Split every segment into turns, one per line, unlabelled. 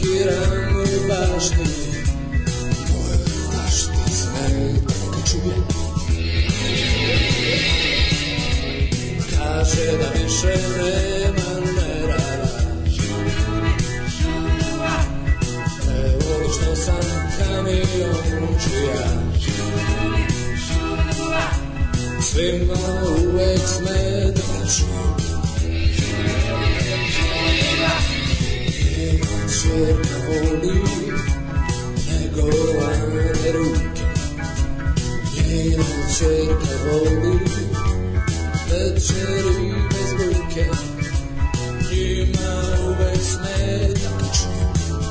mojoj bašti Tvoje bašti sve kako čujem Kaže da više nema nerada Evo li što sam kamion učija Svima uvek sme došao Ima čerka voli negovane ruke Njena čerka voli večeri bez buke Njima uvek smeta čujem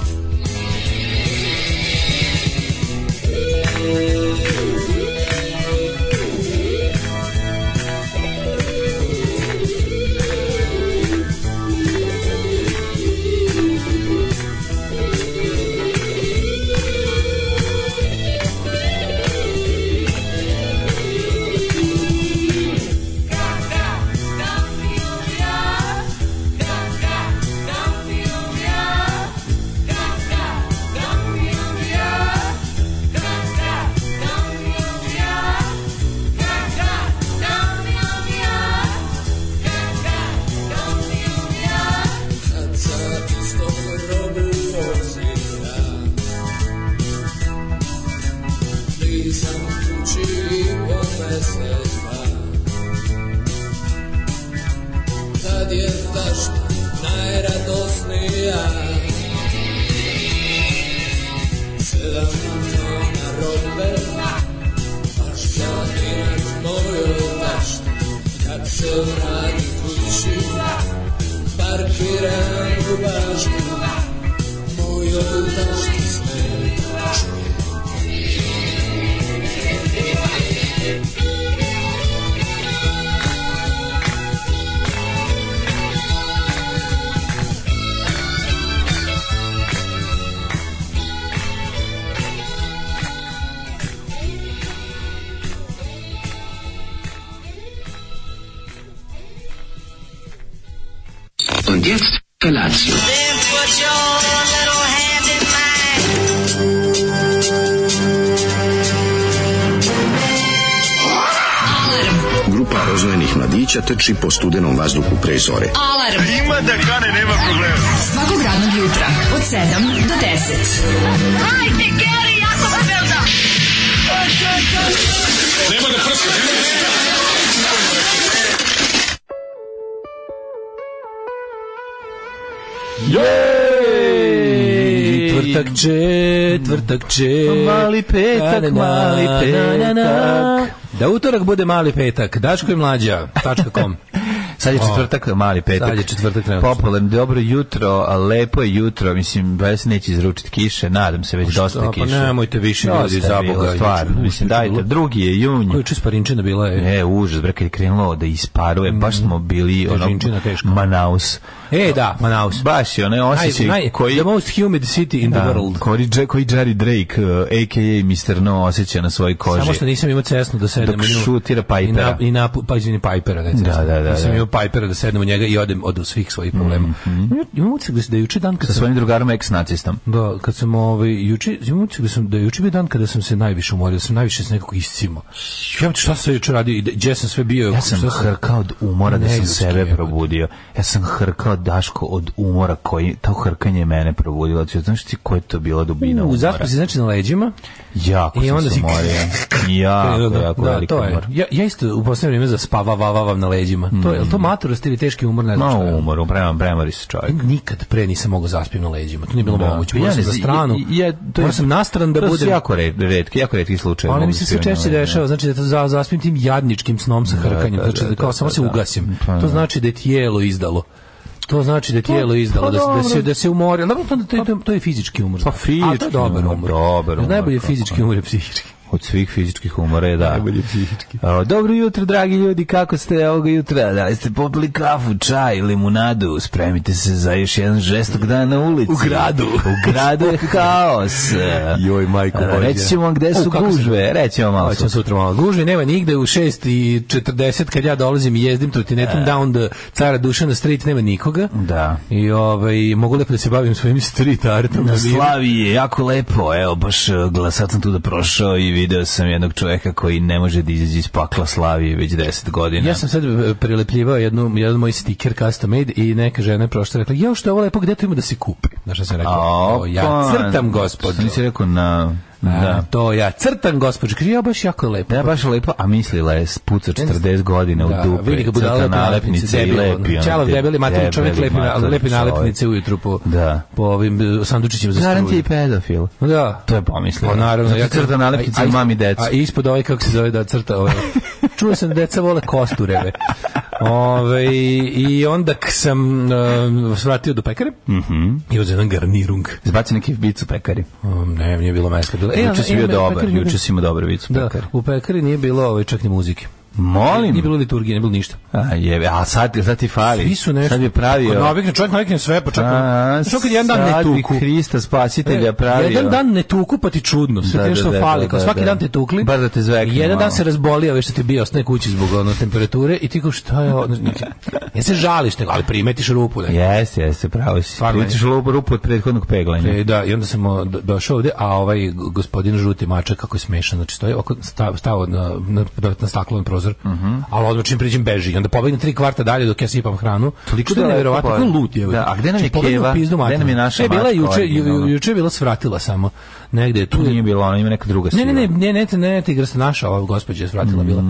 Kad sa istom grobu osvira Nisam kući od mesecma Tad je tašta najradosnija Sedam tona robe Baš za dinar moju taštu Kad se vrati kući Parkiram u baštu Moju taštu smeta čujem
Und jetzt Felatio.
Then put your little hand in mine.
Grupa rozvojenih mladića trči po studenom vazduhu pre zore.
Alarm. Ima da kane, nema problema. Svakog radnog jutra, od 7 do 10. Hajde, Geri, jako se velda.
Četvrtak, četvrtak, četvrtak.
Mali petak, mali
Na, na, na.
petak.
Da utorak bude mali petak. Daško i mlađa. .com.
Sad je četvrtak, mali petak.
Sad je četvrtak, trenutno.
Popularno, dobro jutro, a lepo je jutro, mislim, baš neće izručiti kiše, nadam se već dosta
Pa
kiše.
nemojte više ljudi ovaj,
Dosta je
za
bilo,
Boga.
Stvarno, mislim, dajte, drugi je
Koji
jun.
je Parinčina bila je.
E, užas, bre, kad je krenulo da isparuje, baš smo bili, ono,
Mm. Težinčina teška.
Manaus.
E, da, Manaus.
Baš je, onaj osjećaj
Naj- naj-
koji...
The most humid city in the
Da,
world.
koji, Dž- koji Jerry Drake, uh, a.k.a. Mr. No, osjeća na svojoj koži.
Samo što nisam imao cesnu da sedem
Dok šutira
I,
Pipera.
na, i na, pa izvini, Pipera. Ne,
Da, da, da,
Nisam
da. Mhm.
imao Pipera da sednem u njega i odem od svih svojih problema. Imam utisak da se da je juče dan kad
Sa
sam
svojim drugarom ex-nacistom.
Da, kad sam ovaj juče, imam utisak da sam da je juče bio dan kada sam se najviše umorio, da sam najviše se nekako iscimo. Ja vam šta sam sve juče radio, i da- gdje sam sve bio,
Ja sam
šta
hrkao od umora da sam
Neljudski
sebe
jebote.
probudio. Ja sam hrkao Daško od umora koji to hrkanje je mene probudilo. Ti znaš ti koja je to bila dubina
U
umora?
zaspao si znači na leđima.
Jako
I
sam
onda
se
si-
umorio. jako,
da,
jako
da,
veliki
to je.
umor.
Ja, ja isto u poslednje vrijeme zaspavavavam na leđima. To je, jel to
Mm.
matorost ili teški umor, ne znam
Malo
šta je.
umor, upremam premori se čovjek.
nikad pre nisam mogao zaspim na leđima. To nije bilo moguće. Morao sam
ne
za
znam,
stranu.
ja- ja- to je-
morao sam na stranu da
to su
budem.
jako red, redki, jako redki slučaj.
Ali mi se sve češće
ovaj
dešava, znači da to za, zaspim tim jadničkim snom sa hrkanjem,
da,
znači da
da,
kao
da,
samo se
da.
ugasim.
Pa,
To
da. Pa-
znači da je tijelo izdalo. To znači da je tijelo izdalo, da, se- da se da se umori. Dobro, to, to, to, to je fizički umor.
Pa
A to je
fizički
dobar
umor,
umor.
dobar umor,
Najbolje
kako
fizički umor je psihički.
od svih fizičkih umora je da.
Najbolji fizički.
A, Dobro jutro, dragi ljudi, kako ste ovoga jutra? Da li ste popili kafu, čaj, limunadu? Spremite se za još jedan žestok dan na ulici.
U gradu.
U gradu je haos.
Joj, majko
A,
Božja.
Reći ćemo vam gde
U,
su
kako se-
gužve. Reći ćemo malo
Hoćem
sutra.
Ovaj sutra malo. Gužve nema nigde u 6 i 40 kad ja dolazim i jezdim trotinetom down the cara Dušana street nema nikoga.
E. Da.
I ovaj, mogu lepo da se bavim svojim street artom.
Na
miru.
Slaviji je jako lepo, evo, baš e, gla- sad sam tu da prošao i video sam jednog čoveka koji ne može da izađe iz pakla Slavije već 10 godina.
Ja sam sad e, prilepljivao jednu, jedan moj stiker custom made i neka žena je prošla i rekla, jao što je ovo lepo, gde to ima da se kupi? Znaš šta sam rekao?
A,
"To ja
opa,
crtam, gospodin.
Nisi rekao na... Da.
To ja crtam, gospodin. Kaže, ja baš jako je lepo.
Da je baš lepo, a mislila je spuca 40 godina u
Da,
dupe,
vidi kako budala
crta
lepi nalepnice,
nalepnice i
debil,
lepi.
ono.
ono,
Ćelav
te-
debeli matori čovjek
debeli
lepi, na-
matori
lepi
čovjek.
nalepnice ujutru po,
Da.
po ovim e, sandučićima za
Garant je i
struju.
pedofil.
Da.
To je pomislila.
Pa naravno,
ja crta nalepnice
a- a-
i mami deca.
A ispod ovaj kako se zove da crta ovaj. Čuo sam da deca vole kostureve. Ove, I onda k sam uh, svratio do pekare
Mhm.
i uzeo jedan garnirung.
Zbaci neki vic u pekari.
Um, ne, nije bilo mesta. Bilo, E, ali-
Juče Znači, si bio
ali u
dobar,
pekari nije
juče si imao dobar vic u
bilo- Da,
pekari.
u pekari nije bilo ovaj, čak ni muzike. Nije
Molim.
bilo liturgije, nije bilo ništa.
A jebe, a sad, sad ti fali.
Svi su nešto.
Sad je
Ko
pravio.
Navikne, čovjek navikne sve, pa čak,
A,
čak kad jedan dan ne
sad bi
tuku.
Hrista spasitelja
E,
pravio.
Jedan dan ne tuku, pa ti čudno. Sve
Da,
ti
da,
nešto
da,
fali.
da,
kao
da,
svaki
da.
dan te tukli.
Bar da te zveknu
Jedan dan
malo.
se razbolio, već što ti bio ostane kući zbog ono, temperature i ti kao šta je ono. Ne se žališ, nego, ali primetiš rupu. Ne.
Jeste, jeste, pravo si.
Stvarno je.
Vidiš lupu rupu od prethodnog peglanja.
E, da, i onda sam o, do- došao ovde, a ovaj g- gospodin žuti mačak kako je smešan, znači stoji ovako sta- stao na, na, na, na staklovan prozor,
Mhm.
ali odmah čim priđem beži, I onda pobegne tri kvarta dalje dok ja sipam hranu, toliko da je
lepo
nevjerovatno, kako
pobegne.
lud je. ovaj.
Da, a gde nam je
Znači, pobegne u
Keva?
pizdu
Gde
materinu.
nam je naša
E, bila je
mačka
juče, ju- ju,
originalna?
juče je bila svratila samo, negde, tu
Tu
je
nije bilo, ona ima neka druga
Ne,
sila.
ne, ne, ne, ne, ne, ne, tigrasta naša, ova gospođa je svratila bila.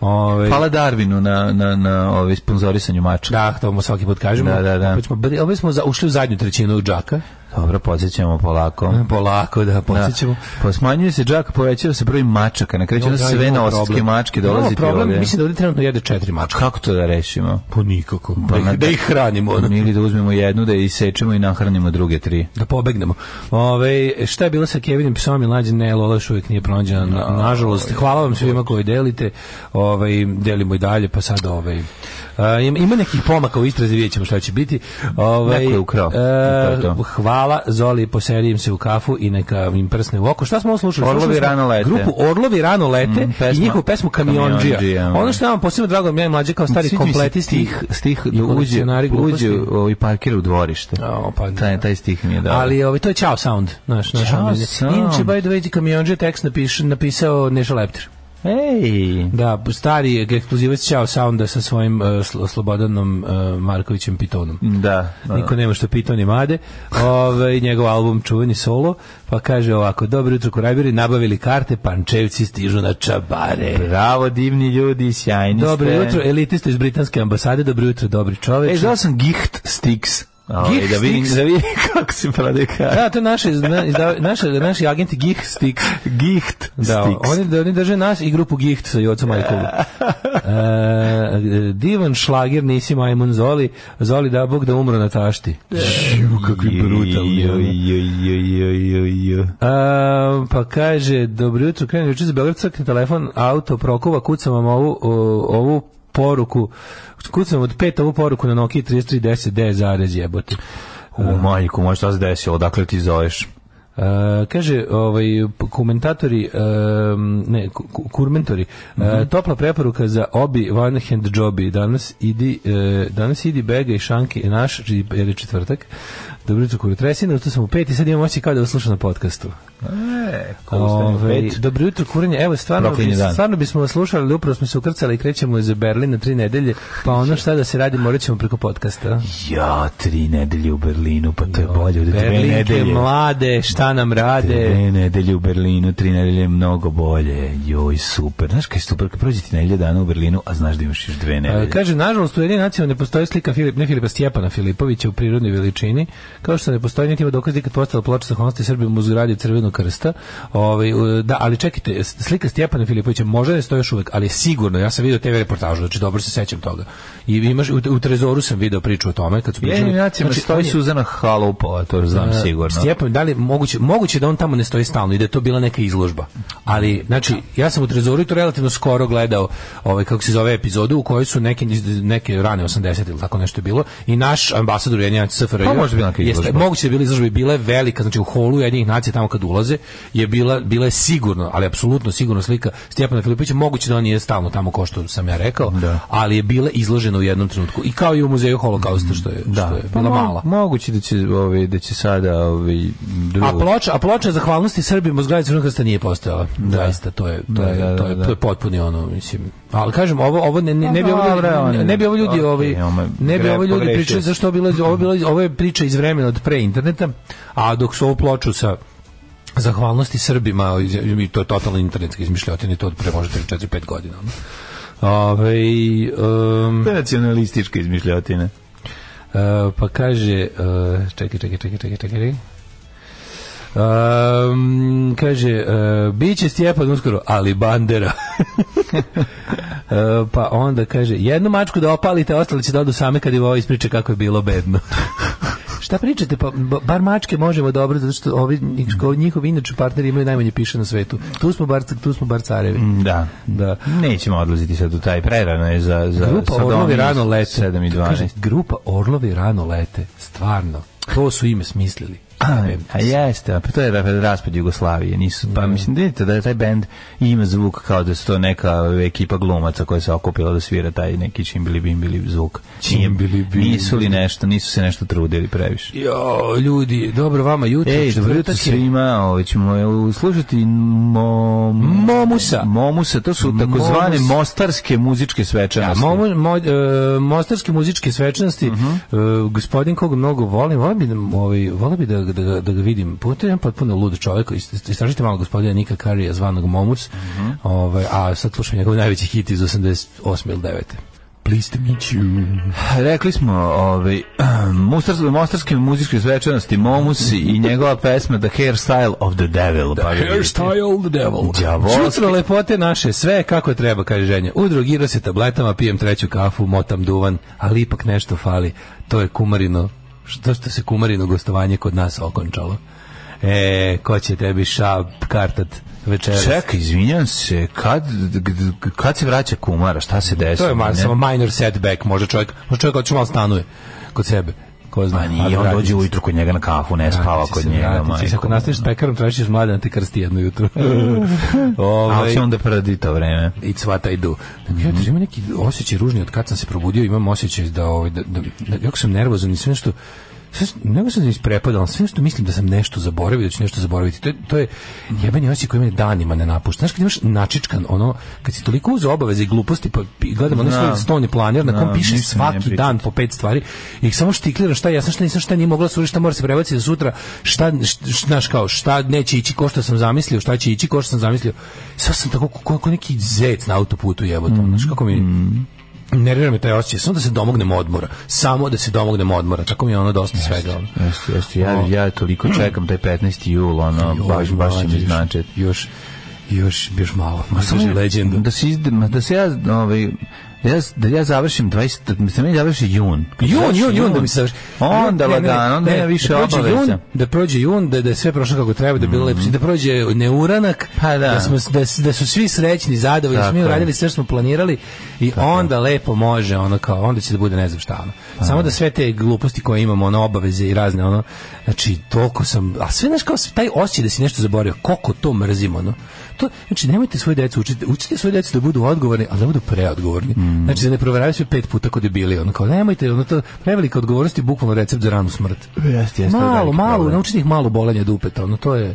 Ovaj, Ove,
Mhm. Hvala Darwinu na, na, na ovaj sponzorisanju mača.
Da, to mu svaki put kažemo.
Da, da, da.
Opet smo, br- opet smo za, ušli u zadnju trećinu džaka.
Dobro, podsjećamo polako.
Polako, E, da, podsjećamo.
Da. Pa smanjuje se džak, povećava se broj mačaka. Na kraju će
Da,
nas
da,
sve
imamo
na osetske
problem.
mačke
Imamo
dolaziti
problem,
ovdje.
Mislim da ovdje trenutno jede četiri mačka.
Kako to da rešimo? Pa
Po nikako. Da,
na-
ih, da ih hranimo. ono.
Ili da uzmemo jednu, da je isečemo i nahranimo druge tri.
Da pobegnemo. Ove, šta je bilo sa Kevinom Psom i Mlađe? Ne, Lolaš uvijek nije pronađena. Na,
ovaj,
nažalost, hvala vam svima koji delite. Ove, delimo i dalje, pa sad ove, a, im- ima nekih pomaka u istrazi, vidjet ćemo šta će biti. Ove,
Neko je ukrao.
e,
To je to.
hvala Zoli, poseri im se u kafu i neka im prsne u oko. Šta smo ovo slušali?
Orlovi
Slušali smo
rano lete.
Grupu Orlovi rano lete
Mm, pesma-
i njihovu pesmu Kamionđija.
Kamionđija, ono.
ono što je vam posebno drago, ja i Mlađe kao stari
Sviđa mi se
kompletisti.
stih, stih
i
da uđe,
kolekcionari gluposti.
uđe i parkira u dvorište.
A, pa da.
taj, taj stih mi je dao.
Ali ovaj to je Ćao sound, naš naš
Ćao
omiljeni.
sound.
znači, Inače by the way kamiondže tekst napiš, napisao Neša Lepter.
Ej!
Da, stari je ekskluzivac Ćao sounda sa svojim uh, Slo- Slobodanom uh, Markovićem Pitonom.
Da.
Niko nema što piton i made. Ove, njegov album Čuveni solo. Pa kaže ovako, dobro jutro Kurajbiri, nabavili karte, pančevci stižu na čabare.
Bravo, divni ljudi, sjajni
Dobro
ste.
jutro, elitisto iz britanske ambasade, dobro jutro, dobri čoveče.
E, zvao sam Gicht Sticks. Ovaj,
Gicht
da vidim,
Sticks?
da vidim kako se prodaje karte.
Da, to je naše, izda- izdava- naše, naši agenti Gih Sticks.
Gicht
Da, oni, da, oni drže nas i grupu Gicht sa Jocom Majkovom. E, divan šlager nisi majmun Zoli, Zoli da Bog da umro na tašti.
kakvi
brutalni, ono.
brutalni.
E, pa kaže, dobro jutro, krenem juče za Beograd, crkne telefon, auto, prokova, kucam vam ovu, o, ovu poruku, kucam vam od pet ovu poruku na Nokia 3310, D zarez jebote.
U majku, moj, šta se desilo, odakle ti zoveš?
E, kaže, ovaj, p- komentatori, em, ne, ku- ku- kurmentori, e,
Mhm.
topla preporuka za obi one hand jobi. Danas idi, e, danas idi Bega i Šanki i naš, jer je četvrtak. Dobro jutro, kurutresina, ustao sam u pet i sad imam osjećaj kao da vas slušam na podcastu. Ovaj, dobro jutro, kurenje. Evo, stvarno,
Proklinje
bi,
dan.
stvarno bismo vas slušali, ali upravo smo se ukrcali i krećemo za Berlin na tri nedelje, pa ono šta da se radi, morat ćemo preko podcasta.
Ja, tri nedelje u Berlinu, pa to je bolje od dve
Berlinke,
nedelje.
mlade, šta nam rade?
Dve nedelje u Berlinu, tri nedelje je mnogo bolje. Joj, super. Znaš kaj je super, kad prođe ti nedelje dana u Berlinu, a znaš da imaš još dve
E,
nedelje.
Kaže, nažalost, u jednim nacijama ne postoji slika Filip, ne Filipa Stjepana Filipovića u prirodnoj veličini, kao što ne postoji niti ima dokaz kad postala ploča sa honosti Srbim u zgradi Crvenog krsta. Ovaj, u, da, ali čekajte, s- slika Stjepana Filipovića možda ne stoji još uvek, ali je sigurno, ja sam video TV reportažu, znači dobro se sećam toga. I imaš, u, u Trezoru sam video priču o tome, kad su
U
pričali.
Jedinim nacijama
Znači,
stoji
on je-
Suzana Halupova, to znam
e,
sigurno.
Stjepan, da li moguće moguće, moguće da on tamo ne stoji stalno i da je to bila neka izložba. Ali, znači, ja sam u Trezoru i to relativno skoro gledao, ovaj, kako se zove, epizodu u kojoj su neke, neke rane 80 ili tako nešto je bilo i naš ambasador Ujedinjena SFRJ
Pa možda je bila neka
jeste-
izložba.
moguće da je bila izložba i bila je velika, znači u holu Ujedinjenih nacija tamo kad ulaze je bila, bila je sigurno, ali apsolutno sigurno slika Stjepana Filipića, moguće da on nije stalno tamo kao što sam ja rekao, ali je bila izložena u jednom trenutku i kao i u muzeju holokausta što je, što je bila
Pa mo-
mala.
Moguće da će, ovaj, da će sada ovaj, drugo...
A ploča, a ploča zahvalnosti Srbima uz granicu Crnog Krsta nije postojala. Zaista to je to
Da,
je,
da,
to
da,
je,
da.
to je potpuni ono mislim. Ali kažem ovo ovo ne ne, ne bi ovo ljudi
dobro, ono,
ne, ne bi ovo ljudi
okej,
ovaj
ono,
ne bi
gre-
ovo ljudi
pogrešio
pričali
si.
zašto ovo bilo ovo bilo ovo je priča iz vremena od pre interneta, a dok su ovu ploču sa zahvalnosti Srbima i to je totalno internetska izmišljotina i to od pre možda 4 5 godina. ono. Ovaj, em,
To je nacionalistička izmišljotina.
E, pa kaže, uh, čekaj, čekaj, čekaj, čekaj, čekaj. Um, kaže, uh, bit će Stjepan uskoro, ali bandera. E, pa onda kaže, jednu mačku da opalite, ostale će da odu same kad im ovo ispriča kako je bilo bedno. Šta pričate? Pa, ba- bar mačke možemo dobro, zato što ovi, njihovi- njihovi inače partneri imaju najmanje piše na svetu. Tu smo bar, tu smo bar carevi.
Da.
Da.
Nećemo odlaziti sad u taj prerano je za, za
Grupa
Sadoniju
Orlovi rano lete.
7 i 12.
Kaže, grupa Orlovi rano lete. Stvarno. To su ime smislili.
A jeste, a pa to je ra- raspad Jugoslavije. Nisu, pa mislim, vidite da je taj bend ima zvuk kao da su to neka ekipa glumaca koja se okupila da svira taj neki čimbili bimbili zvuk. Nije-
Čimbili bimbili.
Nisu li nešto, nisu se nešto trudili previše.
Jo, ljudi, dobro vama jutro.
Ej, dobro jutro
četvrtak je.
svima, ovo ćemo e, slušati mo...
Momusa.
Momusa, to su takozvane
Momus.
mostarske muzičke
Da,
svečanosti.
momo- mo- e, mostarske muzičke svečanosti,
Mhm.
e, gospodin koga mnogo volim, volim bi, da, m- ovaj, voleo bi da, da, ga- da ga vidim. Puto je jedan potpuno lud čovjek, ist- istražite malo gospodina Nika Karija, zvanog Momus,
Mhm.
ovaj, a sad slušam njegov najveći hit iz 88. ili 9. Please to meet you.
Rekli smo ovaj, mostarske, mostarske muzičke svečanosti Momus i njegova pesma The Hairstyle of the Devil. pa vidite.
Hairstyle the devil.
Đavolski.
Jutro lepote naše, sve je kako treba, kaže ženja. Udrogirao se tabletama, pijem treću kafu, motam duvan, ali ipak nešto fali. To je kumarino, što što se kumarino gostovanje kod nas okončalo. E, ko će tebi šab kartat večeras?
Čekaj, izvinjam se, kad, g- g- kad se vraća kumara, šta se
To
desilo?
je ma,
Ne?
samo minor setback, može čovjek, može čovjek hoće malo stanuje kod sebe. Ko zna,
Ma
ali
pa nije, on
vratit će
dođe
se.
ujutru kod njega na kafu, ne spava
Vratit će
kod
se,
njega.
vratit će se.
majko.
Ako nastaviš s pekarom, tražit ćeš mlade da te krsti jedno jutro.
Ali
Ovaj,
će onda prdi to vreme.
It's what I do. Dakle, ja imam neki osjećaj ružni od kad sam se probudio, imam osjećaj da, ovaj, da, da, da jako sam nervozan i sve što sve što- nego sam isprepadao, ali sve što mislim da sam nešto zaboravio, da ću nešto zaboraviti. To je, to je jebeni osjećaj koji mene danima ne napušta. Znaš, kad imaš načičkan, ono, kad si toliko uz obaveze i gluposti, pa i gledam ono svoj stoni planer na kom
Da,
piše
ništa ne
svaki
pričam.
dan po pet stvari i samo štiklira šta ja sam šta nisam šta nije mogla suri šta mora se prebaciti za sutra šta š- znaš kao šta neće ići ko što sam zamislio šta će ići ko što sam zamislio sad sam tako kako neki zec na autoputu jebote mm znaš kako mi
Mhm.
nervira me taj osjećaj samo da se domognem odmora samo da se domognem odmora tako mi je ono dosta svega ono.
Jeste, jeste, ja, ja toliko čekam taj 15. jul, ono,
Joj,
baš, baš će mi
mlađe, još-
značiti.
još još još malo ma samo je legenda
Da se izde- ma da se ja ovaj da ja, da ja završim 20 da se meni završi Znači, jun. Kad
Jun,
završi
jun, jun, da mi se završi.
Onda
Ne, ne, ne,
lagano, onda
ne,
nema više
da prođe
obaveza. Mhm.
jun, Da prođe jun, da, da je sve prošlo kako treba, da je bilo lepo, da prođe neuranak,
Pa da.
smo, s- da, s- da su svi srećni, zadovoljni, da smo mi
Tako je.
uradili sve što smo planirali i onda lepo može, ono kao, onda će da bude ne znam šta, ono. Samo da sve te gluposti koje imamo, ono, obaveze i razne, ono, znači, toliko sam, a sve, znaš, kao taj osjećaj da si nešto zaboravio, koliko to mrzimo, ono. To, znači, nemojte svoje decu učiti, učite svoje decu da budu odgovorni, ali da budu preodgovorni.
Mm.
Znači, da ne proveravaju sve pet puta kod debili, ono, kao, nemojte, ono, to prevelika odgovornost je bukvalno recept za ranu smrt.
Jeste, jeste, to je
Malo,
veliki
malo,
problem. Mm.
naučiti ih malo bolenje dupeta, ono, to je,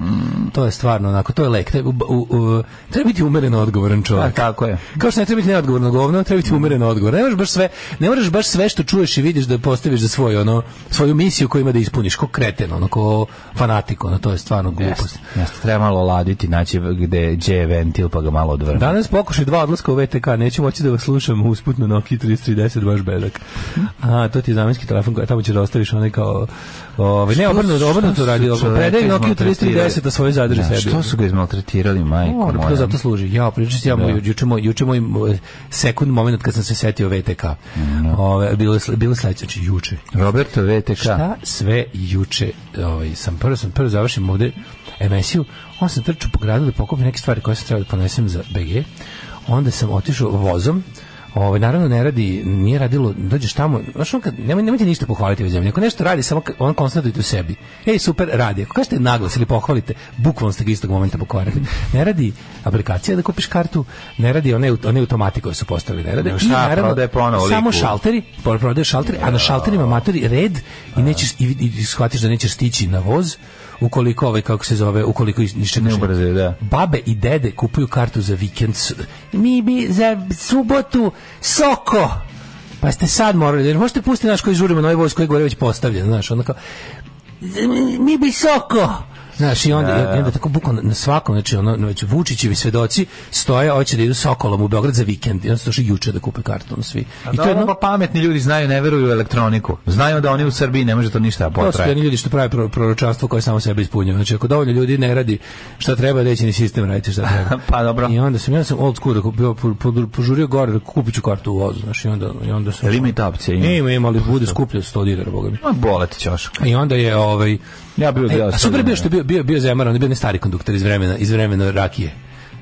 to je stvarno onako, to je lek. Treba, u- u- u- treba biti umereno odgovoran
Pa Mm.
čovjek.
tako je.
Kao što ne treba biti neodgovorno govno, treba biti umereno odgovorno. Ne moraš baš sve, ne moraš baš sve što čuješ i vidiš da postaviš za svoj ono svoju misiju koju ima da ispuniš, ko kreten, ono ko fanatik, ono to je stvarno glupost.
Jeste, jeste, treba malo laditi, naći gde gdje je ventil pa ga malo odvrnu.
Danas pokušaj dva odlaska u VTK, neću moći da vas slušam usputno Nokia 3310, baš bedak.
Hm?
A, to ti je zamenski telefon, koji tamo ćeš da ostaviš onaj kao... Ove, ne,
Što
obrnuto,
su-
obrnuto
što
radi,
su
ovo.
čoveka
predaj Nokia
izmaltretirali?
3310, a svoje zadrži
Da,
sebi.
Što su ga izmaltretirali, majko
Moram,
moja?
to zato služi. Ja pričam se ja moj juče moj juče moj moj sekund moment kad sam se setio VTK. Ove bilo je sle- bilo je sledeće znači, juče.
Roberto VTK.
Šta sve juče, ovaj sam prvo sam prvo završim ovde emisiju, onda sam trčao po gradu da pokupim neke stvari koje sam trebao da ponesem za BG. Onda sam otišao vozom. Ovaj naravno ne radi, nije radilo, dođeš tamo, znači on kad nemoj nemojte ništa pohvaliti u zemlji. Ako nešto radi, samo ka- on konstatujete u sebi. Ej, super, radi. Ako kažete naglas ili pohvalite, bukvalno ste ga istog momenta pokvarili. Ne radi aplikacija da kupiš kartu, ne radi one, aut- one automati koje su postavili, ne rade.
Nego šta,
I naravno,
prodaje ponovo
Samo
liku.
šal šalteri, pa prodaješ šalteri, a na šalterima matori red i nećeš i, i shvatiš da nećeš stići na voz ukoliko ovaj kako se zove, ukoliko iz ničega
Ne
živi.
ubrzaju, da.
Babe i dede kupuju kartu za vikend. s- Mi bi za subotu soko. Pa ste sad morali, jer možete pustiti naš koji žurimo na ovaj voz koji je gore već postavljen, znaš, onda kao, mi bi soko Znaš, i onda, i onda tako bukvalno na svakom, znači ono, no, već Vučićevi svedoci stoje, hoće da idu Sokolom u Beograd za vikend, i onda su došli juče da kupe kartu, ono, svi.
I to je pa pametni ljudi znaju, ne veruju u elektroniku. Znaju da oni u Srbiji ne može to ništa da
To su
potraje.
oni ljudi što prave pro- proročanstvo koje samo sebe ispunjava. Znači, ako dovoljno ljudi ne radi šta treba, reći ni sistem raditi šta treba.
Pa dobro.
I onda sam, ja sam old school, rekao, bio, po- po- požurio gore, rekao, kupit ću kartu u vozu, znaš, i onda, i onda sam... E,
Jel ima i ta opcija? Ima.
Ima, ima, ali bude skuplje od 100 dinara, boga mi.
Ma bolet ćoš.
I onda je, ovaj...
Ja bi uzeo
E, a
sto
super je
dinara.
bio što je bio, bio, bio Zemar, on je bio ne stari konduktor iz vremena, iz vremena Rakije.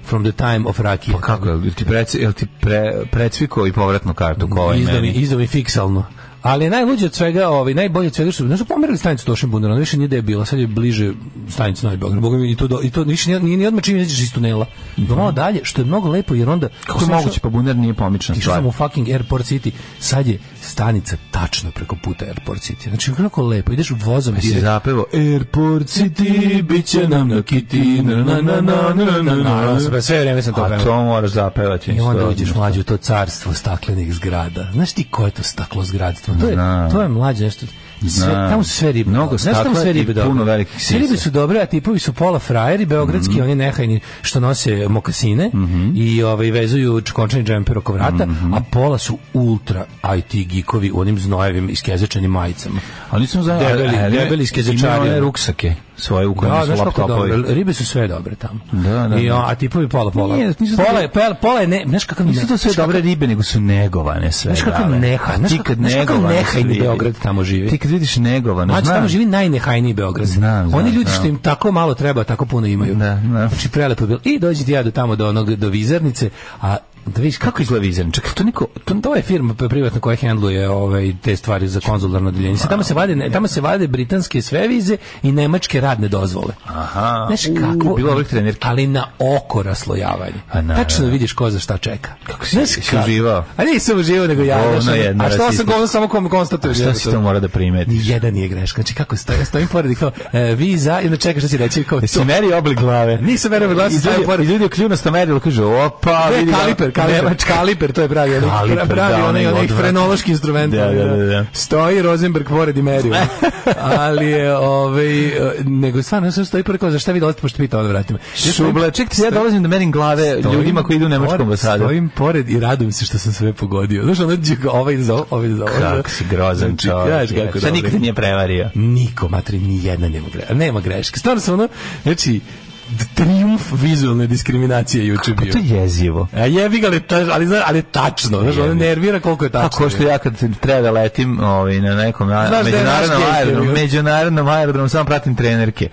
From the time of Rakije.
Pa kako, jel ti, preci, jel ti pre, precvikao i povratnu kartu ko ovaj
Izdao mi,
meni?
izdao mi fiksalno. Ali je najluđe od svega, ovaj, najbolje od svega što znaš, su pomerili stanicu Tošin Bundar, ona više nije gde je bila, sad je bliže stanicu Novi Beograd. Boga mi, i to, do, i to više nije, nije ni odmah čim izađeš iz tunela. Do malo dalje, što je mnogo lepo, jer onda...
Kako je moguće, pa bunar nije pomična
Išao
stvar.
sam u fucking Airport City, sad je stanica tačno preko puta Airport City. Znači, kako lepo, ideš vozom
Si
direkt.
zapevo,
Airport City, bit će nam na kiti, na na na na na na na na Sve vreme sam to
a
pevao.
to moraš zapevati.
I onda
isto.
uđeš mlađe u to carstvo staklenih zgrada. Znaš ti koje je to staklo zgradstvo? To je,
Znam.
to je mlađe nešto. Sve,
Znam.
tamo su sve ribe.
Mnogo
dobre. Znaš, tamo
stakla
sve ribe
i
dobre.
puno velikih
Sve ribe
sisa. Mhm.
su dobre, a tipovi su pola frajeri, beogradski, oni nehajni što nose mokasine i ovaj, vezuju čkončani džemper oko vrata,
Mhm.
a pola su ultra IT geekovi u onim znojevim iskazečanim majicama.
Ali nisam znao,
Debeli- debeli skezečari.
Ima one ruksake svoje u kojima
Da,
su
znaš kako
laptopovi.
dobro, ribe su sve dobre tamo.
Da, da,
I,
da.
a tipovi pola, pola.
Nije, nisu
pola, je,
to-
pola, pola je, ne, znaš kakav...
Nisu to sve
znaš kakav-
dobre ribe, nego su negovane sve.
Znaš kakav
dale.
nehaj,
A
znaš
ti
kakav-
kad
znaš kakav
negovane
nehajni
su ribe-
Beograd tamo živi?
Ti kad vidiš negovano,
Mađo,
znam.
tamo živi najnehajniji Beograd.
Znam, znam,
Oni ljudi
znam.
što im tako malo treba, tako puno imaju.
Da, da.
Znači prelepo je bilo. I dođi ti ja do tamo do onog do Vizarnice, a da vidiš kako
Kako izgleda vizan? Čekaj, to niko...
to, to je firma p- privatna koja hendluje ovaj te stvari za konzularno odeljenje. Sad Tamo se vade ne- tamo se vade britanske sve vize i nemačke radne dozvole.
Aha.
Znaš
u,
kako?
Bilo ovih trenerki.
Ali na oko raslojavanje.
A naravno.
Tačno vidiš ko za šta čeka. Kako
si- si uživao?
A nisam uživao, nego ja.
Govno
znaš, ono,
jedno
a što sam
rasista.
govno samo kom konstatujem.
Šta si to
jednostavno.
mora da primeti?
Ni jedan nije greška. Znači kako stoji, stojim pored i kao e, vi za i onda čekaš šta će reći kao to. E,
Si meri oblik glave.
Nisam verovao glas,
I ljudi, i ljudi okljunasto merilo, kaže, opa,
Ne,
vidi... ga-
kaliper, kaliper,
Nemačka.
kaliper, to je pravi, onaj,
Kaliper,
pravi
da,
onaj,
onaj
onaj
odvratni.
frenološki instrument. ono
Da, da, da, da.
Stoji Rosenberg pored i meri. ono. Ali je, ovaj, e, nego stvarno, sam stoji pored kao, za šta vi dolazite, pošto pita, onda vratimo.
Šuble, čekaj, ja dolazim da merim glave ljudima koji idu u Nemačku ambasadu.
Stojim pored i radujem se što sam sve pogodio. Znaš, ono, đug, ovaj za ovo, ovaj za ovo.
Kako si grozan
Znači,
čovjek.
znaš kako
Šta
dobro.
nikad nije prevario.
Niko, matri, ni jedna nema greška. Nema greške. Stvarno sam ono, znači, d- trijumf vizualne diskriminacije juče Znači bio.
Pa To je jezivo.
A jebi ga, ali, ta- ali, zna- ali je tačno. Znaš, ono nervira koliko je tačno.
Tako što ja kad treba da letim ovaj, na nekom na,
Znaš da je
međunarodnom
naš kejs,
aerodromu,
jebi ga.
međunarodnom aerodromu samo pratim trenerke.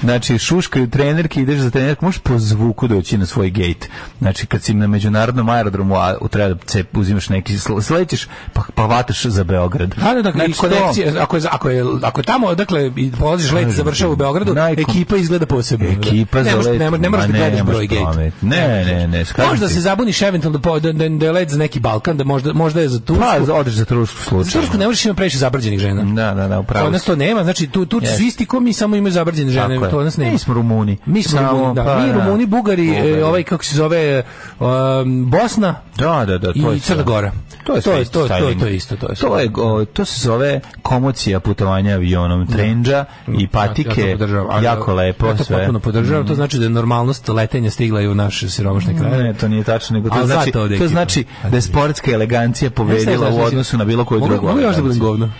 Znači, šuškaju trenerke, ideš za trenerku, možeš po zvuku doći na svoj gate. Znači, kad si na međunarodnom aerodromu, a u- treba da se uzimaš neki, sl- slećeš, pa, pa vataš za Beograd.
Da, da, da,
Znači,
i konekcije, ako je, za- ako je, ako je tamo, dakle, i polaziš let,
Kažem
završava u
ti,
Beogradu,
najkom-
ekipa izgleda posebno.
Ekipa
ne
za
možeš-
let.
Ne, mo- ne
ma
moraš da gledaš
možeš
broj gate.
pamet. Ne, ne, ne. skažem
Možda
ti.
se zabuniš eventualno po- da, da, da je let za neki Balkan, da možda, možda je za Tursku.
Pa, odeš za Tursku
Za
slučaj.
Tursku ne možeš imati previše zabrđenih žena.
Da, da, da, upravo.
Kod nas to nema, znači tu, tu
Jeste.
su isti ko mi samo imaju zabrđene žene,
Tako je.
to nas nema.
Mi smo Rumuni.
Mi smo
Samo,
Rumuni, da.
pa,
mi
da.
Rumuni, Bugari, e,
Bugari.
ovaj kako se zove, e, um, Bosna
Da, da, da, to je
i Crna
sve.
Gora.
To je
To je-
street
to je- to je-
styling.
to je isto, to je
to, je, o, to se zove komocija putovanja avionom, trendža i patike.
Mm. Ja to podržavam, ali-
jako lepo
ja to
sve. Mhm.
potpuno podržavam, to znači da je normalnost letenja stigla i u naše siromašne kraje.
Ne, to nije tačno, nego to
A
znači,
zato ovdje
to
ekipa.
znači da je sportska elegancija povedila u odnosu na bilo koju
Mogu-
drugu
mogu još da budem
eleganciju.
govno?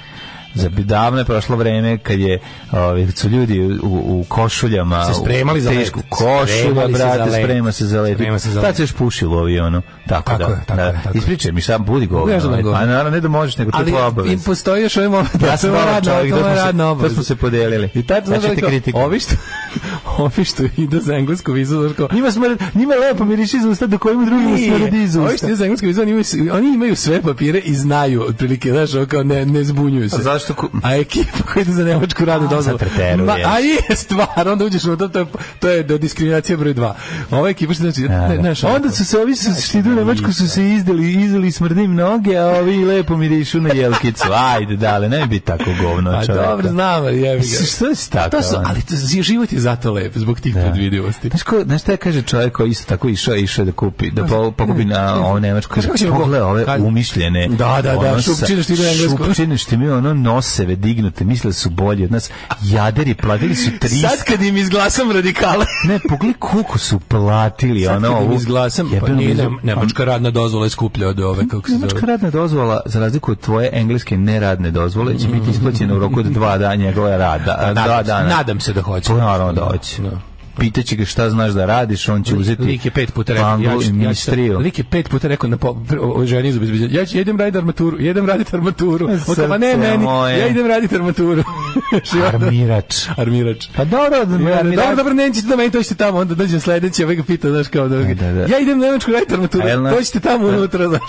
Za davno je prošlo vreme kad je ovaj, kad su ljudi u, u košuljama
Se spremali za let.
tešku košulju,
Spremali se
brate,
za let.
sprema se za let.
Sprema se za
Tad
let.
se još pušilo u avionu. Tako,
Tako
da.
je, tako
da.
je, tako je.
Ispričaj mi sam budi govno.
još da budem
ovaj.
govno.
Pa naravno ne da možeš, nego to je
Ali
tvoja
im
obaveza.
postoji još ovaj moment.
Ja sam
to je
dobar
radna-
čovjek,
to
to
je
smo,
radna
se, to
obaveza.
smo se podelili.
I taj
Ja ću te kritikujem.
ovi što, ovi što idu za englesku vizu, znaš kao,
Njima, smrad, njima lepo miriši iz usta, dok ovim drugim smrdi iz
Ovi
usta.
što idu za englesku vizu, oni imaju, s- oni imaju sve papire i znaju, otprilike, znaš, ovo kao ne, ne zbunjuju se.
A zašto ku-
A ekipa koja ide za nemačku radu dozvolu.
sad preteruješ.
Ma, a je stvar, onda uđeš u to, to je, to je do diskriminacije broj dva. Ova ekipa što znači, ne, znaš,
Onda su se ovi su što idu u Nemačku su se izdali, izdali smrdim noge, a ovi lepo mirišu na jelkicu. Ajde, dale, ne bi tako govno
Pa
čoveka.
dobro, znam, ali jebi ga.
Što si tako?
To su,
ono?
ali to, život je zato lep, zbog tih predvidivosti.
Znaš, ko, znaš šta kaže čovjek koji isto tako išao, išao da kupi, da po, pokupi na ovo nemačko, kaže,
Znaš kako ćemo-
pogledaj ove
kad-
umišljene.
Da, da, da,
ono,
šupčine što idu na englesku.
Šupčine što imaju ono noseve dignute, misle da su bolji od nas. Jaderi, platili su 300.
Sad kad im izglasam radikale,
Ne, pogledaj koliko su platili
Sad
ono
kad im
ovu.
izglasam, pa
jebenu
nije
mizu.
nem- nemačka radna dozvola je skuplja od ove, kako se
Nemačka
zove.
radna dozvola, za razliku od tvoje engleske neradne dozvole, će biti isplaćena u roku od dva dana njegova rada. a, Dva
Nadam, se-
dana.
nadam se Mm. da hoće.
To Pa naravno da hoće.
Da.
Pitaće ga šta znaš da radiš, on će uzeti
Lik je pet puta rekao,
vanglu
ja
i
ću, ja ću,
mistriju.
lik je pet puta rekao na po, pr- o- o ženi iz obezbeđenja, ja ću, ja idem raditi armaturu, ja idem raditi armaturu. On kao, "Ma ne,
Srce
meni,
moje."
ja idem raditi armaturu.
Armirač.
Armirač.
Pa dobro, da-
Ja,
armirač.
dobro, dobro, nećete da meni, to ćete tamo, onda dođem sledeći, ovaj ga pita, znaš, kao da,
E, Da, da.
ja idem na nemačku raditi armaturu,
A jel e. naš-
to ćete tamo unutra, znaš.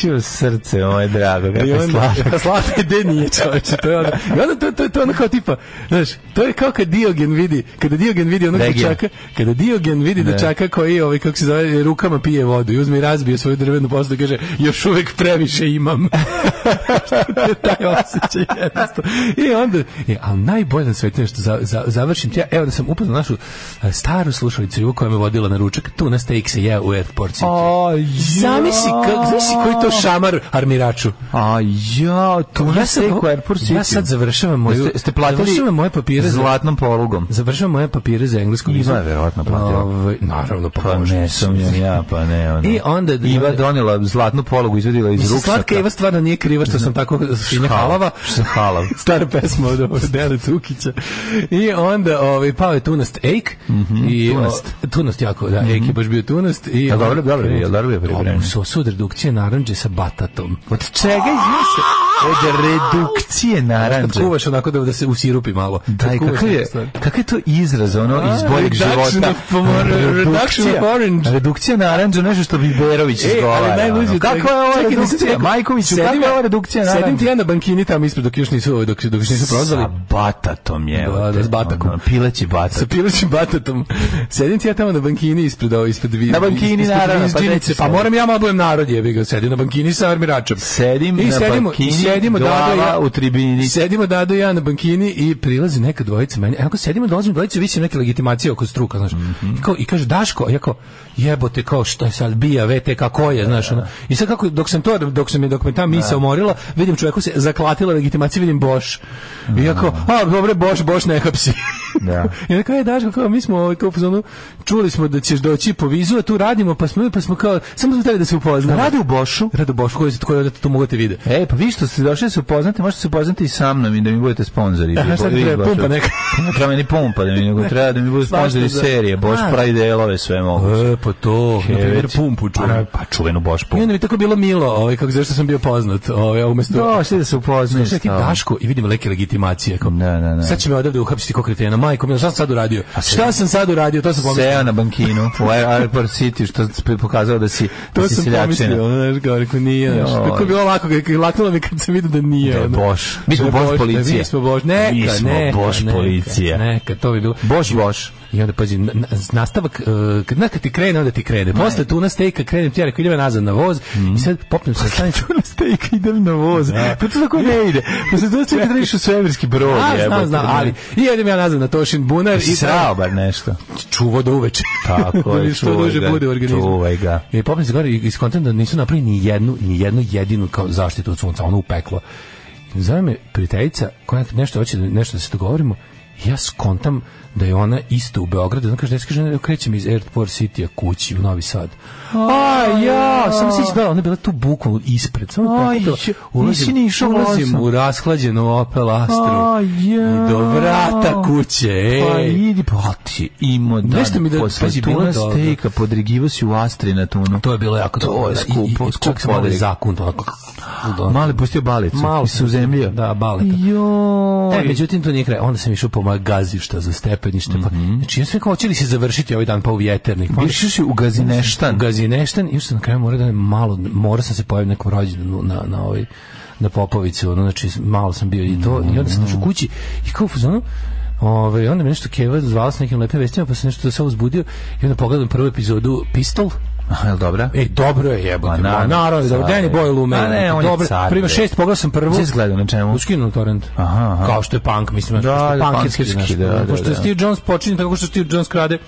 Ću, srce moje drago, kako
I ovaj
je
onda,
slatko.
slatka gde nije čoveče, to je ono, i onda to, to, to je ono kao tipa, znaš, to je kao kad Diogen vidi, kada Diogen vidi onog
Degija.
dečaka, kada Diogen vidi dečaka koji, ovaj, kako se zove, rukama pije vodu i uzme i razbije svoju drvenu poslu i kaže, još uvek previše imam. Što je taj osjećaj jednostavno. I onda, e, ali najbolje na svetu je što za, za, završim ti ja, evo da sam upoznao našu e, staru slušalicu Ivu koja me vodila na ručak, tu na steak se je u airport. Zamisli, ka- zamisli koji to šamar armiraču.
A ja, tu
Ja
na
sad-
steku Airport City.
ja sad završavam moju-
Jeste- Ste platili
završavam moje papire za-
zlatnom polugom.
Završavam moje papire za englesku
Iva
vizu.
je verovatno platila.
Ovaj, naravno, pa,
Pa
može.
ne sumnjam ja, pa ne. Ono.
I onda-
Iva donela zlatnu polugu, izvadila iz
Mislim,
ruksaka.
slatka Iva stvarno nije kriva što sam tako šinja halava.
Halav.
Stara pesma od ovog Dele Cukića. I onda ovaj, pao je tunast Ejk. i,
Mhm, tunast. Mhm.
o, tunast jako, da, Ejk je baš bio tunast. I,
A dobro, dobro, je, dobro je pripremljen.
Su, su redukcije naranđe sa batatom.
Od čega izvini se? Od redukcije
Kad
naranđe.
kuvaš onako da, da se usirupi malo.
Daj,
Kad kuvaš
kakav je,
neku stvar.
kakav je to izraz, ono, iz
A,
boljeg
reduction
života?
of- reduction of orange. E,
Redukcija naranđa, nešto što bi Berović izgovara.
ali najluđe
ono.
od svega-
Kakva je ova
Čekaj, nisam ti
redukcija?
rekao-
Majkoviću,
Sedim
kakva
ja-
je ova redukcija naranđa?
Sedim ti ja na bankini tamo ispred dok još nisu, ovaj, dok, dok još nisu prozvali.
Sa batatom je.
Da, da, s batakom.
pileći batak.
sa pilećim batatom. Sedim ti ja tamo na bankini ispred ovo, ispred vi.
Na bankini,
ispred
naravno, pa
vizđinice.
nećeš
pa,
sedeti.
moram ja malo budem narod, jebi ga, sedim na bankini sa armiračom.
Sedim
I
na
sedimo-
bankini,
i sedimo,
glava
Dado i ja-
u tribini.
Sedimo Dado i ja na bankini i prilazi neka dvojica meni. Ako sedimo dolazim dvojica, vidim neke legitimacije oko struka, znaš. I, kao, I kaže Daško, ja kao jebote kao šta je sad bija VTK ko je, znaš. ono. I sad kako dok sam to dok sam je dok me ta misa umorila, vidim čovjeku se zaklatila legitimacija, vidim Boš. I ja kao, a dobre Boš, Boš ne hapsi.
Da.
I onda kao je Daško, kao mi smo ovaj kao u fazonu, čuli smo da ćeš doći po vizu, a tu radimo, pa smo pa smo kao samo smo hteli da se upoznamo.
Rade u Bošu.
Rado Boš koji koji odete to mogu da te vide.
E, pa vi što ste došli da se upoznate, možete se upoznati i sa mnom i da mi budete sponzori.
Aha, šta ti
Vi-
treba,
vi-
pumpa neka?
Ne treba meni pumpa, da mi, nego treba da mi budu
Svašta
sponzori
za-
serije. Boš
A.
pravi delove sve moguće.
E, pa to, na primjer,
Keveć.
pumpu čujem.
Pa, pa čuvenu Boš
I
pumpu.
onda mi tako bilo milo, ovaj, kako zašto sam bio poznat, ovaj, a umesto...
Došli da se upoznaš.
Sve ti Daško i vidim leke legitimacije. Kao,
Da, da, da.
Sad će me odavde uhapsiti ko kretena. Majko, mila, šta sam sad uradio? Šta sam sad uradio? To sam pomislio.
Seo na bankinu u Air- Airport City, što je pokazao da si, da
To
si
sam pomislio,
seljačina.
ono, znaš, kao, rekao, nije, znaš,
Joj.
kako je bilo lako, kako je laknulo mi kad sam vidio da nije.
Da je
ono.
Boš. Mi smo
Da je
Boš
da
policija.
Mi smo Boš, neka,
Mi smo
neka,
Boš
neka,
policija.
Neka, to bi bilo.
Boš, Boš.
I onda pazi, na- na- nastavak, uh, kad, na, kad ti krene, onda ti krene. Posle tu na stejka krenem ti, ja rekao, idem ja nazad na voz
Mhm.
i sad popnem se na stanicu.
na stejk idem na voz. Pa to tako ne ide. Pa se dosta kad radiš u svemirski brod.
A, znam,
jebote,
znam,
ne.
ali i idem ja nazad na Tošin bunar i
Srao bar nešto.
čuvo do uveče.
Tako je,
Što duže
čuvaj ga,
bude u organizmu.
čuvaj ga.
I popis gore iz kontenta nisu napravili ni jednu, ni jednu jedinu kao zaštitu od sunca, ono upeklo. Zove me prijateljica koja nešto hoće da, nešto da se dogovorimo, i ja skontam da je ona isto u Beogradu, ona kaže, da kaže, ja krećem iz Airport City kući u Novi Sad. A ja, sam se da, ona je bila tu bukvalno ispred, samo
Aj,
tako
ja, nisi
ulazim,
ni išao
ulazim
vozom.
u rashlađenu Opel Astru
A,
i do vrata
jao.
kuće, ej.
Pa idi, pa ti imao da.
Nešto mi da-
posle
pazi, bilo
tuna
je dobro.
stejka, podrigivo si u Astri na tunu.
To je bilo jako
To
dobro,
je
da, i-
skupo,
i- i
skup
čak se malo i
podvig.
zakunt, onako, da.
Mali pustio balicu.
Malo
Malo se uzemljio.
Da, baleta.
Joj.
E, međutim, to nije kraj. Onda sam išao po moja gazišta za stepenište. pa-
Mhm.
Znači, ja sam rekao, hoće li se završiti ovaj dan pa u vjeternik? Pa onda-
Išao si u
u
Gazineštan.
Gazineštan i još sam na kraju morao da malo, morao sam se pojaviti na nekom rođenu na, na ovaj na Popovicu, ono, znači malo sam bio i to i onda sam
Mhm.
došao kući i kao u fazonu Ove, onda me nešto Keva zvala sa nekim lepim vestima, pa sam nešto da se uzbudio i onda pogledam prvu epizodu Pistol,
Aha, jel dobra?
E, dobro je jebote.
Ma,
Ma,
Pa naravno,
naravno, dobro.
car
Danny
je.
Boy Lumen.
Ma ne, on je
dobro.
car,
Prima
bre.
šest, pogledao sam prvu.
Gdje si gledao, na čemu?
Uskinu torrent.
Aha, aha.
Kao što je punk, mislim,
Da,
da,
da,
da, punk
punkerski, da, da,
Pošto
da.
Steve Jones počinje tako što Steve Jones krade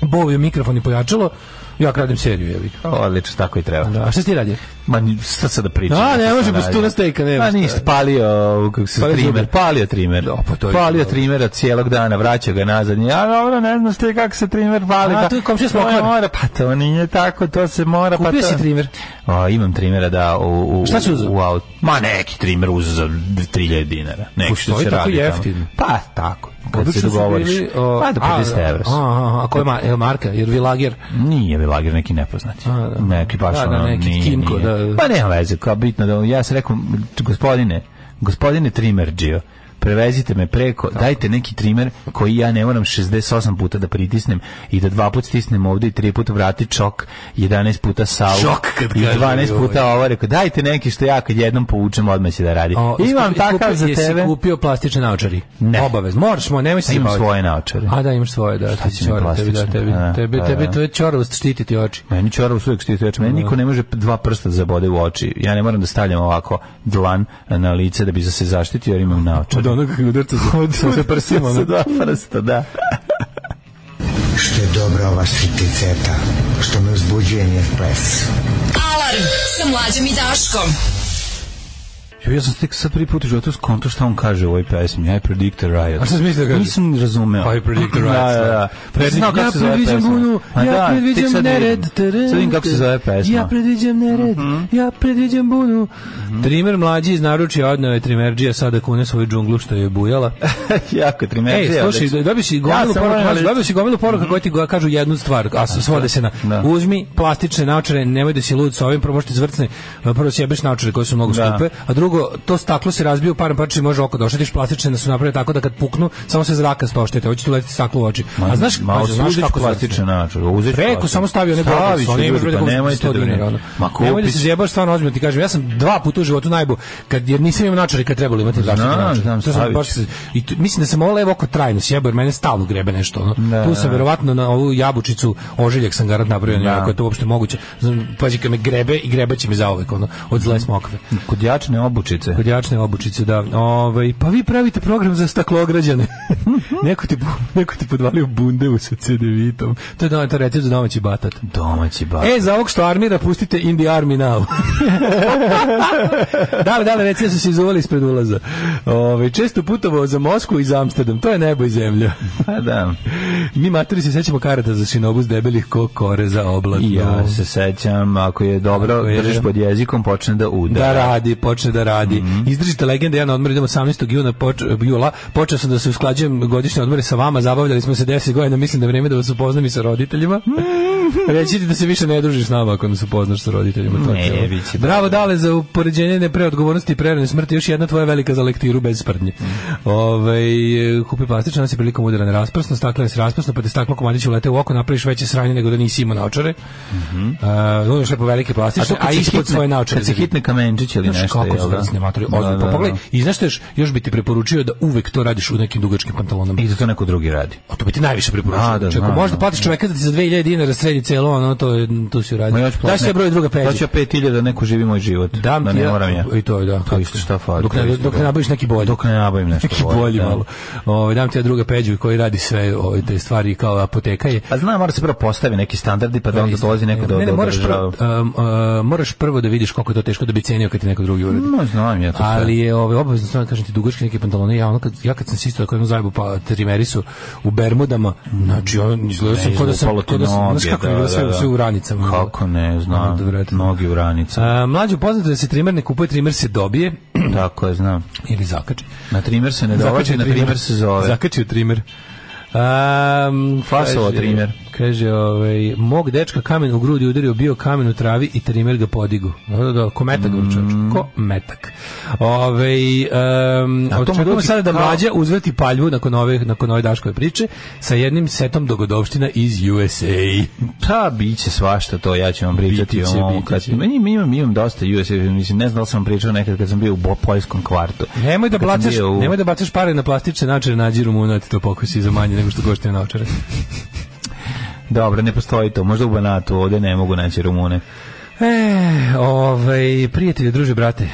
bovio mikrofon i pojačalo, ja kradem seriju, jevi.
Odlično, tako i treba.
Da, a šta si ti radio?
Ma, ni- šta sad da pričam?
A, ne
Šta
može,
sad
bez
radim?
tuna stejka nema
Pa
šta.
niste, palio, ovog, kako se
Palio
palio trimer,
zuber.
palio trimer.
Da, pa to je
palio
dobro.
trimera cijelog dana, vraćao ga nazad. Ja, dobro, ne znam ste kako se trimer pali.
A,
pa-
to je komšija
to je
smokvar.
mora, Pa to nije tako, to se mora. pa
Kupio
to-
si trimer?
A, imam trimera, da, u, u,
Šta si uzeo?
u autu. Ma, neki trimer uzeo za 3000 dinara. Neki što
Postoji
se
tako
radi tamo.
jeftin?
Pa, tako. Kad
Obično
se
su
dogovoriš.
bili, o,
Pa, do
a,
50 evra. su.
A, a, a koja ma, je marka? Jer Vilager?
Nije Velagir neki nepoznati.
A, da.
Neki baš
Da, da,
ono,
neki
nije,
Kimko,
nije.
da, da.
Pa nema veze, kao bitno da ja sam rekao gospodine, gospodine Trimerđio, prevezite me preko, dajte neki trimer koji ja ne moram 68 puta da pritisnem i da dva puta stisnem ovdje i tri puta vrati čok, 11 puta savu
Čok kad
i
kaže, ovaj.
12 puta
joj.
ovo. Rekao, dajte neki što ja kad jednom poučem odmah će da radi.
O,
Pa, Imam
iskupi- iskupi-
takav za tebe.
Jesi kupio plastične naočari?
Ne.
Obavezno. Moraš, mo, nemoj se
Imam
baviti.
svoje naočare.
A da, imaš svoje, da.
Šta
ti
će mi
ćora, tebi, da,
plastične? Pa
tebi,
A,
tebi,
a,
tebi
a.
tvoja ćoravost štiti ti oči.
Meni čorav uvijek stoji teče, meni niko ne može dva prsta da zabode u oči. Ja ne moram da stavljam ovako dlan na lice da bi se zaštitio jer imam naočar.
onog kako udarca sa, sa prsima. ono.
Sa dva prsta, da.
Što je dobra ova stripticeta, što me uzbuđuje njen ples.
Alarm sa mlađom i Daškom.
Jo, ja sam tek sad prvi put u životu skonto šta on kaže u ovoj pesmi. I predict the riot.
A šta si mislio da kaže?
Nisam razumeo.
I predict the riot,
Da, da, da.
Predviđam-
Znao Pa kako
ja
se zove
predviđam
pesma.
bunu,
A
ja
da, tek
predviđam
sad vidim.
nered. teren,
Sad vidim kako se zove pesma.
Ja predviđam nered, ja predviđam bunu. Mhm. Trimer mlađi iz naručja odneo je Trimerđija sada kune svoju džunglu što je bujala.
jako
Ej,
trimeđija.
slušaj, da- dobio si gomilu
Ja sam
poruka,
moram, ali-
dobio si gomilu poruka koje ti go- kažu jednu stvar, a s- svode se na
Da.
uzmi plastične naočare, nemoj da si lud sa ovim, prvo možete zvrcne, prvo si jebeš naočare koje su mnogo
Da.
skupe, a drugo, to staklo se razbije u param parči može oko da oštetiš, plastične da su napravljene tako da kad puknu, samo se zraka stoštete, hoće ti letiti staklo u oči. A znaš,
Ma,
pazi, znaš
osudiš
kako
plastičan
zvrcne?
naočar, uzeš
Preko
plastičan.
samo stavio ne
Staviš,
bobicu, one imaš
ljudi,
bre
pa
kako
nemojte da
100 dinara, ono.
brinete. Ma
Nemoj da se
kupiš.
zjebaš stvarno ozbiljno, ti kažem, ja sam dva puta u životu najbu, kad, jer nisam imao naočare kad trebalo imati zaštitne
Znam,
naočare.
znam,
To sam
stavit
baš
ću.
se- i tu- mislim da sam ovo levo oko trajno sjebao, jer mene stalno grebe nešto. Ono.
Da,
tu
da.
sam verovatno na ovu jabučicu ožiljak sam garant napravio,
Da.
da. ako je to uopšte moguće. Znam, Pazi kad me grebe i grebaće me zaovek, ono, od zle smokve.
Kod jačne obučice.
Kod jačne obučice, da. Ovaj, pa vi pravite program za staklograđane. neko, ti, po- neko ti podvalio bundeu sa CD-vitom. To je, do- to je recept za domaći batat.
Domaći bar.
E, za ovog što armira, pustite In the Army Now. dale, dale, reci da su se izuvali ispred ulaza. Ove, često putovao za Moskvu i za Amsterdam. To je nebo i zemlja.
Pa da.
Mi maturi se sećamo karata za šinobu s debelih ko kore za oblak.
I ja se sećam, ako je dobro,
Ako je-
držiš pod jezikom, počne da udara.
da radi, počne da radi.
Mhm.
Izdržite legende, ja na odmor idem 18. juna, poč, jula, počeo sam da se usklađujem godišnje odmore sa vama, zabavljali smo se 10 godina, mislim da je vreme da vas upoznam i sa roditeljima. Reći ti da se više ne družiš s nama ako nas upoznaš sa roditeljima. To
Mhm. Ne,
je to.
bit će
Bravo, dale, za upoređenje nepreodgovornosti i prerane smrti, još jedna tvoja velika za lektiru bez sprdnje.
Mhm.
Ovaj, e, kupi plastičan, nas je prilikom udara na rasprsno, staklen se rasprsno, pa te staklo komadić ulete u oko, napraviš veće sranje nego da nisi imao naočare. Mm -hmm. lepo velike plastične, a,
Mhm. kad se
ispod
hitne-
svoje naočare.
Kad se
da-
hitne kamenčić ili
Znaš
nešto,
kako
jel
su
da?
vrsni matori, ozbiljno.
Da, da,
Pa pogledaj,
da.
i znaš šta još, još bi ti preporučio da uvek to radiš u nekim dugačkim pantalonama.
I da to neko drugi radi.
A to bi ti najviše preporučio.
A, da,
Čekaj,
znam,
možda
da.
platiš čoveka da ti za 2000 dinara sredi celo ono, to, je- tu si
Ma
uradio.
ja ću
Daš
platiti-
se broj druga
Daću
peđe.
ja 5000 da neko živi moj život.
Dam
da
ti
ne
ja-
moram ja.
I to je, da.
To isto šta fali.
Dok ne-
to isto
dok ne
da.
nabaviš neki bolji.
Dok ne nabavim nešto
Neki bolji
da.
malo. Ovaj dam ti ja druga peđu koji radi sve ove te stvari kao apoteka je.
Pa znam, mora se prvo postavi neki standardi, pa da onda dolazi neko da
Ne, ne, moraš
održava.
prvo, um, uh, moraš prvo da vidiš koliko je to teško da bi cenio kad ti neko drugi uradi.
No, znam ja to sve.
Ali je ovaj obavezno stvarno kažem ti dugački neke pantalone, ja ono kad ja kad sam sistao kako jednu zajbu pa trimerisu u bermudama, znači on izgledao sam kao da sam
Izlupalo ti
kao da sam,
noge,
znaš kako
da,
je bilo sve,
da, da.
sve u ranicama.
Kako ne, znam.
Odvratno.
Nogi u ranicu.
A, mlađe poznato je da se trimer ne kupuje, trimer se dobije
Tako je, znam.
ili zakači.
Na trimer se ne
Zakači
dovađe,
u
na
trimer.
trimer ovaj se zove.
Zakačio trimer. Um,
Fasova trimer.
Kaže, ovaj, mog dečka kamen u grudi udario, bio kamen u travi i trimer ga podigu. Da, da, da, ko metak, mm. ko metak. Ove, um,
A to
očekujemo
mogu ti
sada da
kao-
mlađa uzveti palju nakon ove, nakon ove Daškove priče sa jednim setom dogodovština iz USA.
Pa, bit će svašta to, ja ću vam pričati
Biti će,
o ovom.
biti
Kad,
će.
meni, imam, imam dosta USA, mislim, ne znam da li sam vam pričao nekad kad sam bio u bo- poljskom kvartu.
Nemoj da
Kad sam
bacaš,
bio u-
nemoj da bacaš pare na plastične načere nađi Rumuna, ti to pokusi za manje nego što košta na naočare.
Dobro, ne postoji to, možda u Banatu, ovde ne mogu naći Rumune. Eh,
E, ovaj, prijatelje, druže, brate,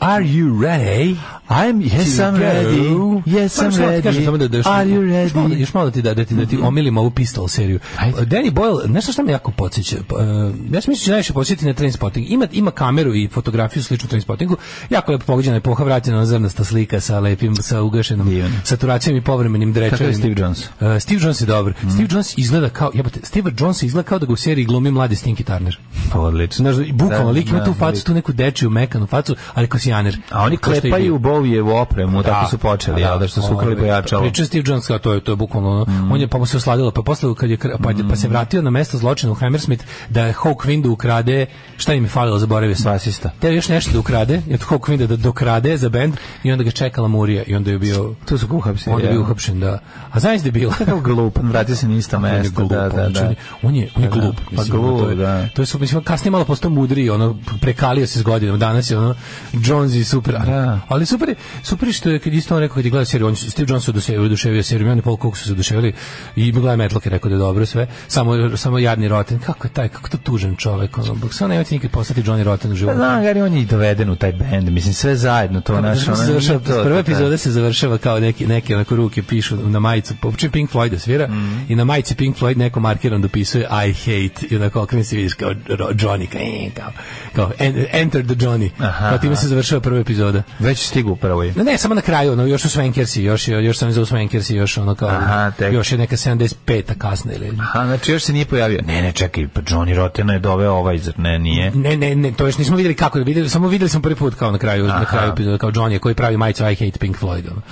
are you ready?
I'm, yes, I'm ready, yes, I'm
Moram samo da ti
ready,
kažem samo da, da još,
are you
Još malo, da-
ready? Mhm.
još malo da ti, da, da ti, da ti omilimo ovu pistol seriju.
Ajde.
Danny Boyle, nešto što me jako podsjeća, pa, e, ja sam mislio da najviše podsjeti na Trainspotting. Ima, ima kameru i fotografiju sličnu Trainspottingu. Jako lepo pogođena epoha, vraćena na zrnasta slika sa lepim, sa ugašenom
Divan.
saturacijom i povremenim drečevima.
Kakav je Steve Jones? Mhm.
E, Steve Jones je dobar. Steve Jones izgleda kao, jebate, Steve Jones izgleda kao da ga u seriji glumi mladi Stinky Turner.
Pa, odlično.
Znaš, bukvalno,
Da,
lik ima
da,
tu facu,
lik.
tu neku dečiju, mekanu facu, ali kao sjaner.
A oni
Kao što je
klepaju
bio.
Bovijevu opremu, tako su počeli, jel da što su ukrali
Ovaj,
pojačalo. Mm.
Priča Steve Jones, kao to je, to je bukvalno ono, on je pa mu se osladilo, pa posle kad je, kra- pa, je- pa se vratio na mesto zločina u Hammersmith da je Hawk Windu ukrade, šta im je falilo, zaboravio sam.
Basista.
Teo je još nešto da ukrade, je to Hawk Winda da dokrade za bend i onda ga čekala Murija i onda je bio...
Tu su ga uhapsili.
Onda je bio
jel?
uhapšen, da. A znaš da je bilo?
Kako glup, vrati se na isto
On je znači,
mesto.
glup,
da, da,
on,
da.
je- on je, on je
Da, da.
glup.
Pa
mislim, ono, to je,
glup, da.
To je, su- mislim, kasnije malo postao mudriji, ono, prekalio se s godinom, danas je ono, Jones i super.
Da.
Ali super je, super je što je, kad isto on rekao, kad je gledao seriju, on, Steve Jones se oduševio, oduševio serijom, i on je pol koliko su se oduševili, i gledao Metlock je rekao da je dobro sve, samo, samo jadni Rotten, kako je taj, kako to tužan čovek, ono, bok, samo nemojte nikad postati Johnny Rotten u
Pa
životu.
znam, Gary, on je i doveden u taj bend, mislim, sve zajedno, to naš,
Znaš,
ono,
se Pa završava,
to, to,
prva
to.
epizoda se završava kao neki, neke onako ruke pišu na majicu, počin Pink Floyd da svira
Mhm.
i na majici Pink Floyd neko markiran dopisuje I hate i onako okreni se vidiš kao Ro- Johnny, kao, e, kao, kao en- enter the Johnny.
Aha,
kao time se završava prva epizoda.
Već je stigu u prvoj.
Ne, ne, samo na kraju, ono, još su Swankersi, još, je- još sam izao Swankersi, još ono kao,
Aha, tek.
još je neka 75-a kasna ili...
Aha, znači još se nije pojavio. Ne, ne, čekaj, pa Johnny Rotten je doveo ovaj, zar ne, nije?
Ne, ne, ne, to još nismo vidjeli kako je, videli, samo vidjeli smo prvi put kao na kraju, na kraju epizode, kao Johnny koji pravi majicu I hate Pink Floyd. Ono.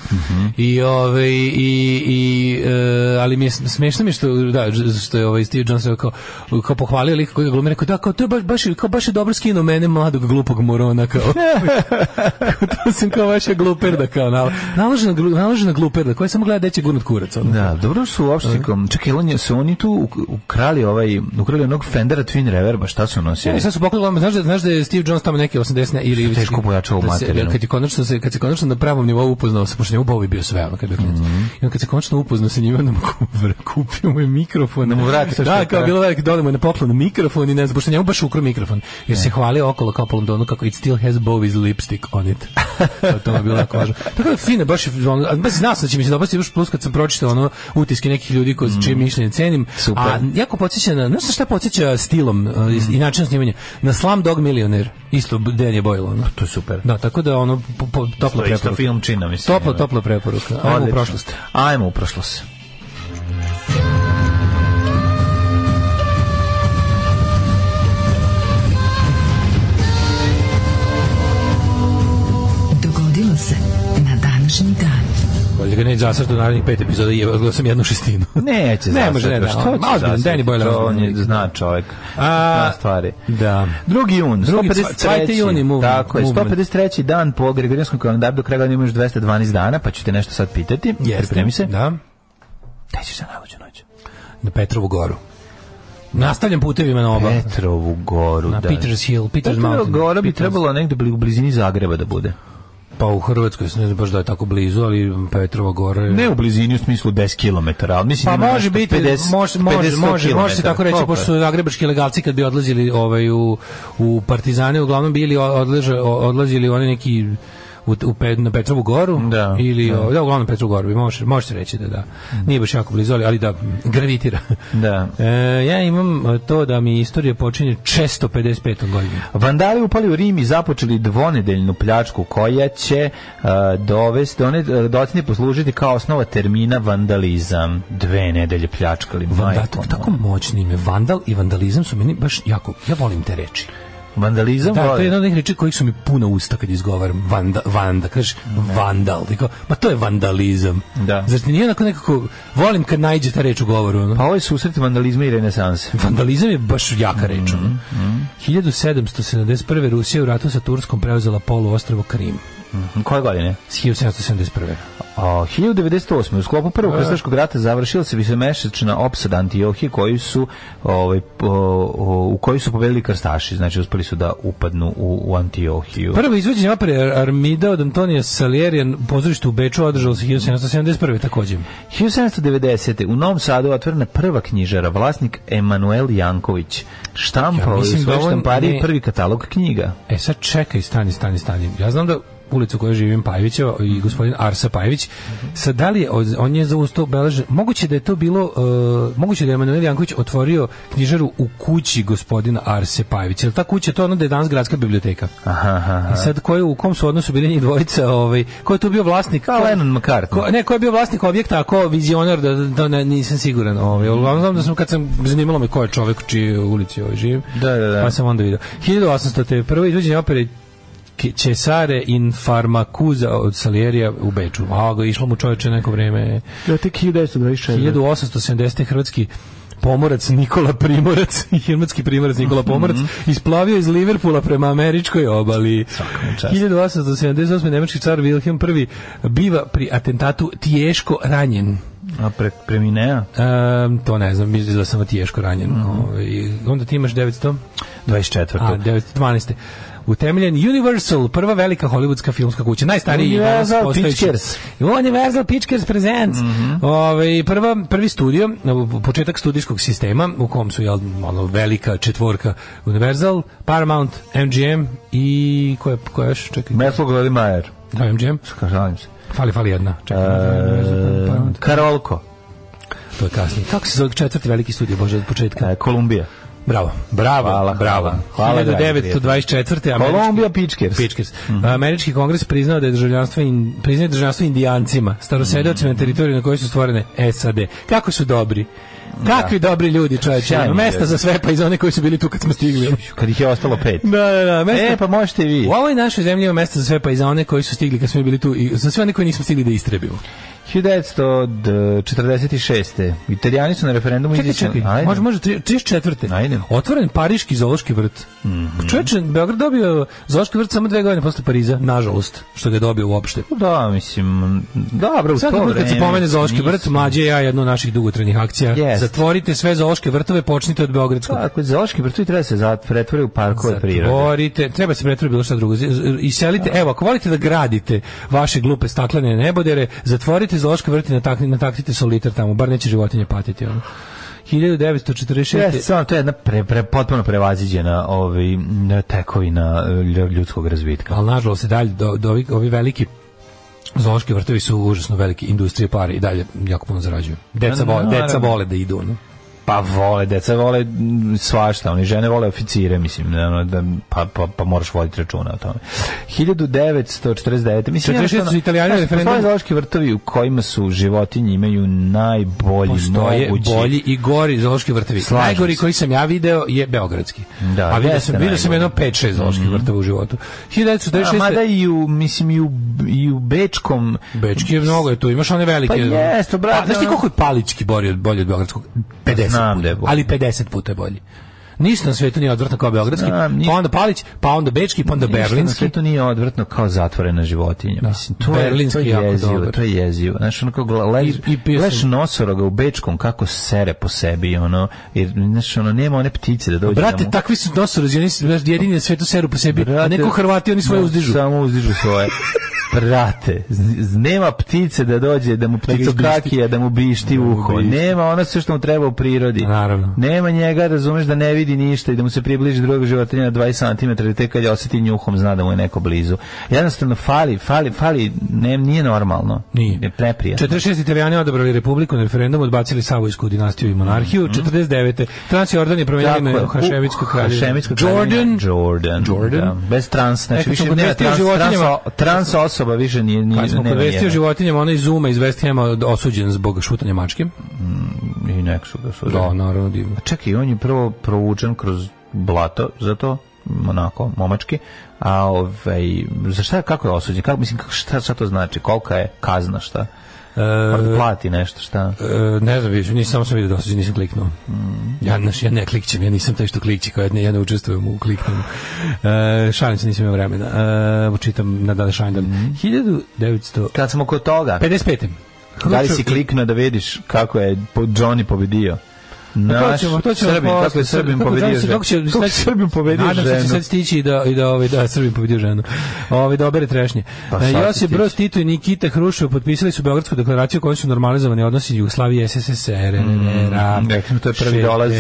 I ovaj i i e, ali mi je sm- smešno mi je što da što je ovaj Steve Jones rekao kao, kao pohvalio lika koji ga glumi, rekao da kao to je baš baš kao baš je dobro skinuo mene mladog glupog morona kao. to sam kao vaša gluperda kao nal, naložena glu- naložena gluperda koja samo gleda da će gurnut kurac. Ono.
Da, dobro su uopšte, kom- čekaj, on je, su oni tu u- ukrali ovaj, ukrali onog Fendera Twin Reverba, šta su
Ne,
nosili?
sad su poklonili, ono, znaš da, znaš da je Steve Jones tamo neke 80 ili ili
teško pojačao
da se-
materinu.
Kad je konačno se kad se konačno na pravom nivou upoznao sa pošto njemu Bowie bio sve ono kad je bio klinac.
Mhm.
I onda kad se konačno upoznao sa njima, nam kupio mu je mikrofon,
Da mu vrati to što
Da,
je
kao
krao.
bilo velik donemo na poklon mikrofon i ne znam, pošto njemu baš ukro mikrofon. Jer se hvalio okolo kao po Londonu kako it still has Bowie's lipstick on it. Pa to mi je bilo jako važno. Tako da fine, baš je ono, a baš znao sam da će mi se dopasti još plus kad sam pročitao ono utiske nekih ljudi koji čije mišljenje cenim.
Mm. Super.
A jako podsjeća na, znaš šta podsjeća stilom uh,
Mhm.
i načinom snimanja? Na Slumdog Millionaire, isto Dan je Boyle. Ono.
To je super.
Da, tako da ono po, po, topla
To je isto
preporuka.
film čina, mislim.
Topla,
Ono.
topla preporuka. Ajmo u
Odlično.
prošlost.
Ajmo u prošlost.
Dogodilo se na današnji dan.
Bolje ga ne zasrtu narednih pet epizoda i jebao sam jednu šestinu.
Neće
Ne može,
zasrati,
ne, ne,
što
on-
će
ozbiljan,
zasrati?
Danny Boyle je
To On
ozbiljan
je
lik.
zna čovjek.
A,
Zna stvari.
Da.
2. jun,
Drugi,
153.
cvajte juni, move-
tako je,
movement.
153. dan po Gregorijanskom kalendaru, do kraja godine imaš 212 dana, pa ću te nešto sad pitati.
Jeste.
Pripremi se.
Da.
Gde ćeš za najluđu noć?
Na Petrovu goru. Nastavljam putevima na oba.
Petrovu goru.
Pa. na
da.
Peters Hill, Peters
Petrova
Mountain.
gora bi
Peters-
trebalo negde bli- u blizini Zagreba da bude.
pa u Hrvatskoj, ne znam baš da je tako blizu, ali Petrova gore...
Ne u blizini u smislu 10 km, ali mislim
Pa
ima
može
nešto
biti,
50,
može, može,
50
može, može se
kilometara.
tako reći,
Koliko je?
pošto su zagrebački legalci kad bi odlazili ovaj, u, u Partizane, uglavnom bili odleže, odlazili u onaj neki u, u Pe- na Petrovu goru
Da, Mm.
ili da, da uglavnom Petrovu goru bi može može se reći da da nije baš jako blizu ali, ali da gravitira
Da.
e, ja imam e, to da mi istorija počinje često 55. godinom
Vandali upali u Rim i započeli dvonedeljnu pljačku koja će uh, dovesti, one uh, docnije poslužiti kao osnova termina vandalizam. Dve nedelje pljačkali,
Vandal,
majko.
tako,
moja.
tako moćni ime. Vandal i vandalizam su meni baš jako, ja volim te reči.
Vandalizam,
Da, to je
volim.
jedna od onih reči kojih su mi puna usta kad izgovaram vanda, vanda, kažeš vandal, i kao, ma to je vandalizam.
Da.
Znači nije onako nekako, volim kad najđe ta reč u govoru, ono.
Pa ovo je susret vandalizma i renesanse.
Vandalizam je baš jaka reč. ono. 1771. Rusija u ratu sa Turskom preuzela poluostrvo Krim. Mhm.
Koje godine?
S 1771.
A, 1998. u sklopu prvog krstaškog rata završila se višemesečna opsada Antiohije koju su ovaj po- o- u kojoj su pobedili krstaši, znači uspeli su da upadnu u, u Antiohiju.
Prvo izvođenje opere Ar- Armida od Antonija Salierijan pozorište u Beču održalo se 1771. takođe.
1790. u Novom Sadu je otvorena prva knjižara, vlasnik Emanuel Janković. Štampao
Ja
je u
mislim
svojoj
da on
štampariji
ne-
prvi katalog knjiga.
E sad čekaj, stani, stani, stani. Ja znam da ulicu u kojoj živim Pajevićeva i gospodin Arsa Pajević, sad da li je, od- on je za usto obeležen, moguće da je to bilo, e, moguće da je Emanuel Janković otvorio knjižaru u kući gospodina Arse Pajevića, jel ta kuća, to je ono da je danas gradska biblioteka.
Aha, aha.
E sad, ko je, u kom su odnosu bili njih dvojica, ovaj, ko je tu bio vlasnik?
Kao Lennon McCartney.
Ko, ne, ko je bio vlasnik objekta, a ko vizionar, da, da ne, nisam siguran. Ovaj. Uglavnom znam da sam, kad sam zanimalo me ko je čovek u čijoj ulici ovaj, živim,
Da, da, da.
pa sam onda vidio. 1800. te prvo izvođenje opere Ke- Cesare in Farmacuza od Salierija u Beču. A, ga je išlo mu čoveče neko vreme.
Ja tek 1926.
1870. hrvatski pomorac Nikola Primorac, hirmatski primorac Nikola Pomorac, isplavio iz Liverpula prema američkoj obali.
mu čast.
1878. nemački car Wilhelm I biva pri atentatu tiješko ranjen.
A pre, preminea?
Ehm, to ne znam, mislim da sam tiješko ranjen. Ovaj, onda ti imaš 900?
24.
A, 912. Pa, Utemeljen Universal, prva velika hollywoodska filmska kuća, najstariji i danas
Universal
postojeći.
Pictures. Mhm.
Universal Pictures Presents. Ovaj, prva, prvi studio, početak studijskog sistema u kom su jel, ono, velika četvorka Universal, Paramount, MGM i koja koja još, čekaj,
Meslog Majer.
da, MGM,
Žalim se.
fali, fali jedna, čekaj,
E,
Paramount,
Karolko,
to je kasnije. Kako se zove četvrti veliki studio, bože, od početka?
e, Kolumbija.
Bravo, bravo,
Hvala,
bravo.
hvala. Hvala, dragi
1924. američki-
Kolumbija Pičkers.
Pičkers. Uh-huh. Američki kongres priznao da je državljanstvo in, priznaje državljanstvo indijancima, starosedeocima na teritoriju na kojoj su stvorene SAD. Kako su dobri? Kakvi dobri ljudi, čoveče.
Sjajni
Ono, Mesta
ljudi.
za sve pa i za one koji su bili tu kad smo stigli.
Kad ih je ostalo pet.
Da, da, da, mesta-
E, pa možete i vi.
U ovoj našoj zemlji ima mesta za sve pa i za one koji su stigli kad smo mi bili tu i za sve one koji nismo stigli da istrebimo.
1946. Italijani su na referendumu
Čekaj,
izlični.
čekaj,
Ajde.
može, može, tri- 34.
Ajde. Mhm.
Otvoren Pariški zoološki vrt. Mm Čovječe, Beograd dobio zoološki vrt samo dve godine posle Pariza, nažalost, što ga je dobio uopšte.
Pa Da, mislim, dobro, u to
Svaki
vreme.
put kad se pomene zoološki vrt,
nisam-
mlađe i ja jedno od naših dugotrenih akcija.
Jest.
Zatvorite sve zoološke vrtove, počnite od Beogradskog.
Tako, Pa, je, zoološki vrtovi treba se zat- pretvore u parkove prirode.
Zatvorite, treba se pretvoriti bilo šta drugo. Z- z- Iselite, evo, ako volite da gradite vaše glupe staklene nebodere, zatvorite zoološke vrti, natakni, nataktite soliter tamo, bar neće životinje patiti. Ono. 1946.
Jeste, samo to je jedna pre, pre, potpuno prevaziđena ovaj, m, tekovina e, lj- ljudskog razvitka.
ali nažalost se dalje do, do ovi, ovi veliki zoološki vrtovi su užasno velike industrije pare i dalje jako puno zarađuju. Deca
Pa,
vole, deca
naravno.
vole da idu. ono.
Pa vole, deca vole m, svašta, oni žene vole oficire, mislim, da, ono, da, pa, pa, pa moraš voditi računa o tome. 1949. Mislim,
46
jednostavno,
su Italijani
znaš,
referendum-
Postoje zoološki vrtovi u kojima su životinje imaju najbolji
Postoje
mogući...
bolji i gori zoološki vrtovi.
Slažem
Najgori
se.
koji sam ja video je beogradski.
Da,
A video
jeste
sam, video sam
najgori. Mhm.
jedno 5-6 zooloških vrtova u životu.
A,
1946.
mada i u, mislim, i u, i u Bečkom...
Bečki je mnogo je tu, imaš one velike.
Pa jeste, brate,
A, znaš ti
ono-
koliko je Palički bolji od, bolji od Beogradskog? 50
Znam
puta,
da je bolji.
ali 50 puta je bolji. Ništa na svetu nije odvrtno kao Beogradski,
Znam,
pa
ništa.
onda Palić, pa onda Bečki, pa onda Berlinski.
Sve to nije odvrtno kao zatvorena životinja. Mislim, to
Berlinski
je,
je
to
jako
je jezivo,
dobar.
to je jezivo. Znaš, ono kao gla- lež,
I- i pjesma.
lež nosoroga u Bečkom, kako sere po sebi, ono, jer, znaš, ono, nema one ptice da dođe. da
Brate,
mu-
takvi su nosorođeni, jedini na svetu seru po sebi, a
Brate,
neko Hrvati, oni svoje
da,
uzdižu.
Samo uzdižu svoje. Prate, z- z- nema ptice da dođe, da mu ptico
izbišti.
kakija, da mu bišti
mu
uho.
bišti.
Nema ono sve što mu treba u prirodi.
Naravno.
Nema njega, razumeš, da ne vidi ništa i da mu se približi drugog životinja na 20 cm i tek kad je osjeti njuhom zna da mu je neko blizu. Jednostavno, fali, fali, fali, ne, nije normalno.
Nije.
Je preprijatno.
46. Italijani odabrali republiku na referendumu, odbacili Savojsku dinastiju i monarhiju. 49. Transjordan je promenio
Mhm. Tako
ime
je.
u Haševićku kraljevinu.
Hašemitsku
Jordan.
kraljevinu. Jordan.
Jordan.
Da. Bez trans,
E,
znači
kad
više
smo kod
nema
vestiju o
trans, trans,
životinjama-
trans osoba više nije, nije,
Kad smo
nema
kod vesti o
nijedna.
životinjama, ona iz Zuma iz West Hama osuđen zbog šutanja mačke.
I nek su ga suđeni.
Da, naravno divno.
Čekaj, on je prvo provučen kroz blato, zato onako, momački, a ovaj, za šta, kako je osuđen, kako, mislim, kako- šta, šta to znači, kolika je kazna, šta,
E,
plati nešto, šta,
E, ne znam, više, nisam samo sam vidio dosađe, nisam kliknuo.
Mhm.
Ja, znaš, ja ne klikćem, ja nisam taj što klikće, kao ja ne, ja ne učestvujem u kliknju. E, šalim se, nisam imao vremena. E, čitam na dan šajndan.
Mhm.
1955.
kad smo kod toga,
e,
da li si kliknuo da vidiš kako je po- Johnny pobedio,
To
Naš
ćemo, to ćemo
Srbin,
posle.
kako je Srbin
Kako
pobedio
Johnson-
ženu.
Kako će
Kako je
sad-
Srbin pobedio
Nadam se da će
ženu.
sad stići i da, i da, ovaj, da Srbin pobedio ženu. Ovaj, da obere trešnje.
Pa
E,
sad će
Josip
stići.
Broz Tito i Nikita Hrušov potpisali su Beogradsku deklaraciju kojom su normalizovani odnosi Jugoslavije i SSSR. Mm,
Rekli smo, to je prvi dolazak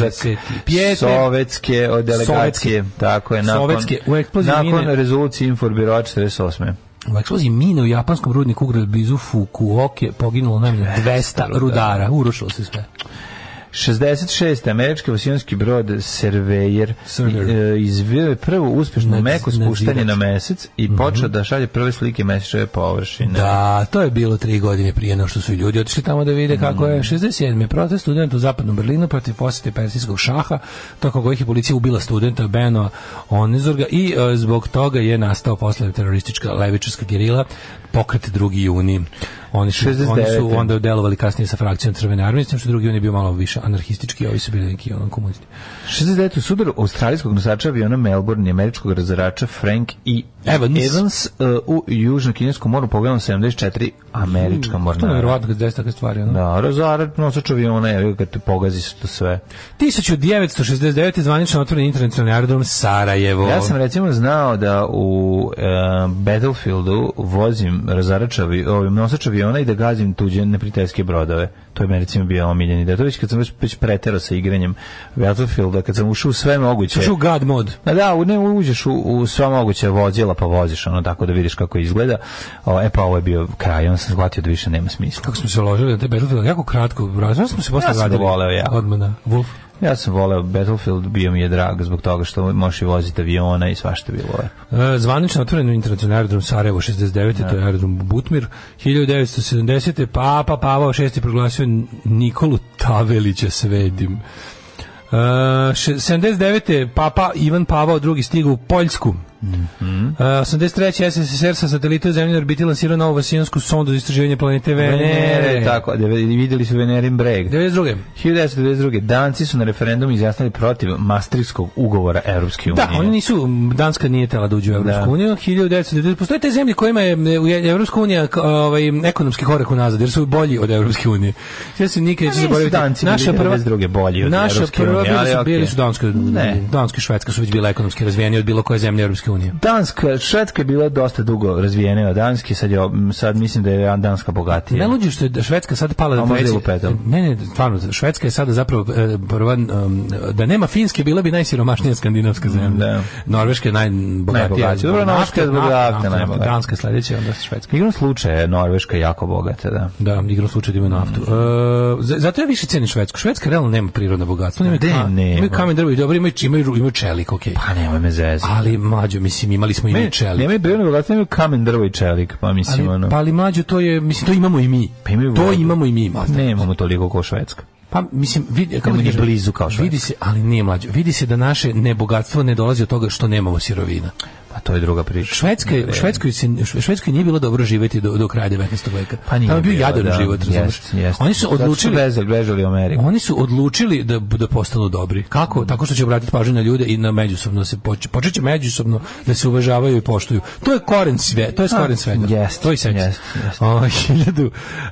sovjetske od delegacije. Tako je, nakon,
Sovjetske, u eksploziji
nakon
mine.
rezolucije Inforbiroa 48.
U eksploziji mine u japanskom rudniku ugrad blizu Fukuoke poginulo najmanje 200 rudara. Urušilo se sve.
66. američki vasijonski brod Surveyor,
Surveyor.
e, izvio je prvo uspješno
Nad-
meko spuštanje
nadzirač.
na mesec i počeo da šalje prve slike mesečeve površine.
Mhm. Da, to je bilo tri godine prije nego što su ljudi otišli tamo da vide kako
Mm.
je. 67. protest studenta u zapadnom Berlinu protiv posjete persijskog šaha, tokom kojih je policija ubila studenta Beno Onizorga i e, zbog toga je nastao posle teroristička levičarska gerila pokret 2. juni. Oni su, oni su
69..
onda delovali kasnije sa frakcijom Crvene armije, s tim što 2. juni je bio malo više anarhistički, a ovi su bili neki ono komunisti.
69. u sudaru australijskog nosača aviona Melbourne i američkog razarača Frank E.
Evans.
Evans e, u Južno-Kineskom moru poginulo 74 američka
Hmm, To je
mornara.
nevjerovatno kad se desi takve stvari. Ono.
Da, razarat nosač aviona, evo kad te pogazi se to sve.
1969. je zvanično otvoren internacionalni aerodrom Sarajevo.
Ja sam recimo znao da u e, Battlefieldu vozim razarač avi- ovim nosač aviona i da gazim tuđe neprijateljske brodove. To je meni recimo bio omiljeni da to već kad sam već, već preterao sa igranjem Battlefielda, kad sam ušao u sve moguće.
Ču God mod.
Ma da, u, ne, uđeš u, u sva moguća vozila pa voziš ono tako da vidiš kako izgleda. O, e pa ovo je bio kraj, onda sam shvatio da više nema smisla.
Kako smo se uložili na te Battlefield, jako kratko, brzo, znaš smo se posle
Ja sam ga
vratili.
voleo, ja.
Odmah, da. Wolf.
Ja sam voleo Battlefield, bio mi je drag zbog toga što možeš i voziti aviona i svašta je bilo lepo.
E, Zvanično otvoren u internacionalni aerodrom Sarajevo 69. To je aerodrom Butmir. 1970. Papa Pavao VI proglasio Nikolu Tavelića svedim. E, še- 79. Papa Ivan Pavao II stigao u Poljsku.
Mhm.
E, 83. SSSR sa satelita u zemlji orbiti lansirao novu vasijonsku sondu za istraživanje planete Venere.
Venere, tako, da vidjeli su Venerin breg.
92.
1992. Danci su na referendumu izjasnili protiv Maastrichtskog ugovora Europske unije.
Da, oni nisu, Danska nije tela da uđe u Evropsku
Da.
uniju, 1990, postoje te zemlje kojima je e, u- Evropska unija k- ovaj, ekonomski korak unazad, jer su bolji od Evropske unije. Ja se nikad neću
Pa nisu
zaboraviti.
Danci bili 92. bolji od
naša
Evropske
prva,
unije,
bili
ali
su, bili
okej.
su Danska,
Ne.
Danska i Švedska su već bile ekonomski razvijeni od bilo koje zemlje Evropske unije.
Danska, Švedska je bila dosta dugo razvijena od Danske, sad, je, sad mislim da je Danska bogatija.
Ne luđi što je da Švedska sad pala na
možda je
treći-
lupetam.
Ne, ne, stvarno, Švedska je sada zapravo e, prva, um, da nema Finske, bila bi najsiromašnija skandinavska zemlja.
Mm, Da.
Norveška je najbogatija.
Najbogatija. Dobro, Norveška je zbog nafte najbogatija.
Danska je sledeća, onda Švedska.
Igrom slučaja je Norveška jako bogata, da.
Da, igrom slučaja da imaju naftu.
Mhm.
E, za- zato ja više cenim Švedsku. Švedska realno nema prirodna bogatstva. Nema,
Gde nema?
Imaju kamen drvo i dobro, imaju, imaju, imaju čelik, okej.
Pa nemoj me zezi.
Ali mlađo, mislim, imali smo i mi čelik.
Nemaju prirodno bogatstvo, nemaju kamen, drvo i čelik, pa mislim,
ali,
ono.
pa ali mlađo, to je, mislim, to imamo i mi.
Pa imaju
to
vodu.
imamo i mi, malte.
Nemamo toliko kao Švedska.
Pa mislim vidi kako
Ni
ti kažem,
blizu kao Švedska.
Vidi se, ali nije mlađe. Vidi se da naše nebogatstvo ne dolazi od toga što nemamo sirovina.
Pa to je druga priča.
Švedska, je- u Švedskoj se u Švedskoj nije bilo dobro živeti do, do kraja 19. veka.
Pa nije
Tamo je bio
bilo,
jadan
da.
život, razumeš?
Jest, jest.
Oni su
Zato što
odlučili
bezali- bežali u Ameriku. Mm.
Oni su odlučili da da postanu dobri. Kako? Tako što će obratiti pažnju na ljude i na međusobno se poče, počeće međusobno da se uvažavaju i poštuju. To je koren sve, to je koren svega.
jest,
to je seks.
jest, jest.
O, e,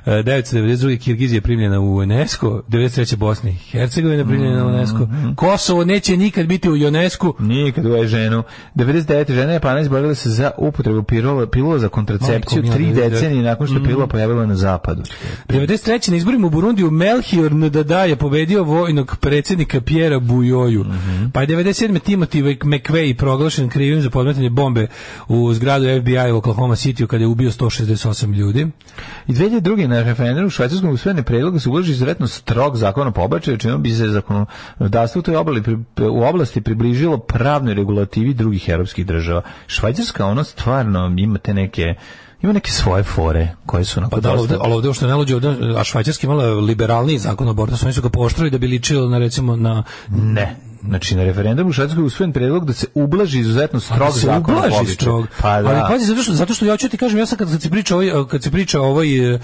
1992. Kirgizija je primljena u UNESCO, 93. Bosna i Hercegovina
Mm,
primljena u UNESCO. Kosovo neće nikad biti u UNESCO.
Nikad u ženu. 99. žena žena i Japanac borili se za upotrebu pirola, pilula za kontracepciju
Majko
tri
mila, Mm. da vidite.
decenije nakon što je pilula pojavila na zapadu.
93. na izborima u Burundiju Melchior Ndada je pobedio vojnog predsjednika Pjera Bujoju.
Mhm.
Pa je 97. Timothy Mc- McVeigh proglašen krivim za podmetanje bombe u zgradu FBI u Oklahoma City kada je ubio 168 ljudi.
I 2002. na referendumu u Švajcarskom usvojene predloga se uloži izuzetno strog zakon o pobačaju, čime bi se zakonodavstvo u, toj obali, pri- u oblasti približilo pravnoj regulativi drugih europskih država. Švajcarska ono stvarno ima te neke ima neke svoje fore koje su onako
Pa da, ali
dosta-
ovde, ali ovde što ne lođe, ovde- a švajcarski je malo liberalniji zakon o abortusu, oni su ga pooštrili da bi ličilo na recimo na
Ne. Znači, na referendumu u Švedskoj je usvojen predlog da se ublaži izuzetno strog
Pa da se
zakon o
ublaži
pobačaju.
strog.
Pa da.
Ali pazi, zato što, zato što ja ću ti kažem, ja sam kad, kad se priča ovaj, eh, kad se priča ovaj uh,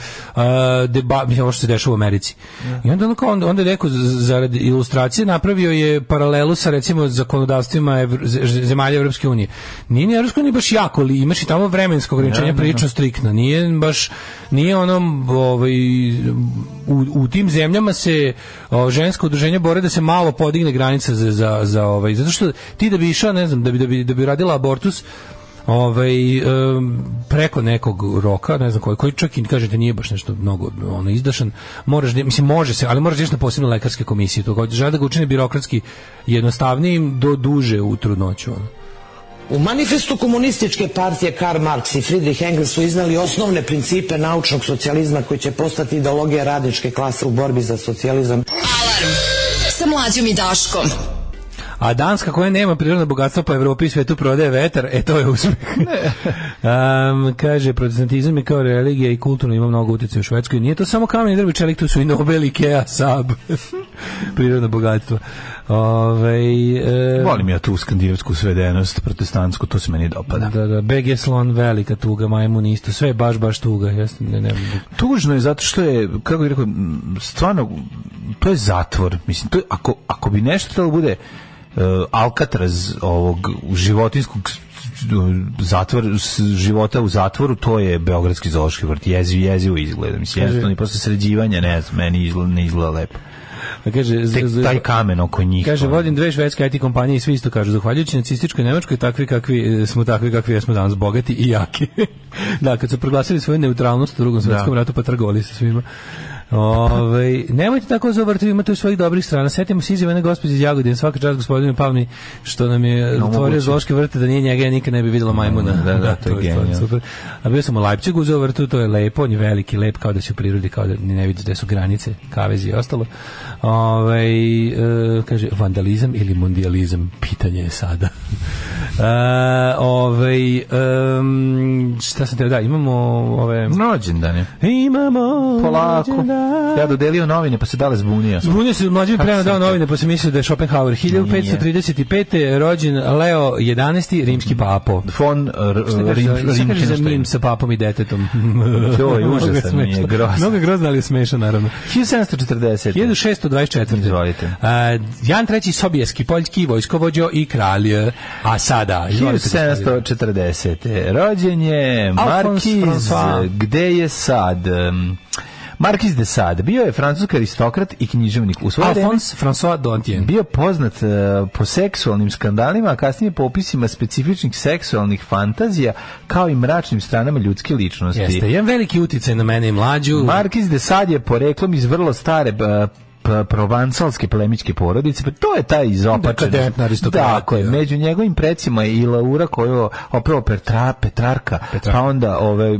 deba, mislim, ovo što se dešava u Americi. I onda, onako, onda, onda je rekao, z- zarad ilustracije napravio je paralelu sa, recimo, zakonodavstvima Evr- z- z- zemalja Evropske unije. Nije ni Evropska unija baš jako, ali imaš i tamo vremensko ograničenje prilično striktno. Nije baš, nije onom, ovaj, u, u tim zemljama se o, žensko udruženje bore da se malo podigne granica za, za, za ovaj, zato što ti da bi išao, ne znam, da bi, da bi, da bi radila abortus, ovaj em, preko nekog roka, ne znam koji, koji čak i kažete nije baš nešto mnogo ono izdašan, moraš da- mislim može se, ali moraš da ideš na posebne lekarske komisije, to hoćeš da ga učine birokratski jednostavnijim do duže u trudnoću. Ono.
U manifestu komunističke partije Karl Marx i Friedrich Engels su iznali osnovne principe naučnog socijalizma koji će postati ideologija radničke klase u borbi za socijalizam.
Alarm sa mlađom i Daškom.
A Danska koja nema prirodna bogatstva po Evropi i svetu prodaje vetar, e to je uspjeh. Em, kaže, protestantizam je kao religija i kulturno ima mnogo utjecaja u Švedskoj. Nije to samo kamen i drvi čelik, tu su i Nobel, Ikea, Saab. prirodno bogatstvo. Ovaj, em,
Volim ja tu skandinavsku svedenost, protestantsku, to se meni dopada.
Da, da, BG Slon velika tuga, majmun isto, sve je baš, baš tuga, ja sam- ne, ne, mogu.
Tužno je zato što je, kako bih rekao, m, stvarno, to je zatvor. Mislim, to je, ako, ako bi nešto trebalo bude uh, Alcatraz ovog životinskog s- zatvor s- života u zatvoru to je beogradski zoološki vrt jeziv jezivo izgleda mislim jednostavno i posle sređivanja ne znam meni izgleda, ne izgleda lepo
A kaže, z-
tek
z-
taj kamen oko njih
Kaže,
ono.
vodim dve švedske IT kompanije i svi isto kažu, zahvaljujući nacističkoj Nemačkoj, takvi kakvi e, smo, takvi kakvi jesmo danas, bogati i jaki. da, kad su proglasili svoju neutralnost u drugom svjetskom ratu, pa trgovali sa svima. Ove, nemojte tako zavrti, ima tu svojih dobrih strana. Setimo se izjave na gospođi iz Jagodine, svaka čast gospodinu Pavni, što nam je otvorio
moguće.
zološke vrte, da nije njega, ja nikad ne bi videla majmuna.
Da, da, to je
stvarno
genijalno.
super. A bio sam u Leipzigu uzeo vrtu, to je lepo, on je veliki, lep, kao da si u prirodi, kao da ni ne vidi gde su granice, kavezi i ostalo. Ovaj e, kaže, vandalizam ili mondijalizam, pitanje je sada. E, ovaj em, šta sam te, da, imamo ove...
rođendan je
Imamo...
polako
rođendan.
ja dodelio novine pa se dale zbunio
Zbunio se mlađi mi prema dao novine, pa sam mislio da je Schopenhauer. 1535. je rođen Leo 11. rimski papo.
Fon R- Rim,
Rim, rim, kaže za mim sa papom i detetom.
To je
Mnogo
užasan,
smešno.
je grozan.
Mnogo je grozno, ali je smešan, naravno.
1740.
1624.
Izvolite.
A, Jan III Sobijeski, poljski vojskovođo i kralj. e, A sada, izvolite, gospodine.
1740. Rođen je
Alphonse
Markiz,
François.
gde je sad? Um, Markiz de Sade bio je francuski aristokrat i književnik. U svoje vreme
Alphonse François Dontien.
bio poznat e, po seksualnim skandalima, a kasnije po opisima specifičnih seksualnih fantazija, kao i mračnim stranama ljudske ličnosti.
Jeste, jedan veliki uticaj na mene i mlađu.
Markiz de Sade je poreklom iz vrlo stare e, p- provansalske plemičke porodice, pa to je taj izopačen.
Dekadentna aristokratija.
Tako je, među njegovim precima je i Laura koju opravo Petra, Petrarka,
Petrarka.
pa onda ove,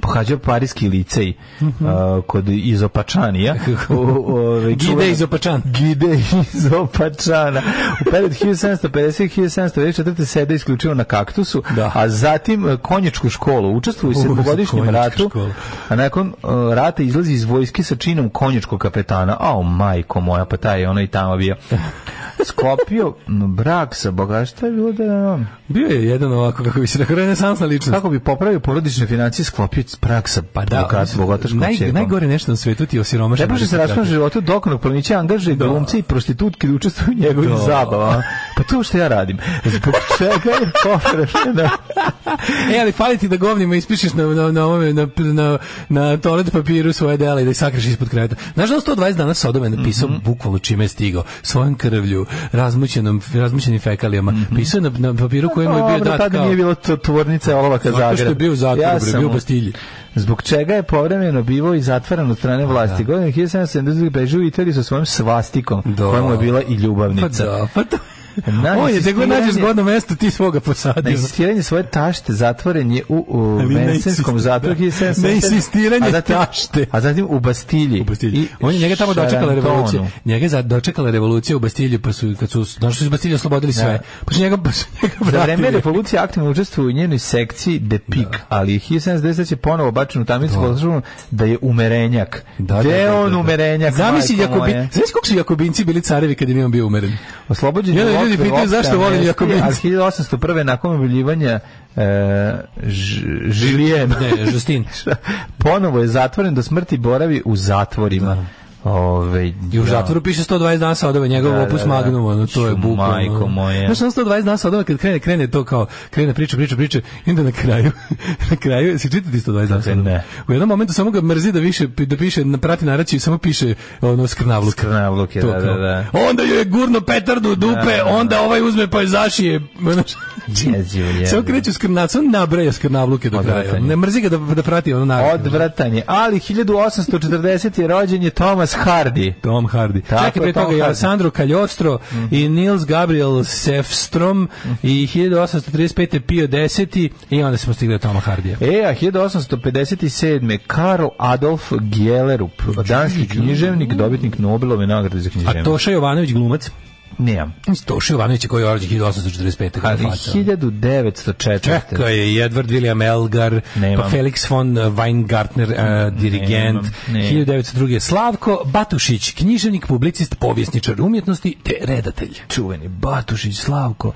pohađao parijski licej a, kod izopačanija. O- ove,
Mhm. Gide
ovaj, čuvena-
iz Opačan.
Gide iz Opačana. U periodu 1750 i 1754 sede isključivo na kaktusu,
Da.
a zatim e, konjičku školu. Učestvuje u
U,
sedmogodišnjem
konjička
ratu,
škola.
a nakon e, rata izlazi iz vojske sa činom konjičkog kapetana. A, majko moja, pa taj je ono i tamo bio. Sklopio m, brak sa bogaštva je bilo da um,
Bio je jedan ovako, kako bi se rekao, renesansna ličnost.
kako bi popravio porodične financije sklopio brak sa pa
Da,
bogataškom
naj,
ćerkom.
najgore nešto na svetu ti je osiromašan.
Ne može se
aristokrat.
raspom životu dokonog planića angažuje glumce i prostitutke da učestvuju u njegovim
Da.
zabavama. Pa to što ja radim. Zbog čega je popravljena?
E, ali fali ti da govnima ispišeš na, na, na, ovome, na, na, na toalet papiru
Mhm.
svoje dela i da ih sakriš ispod kreveta. Znaš da on 120 dana Sodome napisao bukvalno čime je stigao? Svojom krvlju, razmućenom, razmućenim fekalijama. Pisao je na, na papiru koji mu je bio
Mhm. Pa, Dobro,
dat
tada
kao...
nije bilo to- tvornice olovaka Zagreb.
Zato što je bio u zatvoru, bre, bio u
mu-
Bastilji.
Zbog čega je povremeno bivao i zatvaran od
Pa
strane vlasti. Da. Godine 1772. bežao u Italiju sa svojim svastikom,
Da.
koja mu je bila i ljubavnica.
Pa da, pa to...
Na
On je, te god nađeš
insistiranje-
zgodno mesto, ti svoga
Na
posadio.
insistiranje svoje tašte zatvoren je u, u
Ali na
Vensenskom
insisti-
zatvoru
da.
1777.
Na insistiranje
A zatim-
tašte.
A zatim u Bastilji.
u Bastilji.
I
On je njega tamo dočekala
Šarantonu.
revolucija. Njega je za- dočekala revolucija u Bastilju, pa su, kad su, znaš, su iz Bastilje oslobodili sve. Pa su njega, pa su njega
Za
vratili.
vreme revolucije aktivno učestvuje u njenoj sekciji De Pik, ali je 1793 je ponovo bačen u tamnicu da. da je umerenjak. Da, da, je on umerenjak?
Zamisli
majko
Jakobin,
moja?
znaš kako su Jakobinci bili carevi kad je nije on bio umeren.
Oslobođen
I
je
onda
u
ljudi
okviru
pitaju
opšte
zašto volim
amnestije, A
Jakobince.
1801. nakon objavljivanja e, Ž- Žilijen
Ne, Žustin.
ponovo je zatvoren do smrti boravi u zatvorima. Ove,
I u
da.
zatvoru piše 120 dana sa odove, njegov
Da, da,
opus
da.
magnum, ono, to je
Ču,
bukvalno.
majko moja.
Znaš, ono 120 dana sa odove, kad krene, krene to kao, krene priča, priča, priča, i onda na kraju, na kraju, si čitati 120 dana sa odove?
Dakle, Ne.
U jednom momentu samo ga mrzi da više, da piše, na prati naraciju, samo piše, ono, skrnavluk.
Skrnavluk je,
To
da, da,
kao.
da.
Onda joj je gurno petardu u dupe, onda ovaj uzme pa je zašije. ono,
Jezivo, jezivo.
Samo kreću skrnac, on nabraja skrnavluke
Pa
do kraja.
Odvratan je.
Ne mrzi ga da, da prati ono nagradu.
Odvratan je. Ali 1840. je rođen je Thomas Hardy.
Tom Hardy.
Tako
Čekaj, pre
je, Tom
toga i
Hardy. Mhm.
Alessandro Cagliostro i Nils Gabriel Sefstrom i 1835. je Pio X i onda smo stigli do Toma Hardija.
E, a 1857. Karl Adolf Gjellerup, danski književnik, dobitnik Nobelove nagrade za književnik.
A Toša Jovanović glumac?
Nemam.
Mislim, Toša Jovanović je koji je rođen 1845.
Ali
kako faca.
1904.
Čeka je Edward William Elgar,
Nemam.
pa Felix von Weingartner, eh, dirigent.
nemam.
1902. je Slavko Batušić, književnik, publicist, povjesničar umjetnosti te redatelj.
Čuveni Batušić Slavko.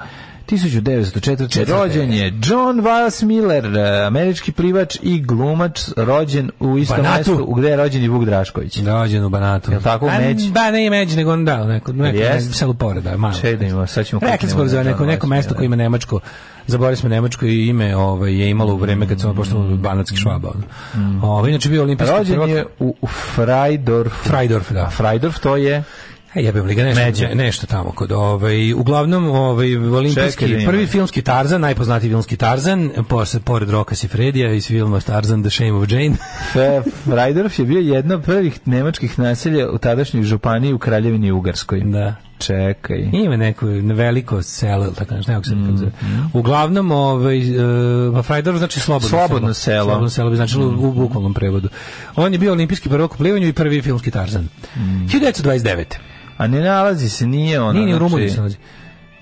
1904. rođen je John Vas Miller, eh, američki plivač i glumač, rođen u istom
Banatu.
mestu u gde je rođen i Vuk Drašković.
Rođen u Banatu.
Jel tako, u
A,
Međi?
Ba, ne Međi, nego on da, neko, neko,
Jest.
neko selo pored, da, malo.
Čekaj da imamo, sad ćemo
Rekli
kliknemo
smo
na
za neko,
John
neko
Vas
mesto
Miller.
koje ima Nemačko, zaboravili smo Nemačko i ime ovaj, je imalo u vreme kad smo, pošto smo banatski švaba. Ono. Ovaj, inače bio olimpijski
Rođen
prvak.
je u u Freidorfu.
Freidorf, da.
A Freidorf to je...
E, jebem li ga nešto,
Međe.
ne- nešto tamo kod ovaj uglavnom ovaj olimpijski
Čekaj da ima.
prvi filmski Tarzan najpoznatiji filmski Tarzan posle pored Roka Sifredija iz filma Tarzan The Shame of Jane
Fe- Freidorf je bio jedno od prvih nemačkih naselja u tadašnjoj županiji u Kraljevini Ugarskoj.
da
Čekaj.
Ima neko veliko selo, ili tako nešto, ne znam kako se zove.
Mhm.
Uglavnom, ovaj, e, pa Frajdor znači slobodno,
Slobodno selo. Mhm.
Slobodno selo bi značilo u- u bukvalnom prevodu. On je bio olimpijski prvak u plivanju i prvi filmski Tarzan.
Mhm.
1929.
A ne nalazi se, nije ono.
Nije ni u
znači-
Rumuniji se nalazi.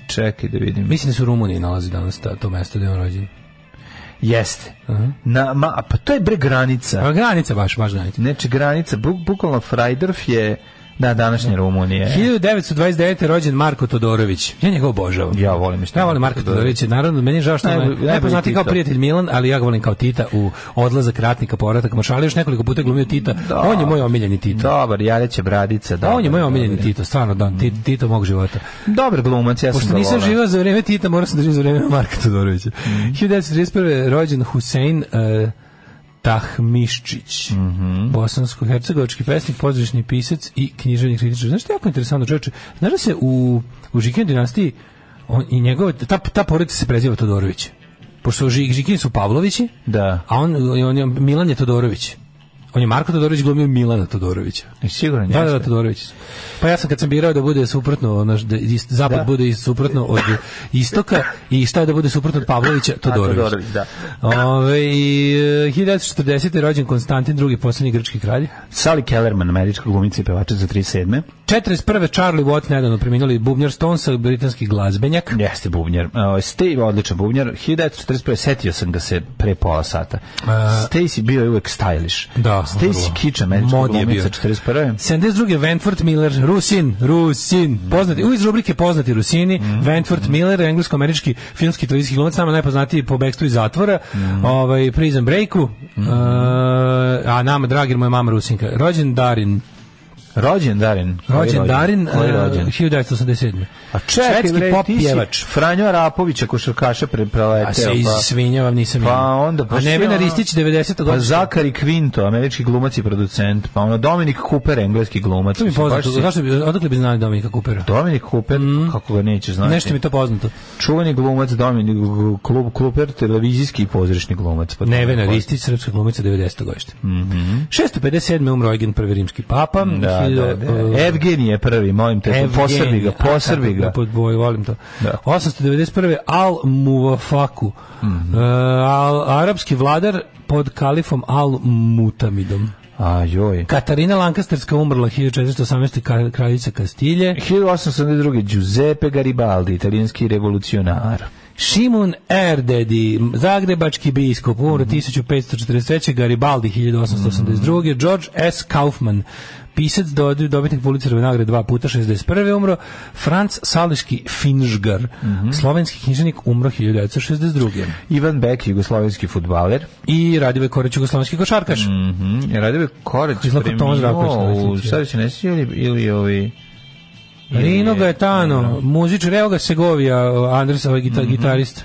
Čekaj da vidim.
Mislim da se u Rumuniji nalazi danas ta, to mesto gde je on rođen.
Jeste. Na, ma, a pa to je bre granica.
A Pa granica baš, baš granica.
Znači granica, bu- bukvalno Freidorf je da, današnje Rumunije.
1929. je rođen Marko Todorović. Ja njega obožavam.
Ja volim što.
Ja volim Marka Todorovića, naravno, meni je žao što
Najbolji-
je
najbolji
najpoznatiji kao
Tito.
prijatelj Milan, ali ja ga volim kao Tita u odlazak ratnika, povratak maršala, još nekoliko puta je glumio Tita, on je moj omiljeni Tito.
Dobar, Jareće Bradica. Dobar,
on je moj omiljeni
dobar.
Tito, stvarno, da, Tito, Tito mog života.
Dobar glumac, ja sam
Pošto
ga
nisam
volao.
živio za vrijeme Tita, moram sam da živim za vrijeme Marka Todorovića. 1931. je rođen Husein eh, Tahmiščić, bosansko-hercegovački pesnik, pozdravišni pisac i književni kritičar. Znaš što je jako interesantno, čovječe? Znaš da se u, u Žikin dinastiji on, i njegove, ta, ta porodica se preziva Todorović. Pošto Ži- Žikini su Pavlovići,
Da.
a on, on je, Milan je Todorović. On je Marko Todorović glumio Milana Todorovića.
Sigurno
Da, da, da,
jeste.
Todorović. Pa ja sam kad sam birao da bude suprotno, ono, da is- zapad
Da.
bude is- suprotno od istoka i šta je da bude suprotno od Pavlovića, Todorović.
Todorović, da.
Ove, i, e, 1940. je rođen Konstantin II, posljednji grčki kralj.
Sally Kellerman, američka glumica i pevačica za 37.
41. Charlie Watt nedavno preminuli bubnjar Stonesa, britanski glazbenjak.
Jeste bubnjar. Uh, Steve, odličan bubnjar. 1941. Setio sam ga se pre pola sata. Stacy bio je uvek stylish.
Da,
Stacy
vrlo.
Kič, američka
Mod je
glumica,
bio.
41.
72. Ventford Miller, Rusin, Rusin, poznati, u iz rubrike poznati Rusini, Ventford Miller, englesko-američki filmski i televizijski glumac, nama najpoznatiji po bekstvu iz zatvora, ovaj, eh, Prison Breaku, e, a nama, dragi moja mama Rusinka, rođen Darin
Rođen Darin. Koji je
Rođen Darin,
Koji je rođen?
eh, 1987.
A čekaj,
švedski
bre,
pop
ti si
pjevač.
Franjo Arapovića, košarkaša pre preleteo.
A se izvinjavam, nisam
Pa
ja.
onda,
A
si
Nevena
ono-
Ristić, 90.
Pa
godište.
Zakari Quinto, američki glumac i producent, pa ono Dominik Cooper, engleski glumac.
To mi je
Baš
poznato.
si-
Zašto bi, odakle bi znali Dominika Kupera?
Dominik Cooper, kako ga nećeš znati.
Nešto mi je to poznato.
Čuveni glumac Dominik Gu- Klub Cooper, televizijski i pozorišni glumac. Pa Mhm.
Nevena Ristić, srpska glumica 90. godište. Mm 657. umro Eugen, prvi rimski papa.
Da, da, da.
Hiljadu- eh,
Evgenije je prvi, molim te,
Evgenij,
posrbi ga,
a,
posrbi
kako
ga.
Pod boj, volim to.
Da.
891. Al Muwafaku.
Mhm.
E, al, arapski vladar pod kalifom Al Mutamidom.
A joj.
Katarina Lancasterska umrla 1418. ka- kraljica Kastilje.
1872. Giuseppe Garibaldi, italijanski revolucionar.
Šimun Erdedi, zagrebački biskup, umro 1543. Garibaldi 1882. George S. Kaufman, pisac, do- dobitnik Pulitzerove nagrade dva puta, 61. umro. Franc Sališki Finžgar, slovenski knjiženik, umro 1962.
Ivan Bek, jugoslovenski futbaler.
I Radive Korać, jugoslovenski košarkaš.
Mhm. Radio bi Korać
Izgleda kao Tomas Zdravković na
preminuo u
licenci.
Sarajevo Nesić ili, ili ovi...
Rino
je-
Gaetano, muzičar, evo ga Segovija, Andres, ovaj gita- gitarist.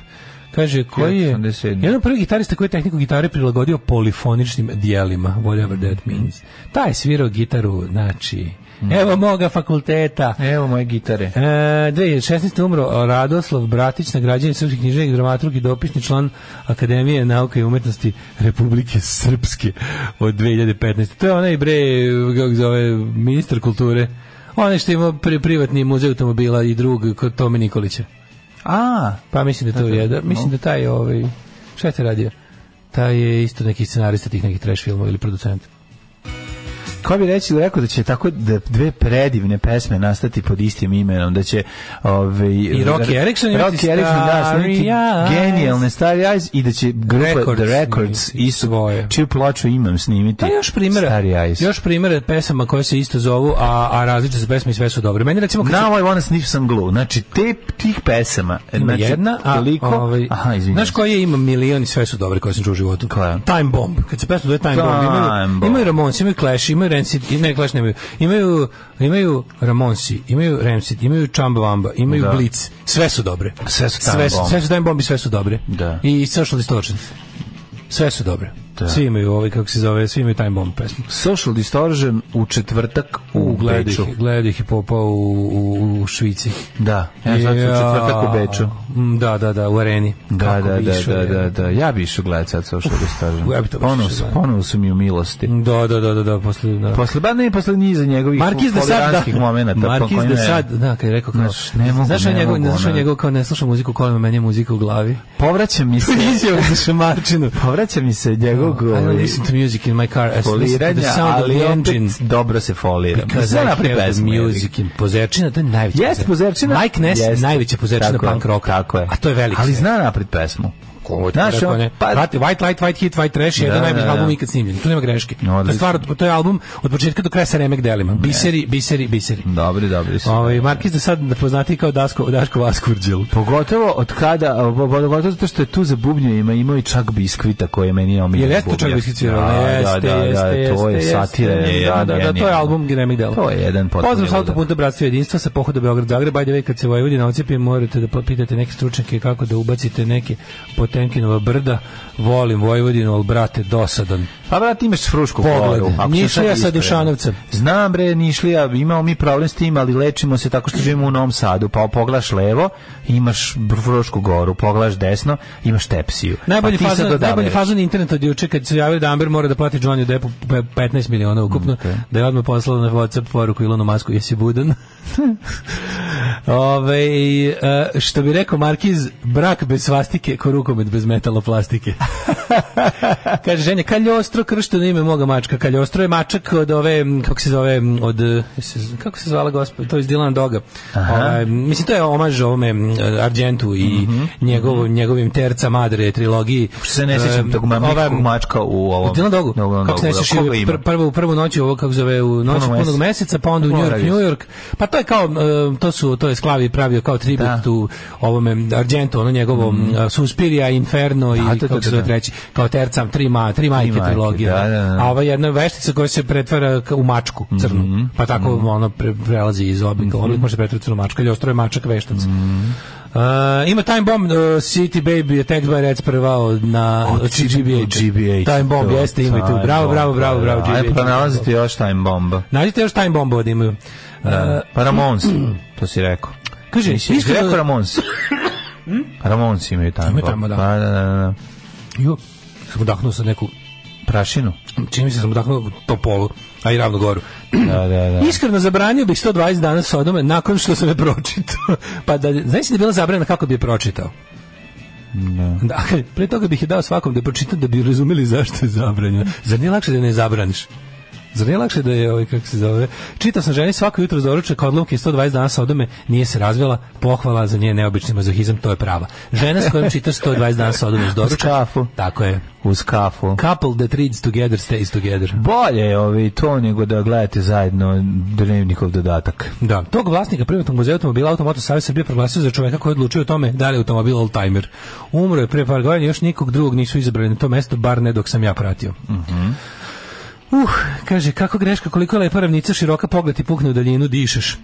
Kaže, koji je...
87.
Jedan od prvih gitarista koji je tehniku gitare prilagodio polifoničnim dijelima, whatever that means. Taj je svirao gitaru, znači, evo moga fakulteta.
Evo moje gitare.
E, 2016. umro Radoslav Bratić, nagrađeni srpski književnik, dramaturg i dopisni član Akademije nauka i umetnosti Republike Srpske od 2015. To je onaj bre, kako se zove, ministar kulture. Onaj što ima pri, privatni muzej automobila i drug kod Tome Nikolića.
A,
Pa mislim da to je, da, mislim da taj ovaj, šta je taj radio? Taj je isto neki scenarista tih nekih trash filmova ili producent.
ko bi reći rekao da će tako da dve predivne pesme nastati pod istim imenom, da će ovaj
I Rocky Erickson imati
Rocky Erickson da
Starry
snimiti
Eyes.
genijalne Starry Eyes i da će grupa
Records
The Records
snimiti
i svoje
svoje.
čiju ploču imam snimiti.
Pa još primjera,
Starry Eyes.
još primjera pesama koje se isto zovu, a, a različite su pesme i sve su dobre. Meni recimo, kad se-
Now I wanna sniff some glue. Znači, te, tih pesama.
ima
Znači,
jedna, a
toliko,
ovaj,
aha, izvinjam
znaš
se.
koje ima milion i sve su dobre koje sam čuo u životu?
Koja?
Time Bomb. Kad se pesma zove Time, Bomb,
Time
imaju,
Bomb.
imaju Ramonsi, imaju Clash, imaju Rancid, i ne Clash nemaju, imaju, imaju Ramonsi, imaju Rancid, imaju Chamba Wamba, imaju
Da.
Blitz, sve su dobre.
Sve su Time
sve, su-
Bomb.
Sve su Time Bomb i sve su dobre.
Da.
I Social Distortion. Sve su dobre. Svi imaju ovaj, kako se zove, svi imaju Time Bomb pesmu.
Social Distortion u četvrtak u
Gleda ih,
Beču.
gleda ih je popao u, u, u Švici.
Da, ja sad sam u četvrtak u Beču.
Mm, Da, da, da, u areni.
Da,
Kako
da,
bi
da,
išao,
da, da,
je.
da. Ja bi išao gledat sad Social
ja
Distortion.
bi to Mm. baš
Ponovo,
išao
su-
gledat.
ponovo su mi u milosti.
Da, da, da, da, da, posle, da.
Posle, ba ne, posle niza njegovih
Markiz da sad,
poliranskih
da,
momenata. pa
Markiz
koji
da
ne.
sad, da, kad je rekao kao,
Znaš, ne mogu,
znaš, on
ne
njegov,
mogu,
znaš on
ono.
njegov kao ne sluša muziku u kolima, meni je muzika u glavi.
Povraća mi se...
Izjava za šamarčinu.
Povraća mi se njegovog...
I don't
ovaj,
listen to music in my car, I listen to the
foliranja,
sound of
ali
the engine.
opet dobro se folira.
Because
Sve
I
napred
have the
pesmu, jebi ga.
music in Pozerčina, to je najveća
Jeste pozerčina.
Mike Ness je
Jeste.
najveća pozerčina
Tako je,
punk roka.
Tako je.
A to je velika
Ali
stvar.
zna napred pesmu.
Ovo ti
Znaš,
rekao,
on-
ne?
pa-
Brate, ono, White Light, White Heat, White Trash je jedan
Da,
najbolji
da,
album
da.
ikad snimljen. Tu nema greške. To
Odlično.
je, stvar, od- to je album od početka do kraja sa remek delima. Biseri, biseri, biseri.
Dobri, dobri su.
Ovaj Markiz da sad da poznati kao Dasko Daško Vaskurđel.
Pogotovo od kada, a, po- pogotovo zato što je tu za bubnjevima imao i čak biskvita koje je meni omiljen.
Jel jeste
bubnjev.
čak biskvit svirao?
Da,
Jeste,
da, da,
jeste,
da, to je
jeste,
satira.
jeste.
je
Da, da, da, to je
genijalno.
album Remek Dela.
To je jedan potpuni
Pozdrav sa
ludak.
autoputa Bratstva i Jedinstva sa pohoda Beograd-Zagreb. Ajde, kad se Vojvodina ocijepi, morate da pitate neke stručnjake kako da ubacite neke Potemkinova brda. Volim Vojvodinu, ali brate, dosadan.
Pa brate, imaš frušku
Pogled.
koru. ako sam
Nišlija
sad
sa
iskren.
Dušanovcem.
Znam bre, Nišlija, imamo mi problem s tim, ali lečimo se tako što živimo u Novom Sadu. Pa poglaš levo, imaš frušku goru, poglaš desno, imaš tepsiju. pa
Najbolji
ti sad
fazon,
odabereš.
najbolji fazon internet od juče kad se javio da Amber mora da plati Johnny Deppu pe- 15 miliona ukupno, da je odmah poslala na WhatsApp poruku Ilonu Masku, jesi budan? Ove, e, što bi rekao Markiz, brak bez svastike, ko rukomet bez metaloplastike. Kaže ženja, Kaljostro, kršteno ime moga mačka. Kaljostro je mačak od ove, m, kako se zove, m, od, e, se- kako se zvala gospod, to je iz Dilana Doga. Ovaj, mislim, to je omaž ovome m, Argentu i njegov- njegovim Terca Madre trilogiji.
Što se ne sjećam
E,
tog ma-
ova-
nikakvog mačka u ovom.
u Dylan ono Dogu.
Da, u Dylan
kako se
Dogu, da.
nećeš
Koga ima?
prvo u prvu noć ovo kako zove u noć
Punog
punog
meseca.
meseca, pa onda u New
Mora
York,
ga
New York. Pa to je kao e, to su to je Charles Klavi pravio kao tribut
Da.
tu ovome Argento, ono njegovo mm. Suspiria, Inferno
da,
i
da,
kako se
da,
zove
da.
treći, kao tercam, tri, ma, tri majke
majke,
trilogija.
da, da, da.
A ova jedna veštica koja se pretvara ka- u mačku crnu,
Mhm.
pa tako ona pre- prelazi iz oblika, oblik može se pretvoriti u crnu mačku, ili ostroje mačak veštac.
Mhm.
Uh, ima Time Bomb, uh, City Baby je Tech by Reds prevao na od
Znači,
GBH.
GBH.
Time Bomb
to,
jeste, ima i tu.
Time
Bravo, bravo,
Bomb,
bravo, bravo,
da. Ajde
GBH.
pronalazite još time bomba.
Nađite još Time Bomb ovdje imaju.
Da. Pa Ramones, to si rekao.
Kaže,
Nisi
iskreno-
rekao Ramones. Ramones imaju time
Imaju
bomb.
time, da.
Pa, da, da, da.
Ju, sam udahnuo sam neku,
Prašinu.
čini mi se sam udahnuo Topolu, a i Ravnu Goru.
Da, da, da.
Iskreno zabranio bih 120 dana Sodome nakon što sam je pročitao. pa da, znaš da je bila zabrana kako bi je pročitao? Da, pre toga bih je dao svakom da je pročitam da bi razumeli zašto je zabranjeno. Zar nije lakše da ne zabraniš? Zar nije lakše da je, ovaj, kako se zove, čitao sam ženi svako jutro za oručak odlomke 120 dana Sodome, nije se razvela, pohvala za nje neobični mazohizam, to je prava. Žena s kojom čitaš 120 dana Sodome uz doručak.
kafu.
Tako je.
Uz kafu.
Couple that reads together stays together.
Bolje je ovaj, to nego da gledate zajedno dnevnikov dodatak.
Da, tog vlasnika privatnog muzeja automobila Automoto Savez Srbije proglasio za čoveka koji odlučuje o tome da li je automobil oldtimer. Umro je pre par godina, još nikog drugog nisu izabrali na to mesto, bar ne dok sam ja pratio.
Mhm.
Uh, kaže, kako greška, koliko je lepa ravnica, široka pogled i pukne u daljinu, dišeš.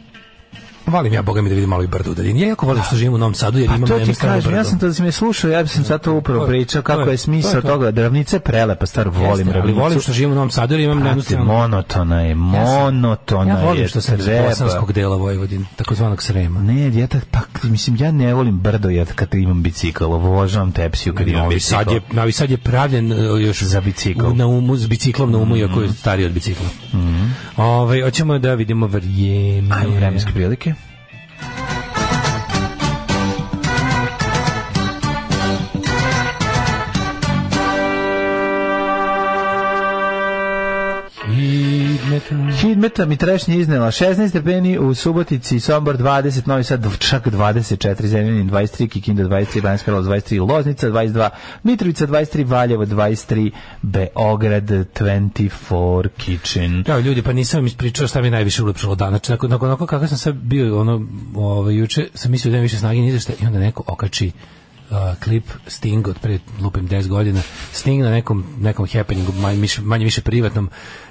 Volim ja, boga mi, da vidim malo i brdo u daljini. Ja jako volim što živim u Novom Sadu, jer
Pa
imam
to ti
jednostavno
kažem,
brdo.
ja sam to da sam je slušao, ja bi sam zato upravo
To je-
pričao
to
kako
je-
je
to
smisao
je to.
toga. Da ravnica je prelepa stvar, volim
Jeste, ali
ravnicu.
Volim što živim u Novom Sadu, jer imam
Brate,
jednostavno...
monotona je, monotona
Ja
je.
volim što sam iz
treba.
bosanskog dela Vojvodine, takozvanog Srema.
Ne, ja tak, tak, mislim, ja ne volim brdo ja kad imam bicikl, obožavam tepsiju kad imam
Novi
bicikl.
Sad je, Novi Sad je pravljen e, još
Za bicikl. Mm-hmm.
u- Na umu, s biciklom na umu, iako je stariji od bicikla. Ovaj, hoćemo da vidimo vrijeme.
Ajmo vremenske prilike. Hidmeta mi trešnje iznela 16 stepeni u Subotici, Sombor 20, Novi Sad čak 24, Zemljanin 23, Kikinda 23, Banjska Karlovac 23, Loznica 22, Mitrovica 23, Valjevo 23, Beograd 24, Kitchen.
Kao ljudi, pa nisam vam ispričao šta mi je najviše ulepšalo dana. Znači, nakon, nakon onako kako sam sad bio ono, ovaj, juče, sam mislio da imam više snage ni za šta i onda neko okači a, klip Sting od pre lupim 10 godina Sting na nekom, nekom happeningu manje, više- manje više privatnom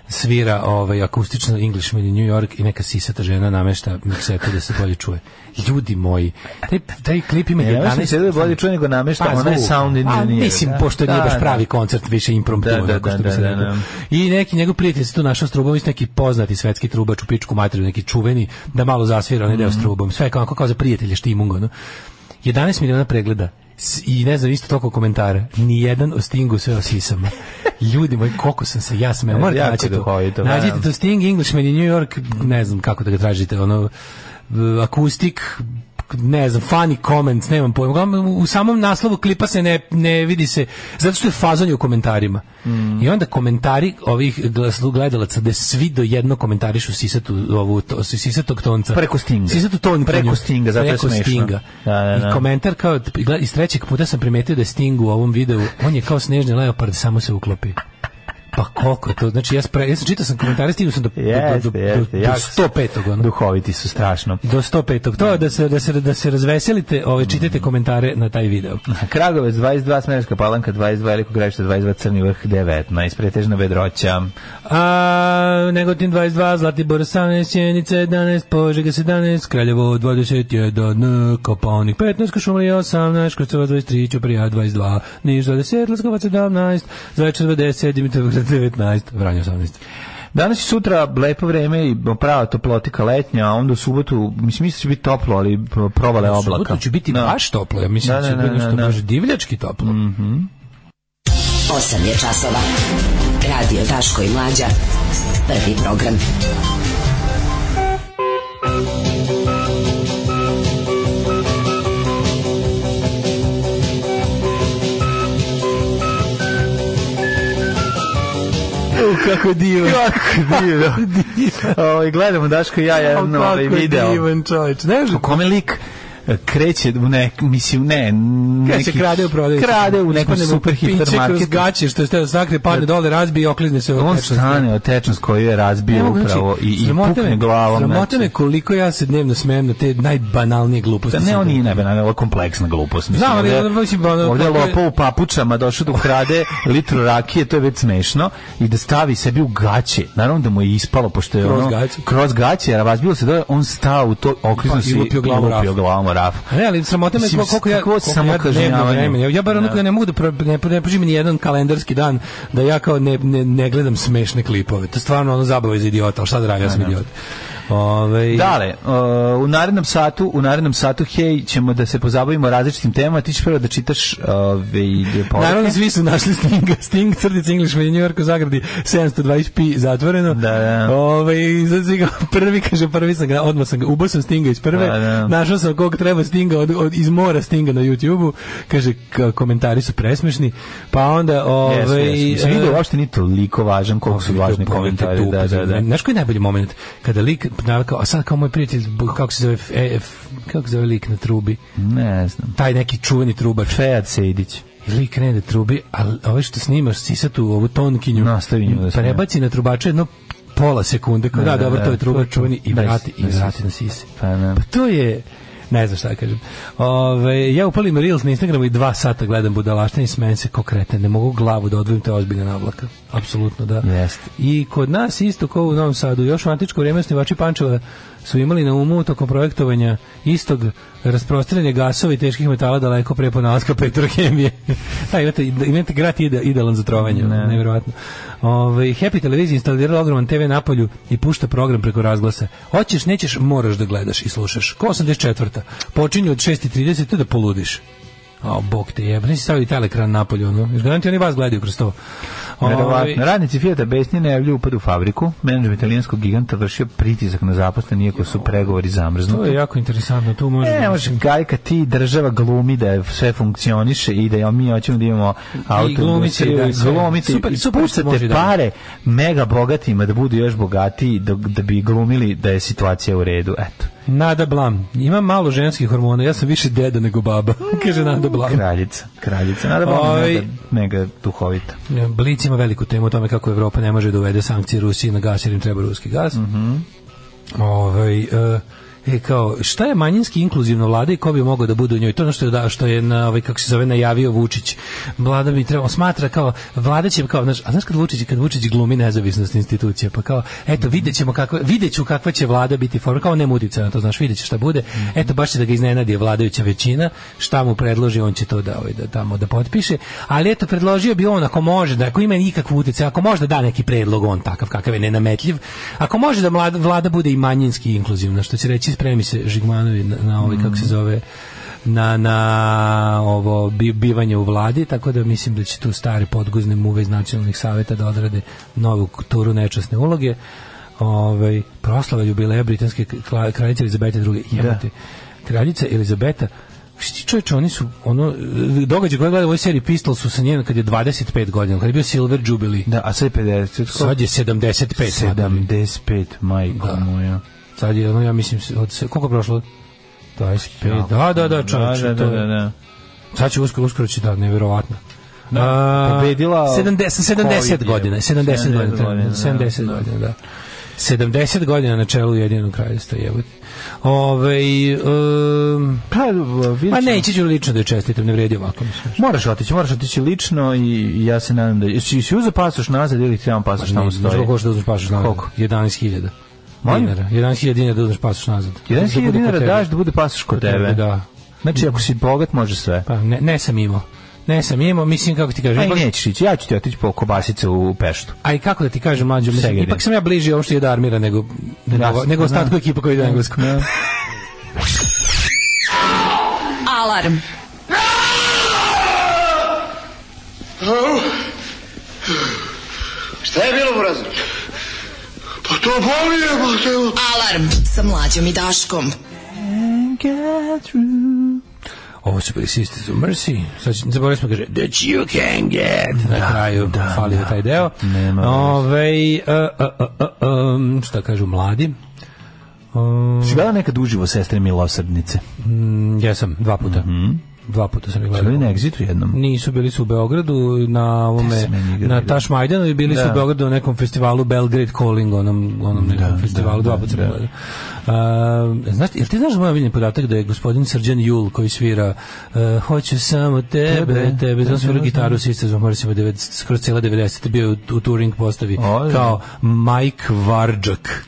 svira ovaj, akustično Englishman in New York i neka sisata žena namešta miksetu da se bolje čuje ljudi moji, taj, taj klip ima
Ne, ja mislim
11
da se bolje čuje nego namešta,
Pa,
ona je
zvuk.
sound
A,
engineer.
Mislim, pošto nije baš pravi koncert, više impromptu.
Da, da,
onako što bi
da,
se
da,
reklo.
da.
I neki njegov prijatelj se tu našao s trubom, mislim neki poznati svetski trubač u pičku materiju, neki čuveni, da malo zasvira onaj
Mhm.
deo s trubom. Sve kao, kao za prijatelje štimunga. No. 11 miliona pregleda S- i ne znam isto toliko komentara. Nijedan o Stingu sve o sisama. Ljudi moji, koliko sam se ja smeo. Morate
Jako
naći
duhovito,
to.
da.
Nađite to Sting, Englishman i New York, ne znam kako da ga tražite, ono, v- akustik, ne znam, funny comments, nemam pojma. Uglavnom, U samom naslovu klipa se ne, ne vidi se, zato što je fazon je u komentarima.
Mm.
I onda komentari ovih glas- gledalaca, da svi do jedno komentarišu sisatu, ovu, to, sisatog tonca.
Preko Stinga.
Sisatu tonju.
Preko Stinga, zato je
Preko
smešno.
Stinga.
Da, da, da.
I komentar kao, gled- iz trećeg puta sam primetio da je Sting u ovom videu, on je kao snežni leopard, samo se uklopi. Pa koliko je to? Znači, ja, spre, ja sam čitao sam komentare, stigao sam do, do, do, do,
Jeste, jeste,
do, do
jako
105. Ono.
Duhoviti su strašno.
Do 105. To je da se, da se, da se razveselite, ovaj, čitajte komentare na taj video.
Kragovec 22, Smerska palanka 22, Veliko gravište 22, Crni vrh 19, pretežna vedroća.
A, Negotin 22, Zlatibor 18, Sjenica 11, Požega 17, Kraljevo 21, Koponik 15, Košumlija 18, Krcovac 23, Ćuprija 22, Niš 20, Leskovac 17, Zaječar 20, Dimitrovgrad 19, Vranje 18.
Danas i sutra lepo vreme i prava toplotika letnja, a onda u subotu, mislim, mislim da će biti toplo, ali provale
U
oblaka.
subotu će biti
Da.
baš toplo, ja mislim
Da,
da, će
da,
biti
da,
nešto
da, da.
baš divljački toplo.
8 je časova. Radio Daško i Mlađa. Prvi program.
Kako divan. Kako divan. Ovaj, gledamo Daško i ja jedan ovaj video.
čovječ, ne
U kome lik kreće u nek, mislim, ne,
Kreće,
neki-
krade u prodaju.
Krade u nekom super
Piće kroz
hipermarketu.
gaće, što ste sakre, padne dole, razbije i oklizne se. u
On
tečnost.
stane od tečnost koju je
Ne
razbio
mogu, znači,
upravo i, i
sramota
pukne
me-
glavom.
Sramota me
znači.
koliko ja se divno smijem na te najbanalnije gluposti.
Da, ne,
Sad
on nije nebenan, ovo je kompleksna glupost. Mislim,
Znam, ali
ovdje-
ono, mislim, ono,
ovdje je
kako je-
lopo u papučama došao da ukrade litru rakije, to je već smešno, i da stavi sebi u gaće. Naravno da mu je ispalo, pošto je
Kroz
ono...
gaće.
Kroz gaće, jer razbilo se da on stao u to,
Pa,
okrizno
i
se
lupio glavom u
lupio
raf.
glavom u raf.
A Ne, ali sramota me
Mislim,
koliko, koliko ja,
kakvo
koliko
samo
ja dnevno
kažnjavanje.
vremena. Ja- Ja bar ono
Da.
kada ne mogu da pro, ne, ne prođe mi ni jedan kalendarski dan da ja kao ne, ne, ne gledam smešne klipove. To je stvarno ono zabava za idiota, ali šta da radim, ja sam idiot. Ovaj- Ove,
Dale, uh, u narednom satu, u narednom satu hej, ćemo da se pozabavimo različitim temama, ti ćeš prvo da čitaš ove
Naravno, svi su našli Stinga. Sting, crdic Englishman je New York u zagradi 720p zatvoreno.
Da, da.
Ove, sad svi ga- prvi, kaže, prvi sam ga, odmah sam ga, ubao sam Stinga iz prve.
Pa, Da, da.
Našao sam kog treba Stinga od, od, iz mora Stinga na YouTube-u. Kaže, k- komentari su presmešni. Pa onda, ovaj, ove... e-
Jes, jes. Mislim, video uopšte nije toliko važan koliko su važni
Video moment je
komentari.
tu, pa
Da, da, da.
ne- Znaš koji je najbolji moment? Kada lik, naravno, kao, a sad kao moj prijatelj, b- kako se zove, f, e, f, kako se zove lik na trubi?
Ne znam.
Taj neki čuveni trubač.
Fejad Sejdić.
I lik krene da trubi, a ovaj što snimaš sisatu ovu tonkinju,
Nastavi nju da snima.
prebaci na trubača jedno pola sekunde, kao
Da,
da,
da,
dobro,
da,
to
to je
je trubač
to.
čuveni i
Da,
vrati, i
da,
vrati na sise.
Pa, da.
Pa to je, ne znam šta da kažem. Ove, ja upalim Reels na Instagramu i dva sata gledam budalaštine i smenim se ko kreten. Ne mogu glavu da odvojim, to je ozbiljna navlaka. Apsolutno, da.
Jeste.
I kod nas isto kao u Novom Sadu, još u antičko vrijeme osnivači Pančeva su imali na umu tokom projektovanja istog rasprostranjanja gasova i teških metala daleko pre ponalaska petrohemije. da, imate, imate grad ide, idealan za trovanje, nevjerojatno. Ove, Happy Televizija instalirala ogroman TV napolju i pušta program preko razglasa. Hoćeš, nećeš, moraš da gledaš i slušaš. Ko 84. Počinje od 6.30 to da poludiš. A, bog te jebe, nisi stavili taj ekran napolju, ono. Još garanti oni vas gledaju kroz to. Ovaj, Ove,
Verovatno. Radnici Fijata Besni najavljuju upad u fabriku. Menadžment italijanskog giganta vršio pritisak na zaposlene iako su pregovori
To
zamrznuti.
je jako interesantno, tu može.
Ne, može Gajka ti država glumi da je sve funkcioniše i da je- mi hoćemo da imamo auto
glumiće, da, sve.
glumite
Super,
i
super se može
puštate
da-
pare mega bogatima da budu još bogatiji da, da bi glumili da je situacija u redu. Eto.
Nada Blam. Imam malo ženskih hormona, ja sam više deda nego baba. Kaže Nada Blam.
Kraljica, kraljica. Naravno,
Ovaj-
mega, mega duhovita.
Blic ima veliku temu o tome kako Evropa ne može da uvede sankcije Rusiji na gas jer im treba ruski gas. Mm e, kao, šta je manjinski inkluzivna vlada i ko bi mogao da bude u njoj? To je ono što je, da, što je na, ovaj, kako se zove, najavio Vučić. Vlada bi trebao, smatra kao, vlada će kao, znaš, a znaš kad Vučić, kad Vučić glumi nezavisnost institucija, pa kao, eto, vidjet ćemo kakva, vidjet ću kakva će vlada biti forma, kao nema uticaja na to, znaš, vidjet će šta bude, eto, baš će da ga iznenadi vladajuća većina, šta mu predloži, on će to da, ovaj, da tamo da potpiše, ali eto, predložio bi on, ako može, da ako ima ikakvu utjecaj, ako može da da neki predlog, on takav kakav je, nenametljiv, ako može da mlad- vlada bude i manjinski inkluzivna, što će reći, spremi se Žigmanovi na, na ovaj, kako se zove, na, na ovo bi- bivanje u vladi, tako da mislim da će tu stare podguzne muve iz nacionalnih saveta da odrade novu turu nečasne uloge. Ovaj proslava jubileja britanske kla- kraljice Elizabete II. Jebote. Kraljica Elizabeta Šti čovječe, oni su, ono, e, događaj koje gleda u ovoj seriji Pistol su sa njenom kad je 25 godina, kad je bio Silver Jubilee.
Da, a sad je 50.
Sad je 75. madame.
75, majko
Da.
moja.
Sad je, ono, ja mislim, od, se- koliko je prošlo? 25. Da, da, da, čovječe.
da, da,
Znači to
da,
je-
da.
Sad će uskoro, uskoro će da, nevjerovatno. Da,
pobedila
70,
Covid
70
je.
godina, 70,
70
godina,
godina, da.
70 godina, da. 70 godina na čelu Jedinog kraljevstva, jebote. Ove, um,
Pa, vidjet
ma
ćemo.
neće ću lično da je čestitam, ne vredi ovako, mislim.
Moraš otići, moraš otići lično i ja se nadam da... Jesi si uzeo pasoš nazad ili ti nemam pasoš tamo
Znaš
stoji?
koliko košta da uzmeš pasoš nazad?
Koliko?
11.000.
Molim?
Dinara. 11.000 dinara da uzmeš pasoš nazad.
11.000 dinara daš da bude pasoš kod tebe.
Da.
Znači, ako si bogat, može sve.
Pa, ne, ne sam imao. Ne sam imao, mislim kako ti kažem.
Pa i
ipak-
nećeš ići, ja ću ti otići po kobasice u Peštu.
A i kako da ti kažem, mlađo, mislim,
Segedin.
ipak sam ja bliži ovom što je da armira nego, nego,
Jasno,
nego
da.
ostatku ekipa koji ide na englesku.
Alarm.
Šta je bilo, Burazer? Pa to boli, pa to je...
Alarm sa mlađom i Daškom.
Ovo su bili Sisters of Mercy. Sad će- zaboravili smo kaže that you can get. Na kraju da, falio taj deo. e,
Nema veze.
Ove, uh, uh, uh, um, šta kažu mladi? Um,
Si gledala nekad uživo sestre milosrdnice?
jesam, dva puta.
Mhm.
Dva puta sam ih
Su bili
gledao.
na egzitu jednom?
Nisu bili su u Beogradu
Mm-hmm.
na
Gde
ovome
su meni igrali,
na
da?
Tašmajdanu i bili su
Da.
u Beogradu na nekom festivalu Belgrade Calling onom onom nekom
Da, da,
festivalu dva puta sam
da,
gledao. Um, znaš, jel ti znaš moj omiljeni podatak da je gospodin Srđan Jul koji svira uh, hoću samo tebe,
Tebe,
tebe,
tebe,
znaš svira
da,
gitaru s istazom, mora se ima devet- skroz cijela 90. bio je u, u touring postavi
Oj.
kao Mike Varđak.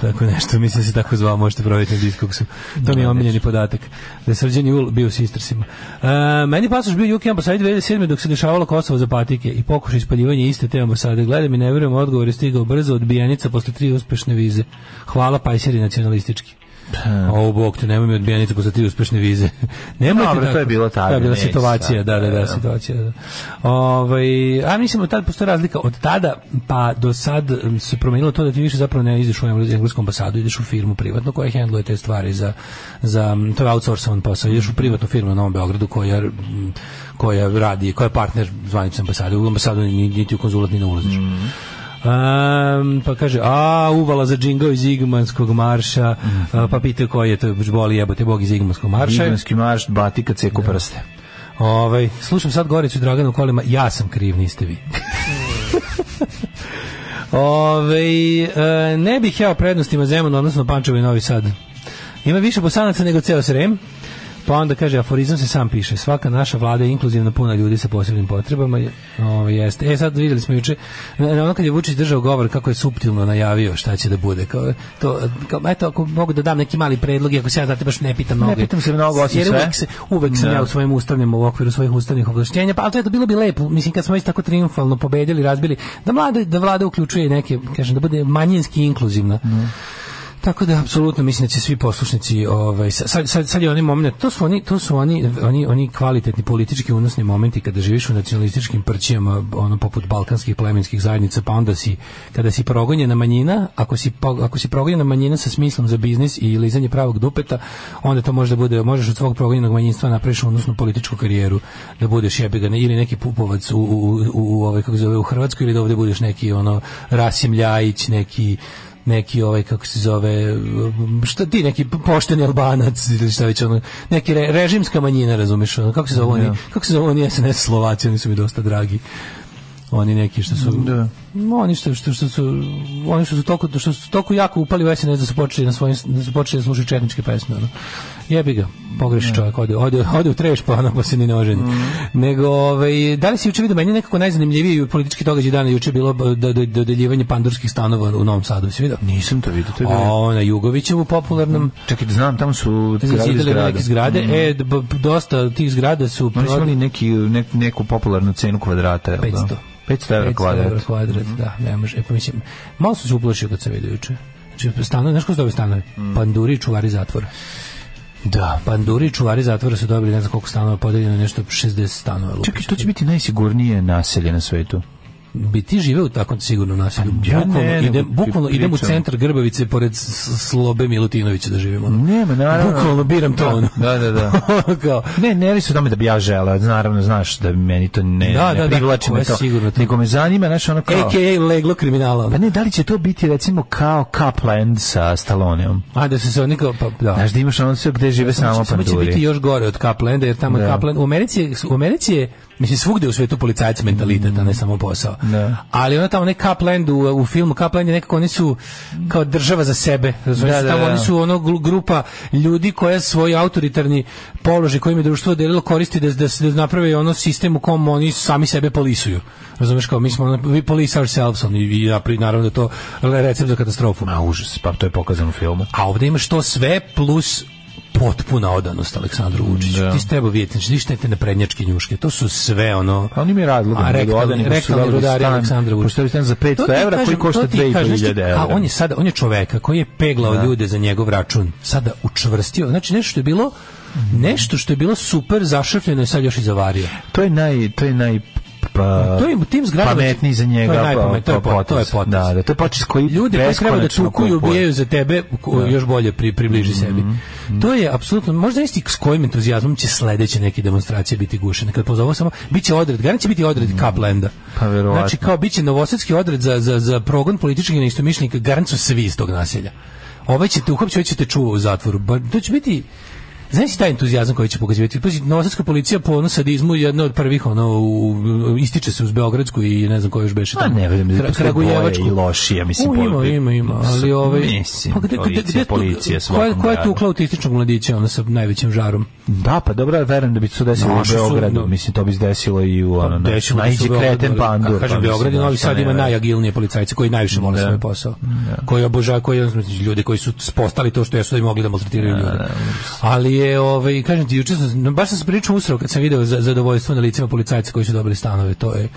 tako nešto, mislim da se tako zvao, možete provjeriti na diskoksu. To mi je omiljeni podatak. Da je Srđan Jul bio u Sistersima. E, meni je pasoš bio UK ambasadi 2007. dok se dešavalo Kosovo za patike i pokušaj ispaljivanja iste te ambasade. Gledam i ne vjerujem, odgovor je stigao brzo, odbijanica posle tri uspešne vize. Hvala pajseri nacionalistički. O, bog te, nemoj mi odbijanicu posle tri uspešne vize. Nemojte
Dobro, to
tako.
je bilo tada,
To je bila
neće
situacija,
sad.
da, da, da,
Da.
situacija. Da. Ovaj, a mislim, od tada postoji razlika. Od tada pa do sad em, se promenilo to da ti više zapravo ne ideš u engle- englesku ambasadu, ideš u firmu privatnu koja handluje te stvari za, za m, to je outsourcovan posao, ideš u privatnu firmu na Novom Beogradu koja, m, koja radi, koja je partner zvanične ambasade. U ambasadu ni- niti u konzulat ni ne ulaziš. Um, pa kaže, a, uvala za džingao iz Igmanskog marša, A, pa pitaju koji je to, boli jebote bog iz Igmanskog marša.
Živanski marš, batika, ceku prste.
Ovaj, slušam sad Goricu i Dragana u kolima, ja sam kriv, niste vi. Ovaj, e, ne bih ja o prednostima Zemuna, odnosno Pančevo i Novi Sad. Ima više bosanaca nego ceo Srem. Pa onda kaže, aforizam se sam piše. Svaka naša vlada je inkluzivna puna ljudi sa posebnim potrebama. Je- Ovaj, jeste. E sad vidjeli smo juče, na- na ono kad je Vučić držao govor kako je suptilno najavio šta će da bude. Kao, to, kao, eto, ako mogu da dam neki mali predlog, iako se ja znate baš ne pitam mnogo.
pitam se mnogo, osim
Jer
sve.
uvek se, uvek sam
Da.
ja u svojim ustavnim u okviru svojih ustavnih ovlašćenja, pa ali to je to bilo bi lepo, mislim kad smo već tako triumfalno pobedili, razbili, da mlade da vlada uključuje neke, kažem da bude manjinski inkluzivna. Tako da apsolutno mislim da će svi poslušnici ovaj sa- sad sad, sad je onaj moment, to su oni to su oni oni oni kvalitetni politički unosni momenti kada živiš u nacionalističkim prćijama ono poput balkanskih plemenskih zajednica pa onda si kada si progonjena manjina, ako si po- ako si progonjena manjina sa smislom za biznis i lizanje pravog dupeta, onda to može da bude možeš od svog progonjenog manjinstva napraviš unosnu političku karijeru da budeš jebiga ne- ili neki pupovac u, u, u, u ovaj kako se zove u Hrvatskoj ili da ovde budeš neki ono Rasim Ljajić, neki neki ovaj kako se zove šta ti neki pošteni albanac ili šta već ono neki re, režimska manjina razumeš ono, kako se zove oni kako se zove oni SNS Slovaci oni su mi dosta dragi oni neki što su
Da.
No, oni što, što, što su oni što su toliko što su toliko jako upali u SNS da su počeli na svojim da su počeli da slušaju četničke pesme ono. Jebi ga, pogreši čovjek, ode, ode, ode u treš pa ono pa se ni ne oženi. Nego, ovaj, da li si juče vidio, meni je nekako najzanimljiviji politički događaj dana juče bilo b- do- do- dodeljivanje pandurskih stanova u Novom Sadu, si vidio?
Nisam to vidio, to je bilo.
A na Jugovićevu popularnom
Čekaj, da znam, tamo su gradili
zidali
zgrade.
neke zgrade, e, d- b- dosta tih zgrada su
Mhm. Oni su
prodali-
imali neki, nek, neku popularnu cenu kvadrata, jel da?
500.
500 evra
500 evra
kvadrat. Mhm.
kvadrat, da, ne može. E, pa mislim, malo sam se uplašio kad sam vidio juče. Znači, stanovi, znaš ko su dobili stanovi?
Mhm.
Panduri i čuvari zatvora.
Da.
Panduri i čuvari zatvora su dobili, ne znam koliko stanova, podeljeno nešto 60 stanova. lupiš.
Čekaj, to će biti najsigurnije naselje na svetu.
Bi ti živeo u takvom sigurnom naselju?
Pa ja ne,
bukvalno,
nego
idem,
ti
bukvalno idem u
pričam.
centar Grbavice pored S- Slobe Milutinovića da živim. Ono.
Nema, naravno.
Bukvalno biram to.
Da,
ono.
da, da, da.
Ono kao,
Ne, ne radi se o tome da bi ja želeo, naravno znaš da meni to ne,
Da,
ne
da, da,
privlači
to
me
je
to.
sigurno to.
Nego me zanima, znaš, ono kao...
AKA leglo kriminala. ono.
Pa ne, da li će to biti recimo kao Cupland sa Stalloneom?
A da se se oni kao, pa da.
Znaš da imaš ono sve gde žive samo
Samo će
panduri.
biti još gore od Kaplenda, jer tamo je
Da.
Kapland, u Americi, je- u Americi je, mislim, svugde u svetu policajac mentalitet, a ne samo posao.
Da.
Ali ono tamo, ne Kapland u, u filmu, Kapland je nekako, oni su kao država za sebe, razumiješ,
Da, da,
tamo
da.
oni su ono glu- grupa ljudi koja svoj autoritarni položaj kojim je društvo delilo koristi da, da, se- da naprave ono sistem u kom oni sami sebe polisuju. Razumeš kao, mi smo, ono, we police ourselves, ono, i, i napri- naravno da je to recept za katastrofu.
Ma užas, pa to je pokazano u filmu.
A ovdje imaš to sve plus potpuna odanost Aleksandru Vučiću.
Da.
Ti ste evo vidjeti, znači ništa te naprednjačke njuške, to su sve ono...
A oni mi radili
A, rektalni- rektalni rudari Aleksandra Vučića.
Pošto stan za
To
500
ti
evra koji
kažem,
košta
to ti kažem, znaš ti,
2500 evra.
A on je sada, on je čoveka koji je peglao ljude za njegov račun, sada učvrstio. Znači nešto što je bilo
Mhm.
nešto što je bilo super zašrfljeno je sad još i zavario.
To je naj to je naj pa,
To je u tim zgradama-
pametniji za njega
To je najpamet- to je
pa-
pot- to je potez.
Da, da, to je potez koji
Ljudi koji treba da
beskonačno
tuku i
kupuje. Mhm.
ubijaju za tebe, ko- još bolje pri, približi sebi. To je apsolutno, možda isti s kojim entuzijazmom će sledeće neke demonstracije biti gušene. Kad pozovu samo, bit će odred, garant će biti odred Kaplenda.
Pa verovatno.
Znači kao bit će novosadski odred za, za, za progon političkih neistomišljenika, garant su svi iz tog naselja. ovaj će te uhapći, ovaj će te čuva u zatvoru. Ba, to će biti Znaš si taj entuzijazam koji će pokazivati? Pazi, novosadska policija po ono sadizmu je jedna od prvih, ono, u, u- ističe se uz Beogradsku i ne znam koju još beše
Pa
tamo.
ne verujem da
Kra-
postoje
Kragujevačku.
bolje i lošije, mislim,
U, ima,
po-
ima, ima, ali ovaj...
Mislim, policija,
tu-
policija
koja,
svakom
koja je tu
gradu.
ukla autističnog mladića, ono, sa najvećim žarom?
Da, pa dobro, ja verujem da bi se to desilo
Naši
u
su,
Beogradu.
no. Pa
mislim, to bi se desilo i u ono,
Desilo se u
najđi
Beogradu,
kreten
ali,
pandur.
Kažem,
pa
Beograd i
mislim,
Novi
da, šta
Sad
ne
ima
verujem.
najagilnije policajce koji najviše vole svoj posao. Koji obožavaju, koji jednostavno ljudi koji su postali to što jesu da bi mogli da maltretiraju ljude. Ali je, ovaj, kažem ti, juče sam, no, baš sam se pričao usrao kad sam video za, zadovoljstvo na licima policajca koji su dobili stanove. To, je,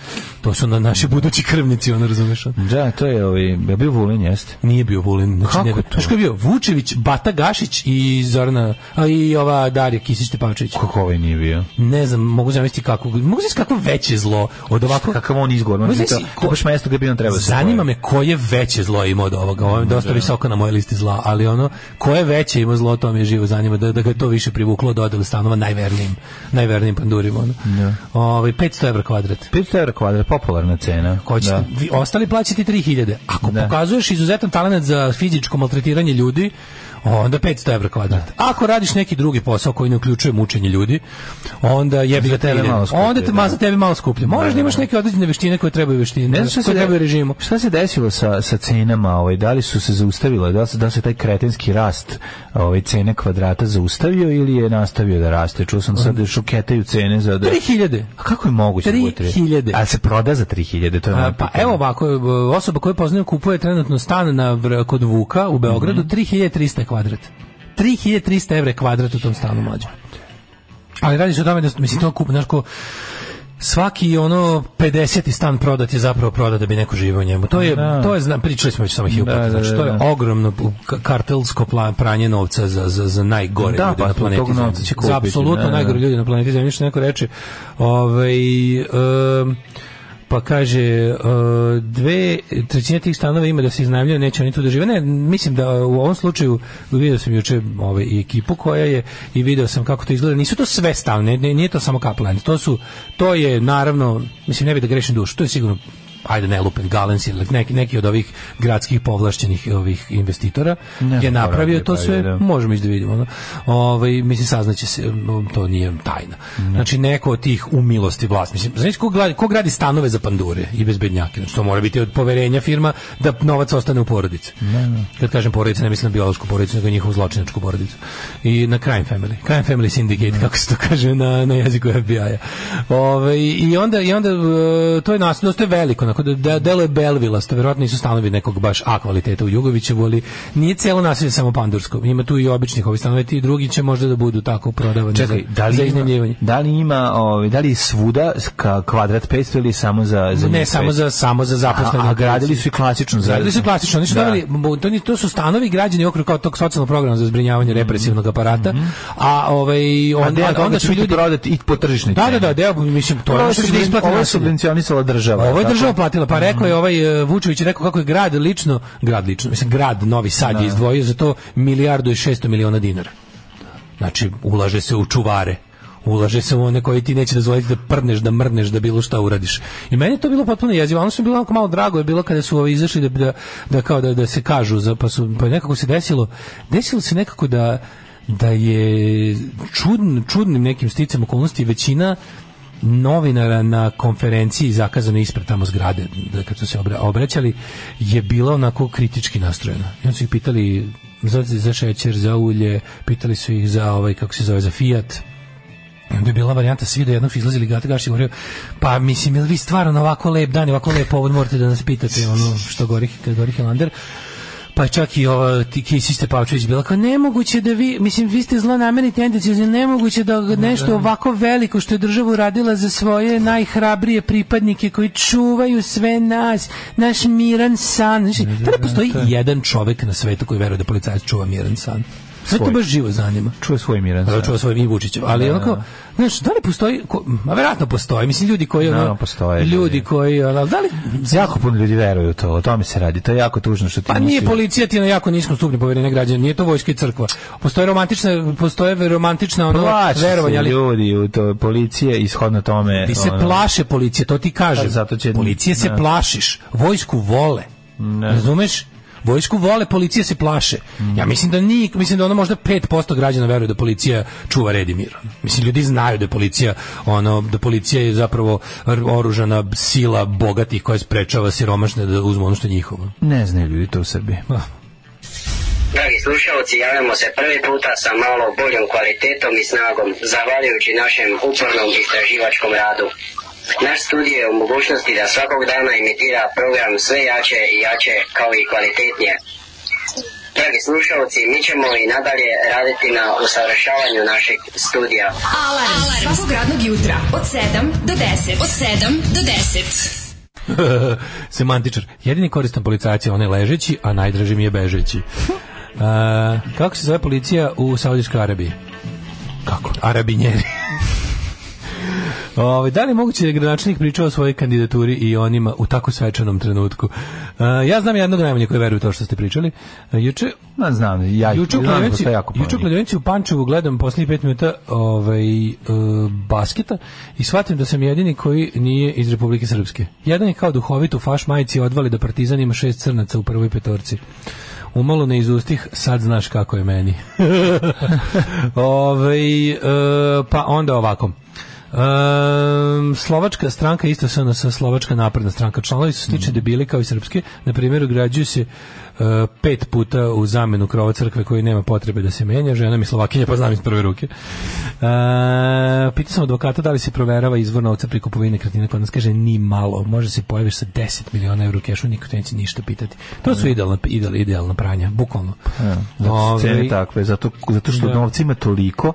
to su na naši budući krvnici, ono razumeš? ono.
Da, to je, ovaj, ja bio Vulin, jeste.
Nije bio Vulin. Znači,
Kako
ne,
to?
Znaš ko je bio? Vučević, Bata Gašić i Zorana, a i ova Darija Kisić-Tepavčević.
Kako ovaj nije bio?
Ne znam, mogu zamisliti kako, mogu zamisliti kako veće zlo od ovako...
Kakav on izgovor?
Mogu
Možda to,
zamisliti
to baš mesto gdje bi on trebao da se
Zanima
pojavi.
me koje veće zlo ima od ovoga. Ovo je dosta visoko na mojoj listi zla, ali ono koje veće ima zlo, to mi je živo zanima da, da ga je to više privuklo od odele stanova najvernijim, najvernijim pandurima. Ono. Ovaj, 500 evra kvadrat.
500 evra kvadrat, popularna cena.
Ko ćete,
Da.
vi ostali plaćati 3000. Ako
Da.
pokazuješ izuzetan talent za fizičko maltretiranje ljudi, onda 500 evra kvadrat. Ako radiš neki drugi posao koji ne uključuje mučenje ljudi, onda jebi ga
Za tebe
3000.
malo skuplje,
Onda te ma
da.
za tebi malo skuplje. Možeš da imaš neke određene veštine koje trebaju veštine,
Ne znam šta se
koje trebaju
de-
režimu.
Šta se desilo sa sa cenama, ovaj da li su se zaustavile, da li se da li se taj kretenski rast ovaj cene kvadrata zaustavio ili je nastavio da raste? Čuo sam sad da šuketaju cene za da
3000.
A kako je moguće? da bude tri-
3000.
A se proda za 3000, to je
A,
moje
pa
pitanje.
evo ovako, osoba koju poznajem kupuje trenutno stan na Vr- kod Vuka u Beogradu
Mhm.
3300 kvadrat. 3300 evra je kvadrat u tom stanu mlađe. Ali radi se o tome da mislim to kup, znaš ko, svaki ono 50 stan prodat je zapravo prodat da bi neko živio u njemu. To je to je zna- pričali smo već samo Hilpot,
Da, da,
znači to je
da.
ogromno ka- kartelsko pla- pranje novca za za za najgore
Da,
ljude
pa
na
to-
planeti.
tog novca
Zemlji.
će kupiti,
Za apsolutno
da, da.
najgore ljudi na planeti Zemlji što neko reče. Ovaj em, pa kaže e, dve trećine tih stanova ima da se iznajmljuje, neće oni tu da žive. Ne, mislim da e, u ovom slučaju video sam juče ovaj, i ekipu koja je i video sam kako to izgleda. Nisu to sve stavne, nije to samo kaplan. To su, to je naravno, mislim ne bi da grešim dušu, to je sigurno ajde ne lupen, Galens ili neki, neki od ovih gradskih povlašćenih ovih investitora
Ne,
je napravio
napravio
to
je,
sve,
da.
možemo ići da vidimo. Ono. Ovaj, mislim, saznaće se, no, to nije tajna. Znači, neko od tih u milosti vlast. Mislim, znači, ko, gradi, ko gradi stanove za pandure i bezbednjake? Znači, to mora biti od poverenja firma da novac ostane u porodici. Kad kažem porodice, ne mislim na biološku porodicu, nego njihovu zločinačku porodicu. I na crime family. Crime family syndicate, kako se to kaže na, na jeziku FBI-a. Ove, I onda, i onda e, to je nas, dosta je veliko, onako, da, da, delo je Belvilast, verovatno nisu stanovi nekog baš A kvaliteta u Jugovićevu, ali nije celo naselje samo Pandursko. Ima tu i običnih ovih stanova, ti drugi će možda da budu tako prodavani
Čekaj,
za,
da
za
li ima,
iznajmljivanje.
da li ima, ovaj, da li je svuda ka- kvadrat 500 ili samo za za
ne
njih
samo
500?
za samo za zaposlene.
A- a gradili su i klasično za-
Gradili su i klasično, oni su
Da.
doveli, bo- to, ni- to su stanovi građani u okviru kao tog socijalnog programa za zbrinjavanje represivnog aparata. A ovaj
Mhm. A
on,
deo
onda,
toga će
su
biti
ljudi
prodati i po tržišnoj
Da, da,
ceni.
da, deo, mislim, to je
Ovo
ono što će da
je
isplati
ovo je
nasilje.
subvencionisala država.
Ovo je
tako? Mhm.
država platila, pa rekao je ovaj e, Vučević je rekao kako je grad lično, grad lično, mislim grad Novi Sad je izdvojio za to milijardu i 600 miliona dinara. Znači, ulaže se u čuvare ulaže se u one koji ti neće dozvoliti da prdneš, da mrneš, da bilo šta uradiš. I meni je to bilo potpuno jezivo, ono su mi bilo onako malo drago je bilo kada su ovi izašli da, da, da kao da, da se kažu, za, pa, su, pa je nekako se desilo, desilo se nekako da, da je čudn, čudnim nekim sticam okolnosti većina novinara na konferenciji zakazano ispred tamo zgrade da kad su se obra- obraćali je bila onako kritički nastrojena i onda su ih pitali za, za šećer, za ulje pitali su ih za ovaj, kako se zove, za Fiat i onda je bila varijanta svi do jednog su izlazili gata gaši i govorio, pa mislim, jel vi stvarno na ovako lep dan i ovako lep povod morate da nas pitate ono što gorih, kad gori Helander pa je čak i ova ti- Kisić Stepavčević bila kao nemoguće da vi mislim vi ste zlonamerni tendenciozni nemoguće da nešto ovako veliko što je država uradila za svoje najhrabrije pripadnike koji čuvaju sve nas naš miran san znači da ne postoji jedan čovek na svetu koji veruje da policajac čuva miran san sve to
Svoj.
baš živo zanima
Čuje svoj miran
da
san.
čuo svoj i Vučićev, ali onako, znaš, da li postoji, ko, a verovatno postoji, mislim, ljudi koji, ono,
Naravno, postoje
ljudi
ljudi.
koji, ono, da li,
Jako puno ljudi veruju u to, o tome se radi. To je jako tužno što ti
pa
nisi-
nije policija ti je na jako niskom stupnju poverenja građana, nije to vojska i crkva. Postoje romantična, postoje romantična, ono,
Plaše se
verovanja, ali
ljudi u to policije ishodno tome.
ti se
ono,
plaše policije, to ti kažem.
Pa zato će-
policije se
da.
plašiš, vojsku vole, razumeš? Vojsku vole, policija se plaše. Ja
Mm.
mislim da ni, mislim da ono možda 5% građana veruje da policija čuva red i mir. Mislim ljudi znaju da je policija ono da policija je zapravo r- oružana sila bogatih koja sprečava siromašne da uzmu ono što je njihovo.
Ne znaju ljudi to u Srbiji.
Dragi slušalci, javljamo se prvi puta sa malo boljom kvalitetom i snagom, zahvaljujući našem upornom istraživačkom radu. Naš studij je u mogućnosti da svakog dana imitira program sve jače i jače, kao i kvalitetnije. Dragi slušalci, mi ćemo i nadalje raditi na usavršavanju našeg studija.
Alarm, Alarm. svakog radnog jutra od 7 do 10. Od 7 do 10.
Semantičar. Jedini koristan policajac je onaj ležeći, a najdraži mi je bežeći. Uh, kako se zove policija u Saudijskoj Arabiji? Kako? Arabinjeri. Ove, da li je moguće da je gradonačelnik pričao o svojoj kandidaturi i onima u tako svečanom trenutku? E, ja znam jednog najmanje koji veruje u to što ste pričali. E, juče,
Ma znam, ja
juče
znam
u
da
kladionici,
postoje jako puno
juče u
njih.
kladionici u Pančevu gledam poslednjih pet minuta ovaj, e, basketa i shvatim da sam jedini koji nije iz Republike Srpske. Jedan je kao duhovit u faš majici odvali da partizan ima šest crnaca u prvoj petorci. Umalo ne iz ustih, sad znaš kako je meni. Ovaj, e, pa onda ovako. Ehm, slovačka stranka isto se sa slovačka napredna stranka članovi su
Mhm.
slični debili kao i srpske na primjer ugrađuju se e, pet puta u zamenu krova crkve koji nema potrebe da se menja žena mi slovakinja pa znam iz prve ruke e, pitao sam advokata da li se proverava izvor novca pri kupovini nekretnina kod nas kaže ni malo može se pojaviš sa 10 miliona eura u kešu niko te neće ništa pitati to su idealna, idealna, idealna pranja bukvalno
Zato su cene
Ovaj,
takve, zato, zato što
Da.
novca ima toliko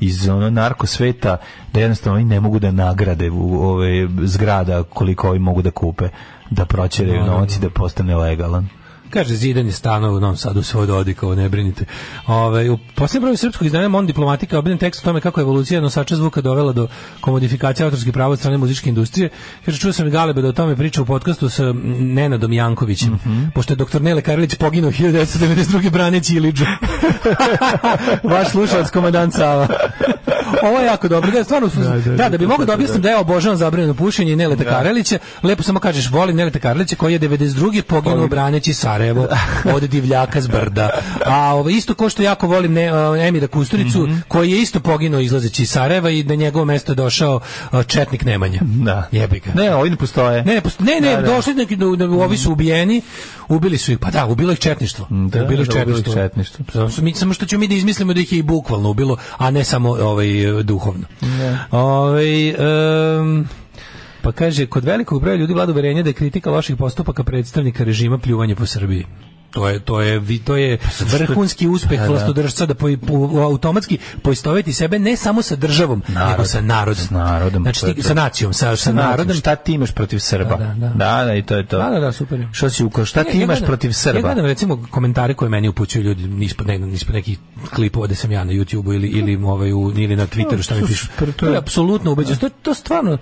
iz ono narko sveta da jednostavno oni ne mogu da nagrade u ove zgrada koliko ovi mogu da kupe da proćeraju novac i da postane legalan.
Kaže, zidanje stanova u Novom Sadu u svoj Dodikovo, ne brinite. Ove, u posljednjem broju srpskog izdanja Mon diplomatika je obiljen tekst o tome kako je evolucija nosača zvuka dovela do komodifikacije autorskih prava od strane muzičke industrije. Kaže, čuo sam i Galebe da o tome priča u podcastu sa mm, Nenadom Jankovićem,
Mhm.
pošto je doktor Nele Karelić poginuo 1992. braneći Iliđu.
Vaš slušalac komandant Sava.
Ovo je jako dobro. Da, stvarno, da, da, da, bi mogao da objasnim da je obožavam zabranjeno pušenje i Neleta Karelića, lepo samo kažeš, volim Neleta Karelića koji je 92. poginuo braneći Sarajevo od divljaka s brda. A ovo, isto ko što jako volim ne, a, Emira Kusturicu, koji je isto poginuo izlazeći iz Sarajeva i na njegovo mesto je došao a, Četnik Nemanja.
Da.
Jebi ga.
Ne, ovi ne postoje.
Ne, ne, posto- ne, ne,
Da, da.
došli neki do, do, ovi su ubijeni, ubili su ih, pa da, ubilo ih četništvo.
da,
Mm, ubilo ih
da, ubilo ih
četništvo.
četništvo.
Samo, su mi, samo što ćemo mi da izmislimo da ih je i bukvalno ubilo, a ne samo ovaj, eh, duhovno. Ovaj, em, pa kaže, kod velikog broja ljudi vlada uverenje da je kritika loših postupaka predstavnika režima pljuvanje po Srbiji. To je to je vi- to je vrhunski uspeh vlastodržca Pa da poj- po- automatski poistoveti sebe ne samo sa državom, nego sa narodom.
S narodom,
Znači
to je
ti-
to.
sa nacijom, sa, sa narodom,
Šta ti imaš protiv Srba?
Da, da,
da. da i to je to.
Da, da, da, super je.
Šta si uko, šta
Ne,
ti
ja
imaš
gledam-
protiv Srba?
Ja gledam recimo komentare koje meni upućuju ljudi ispod, ne, ispod nekih klipova da sam ja na YouTubeu ili ili ovaj u, ili na Twitteru šta mi pišu. To je apsolutno ubeđen. To, to stvarno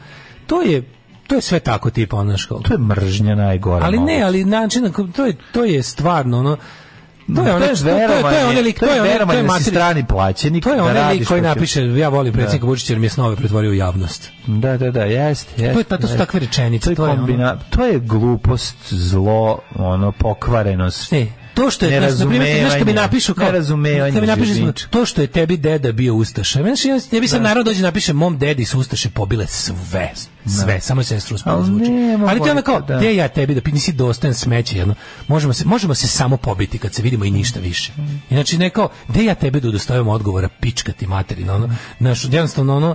to je to je sve tako tipa ono što.
To je mržnja najgora.
Ali ne,
moguća.
ali način na ko- to je to je stvarno ono To je ono,
to je verovanje,
to je onaj lik, to je onaj- to
verovanje
je
da si
materi-
strani plaćenik,
to je
da
onaj
radiš
lik koji
protiv-
napiše ja volim predsjednika Vučića jer mi je snove pretvorio u javnost.
Da, da, da, jeste, jeste.
To je ta- to su
jeste.
takve rečenice,
To je,
to je ono-
kombina, to je glupost, zlo, ono, pokvarenost.
Ne, to što je na primjer nešto mi
Nerazumevanje.
napišu kao
Nerazumevanje
kad mi napišu
živića.
to što je tebi deda bio ustaša. Meni ja ne bi sad narod dođe i napiše mom dedi su ustaše pobile sve, sve, samo je sestru uspela
Ali
zvuči.
ne, ma
Ali to je ono kao,
Bojko, da.
gde ja tebi da pi- nisi dostojan smeće jedno. Možemo se možemo se samo pobiti kad se vidimo i ništa više. Inači ne kao, gde ja tebi da udostojavam odgovora pička ti materina, ono, naš jednostavno ono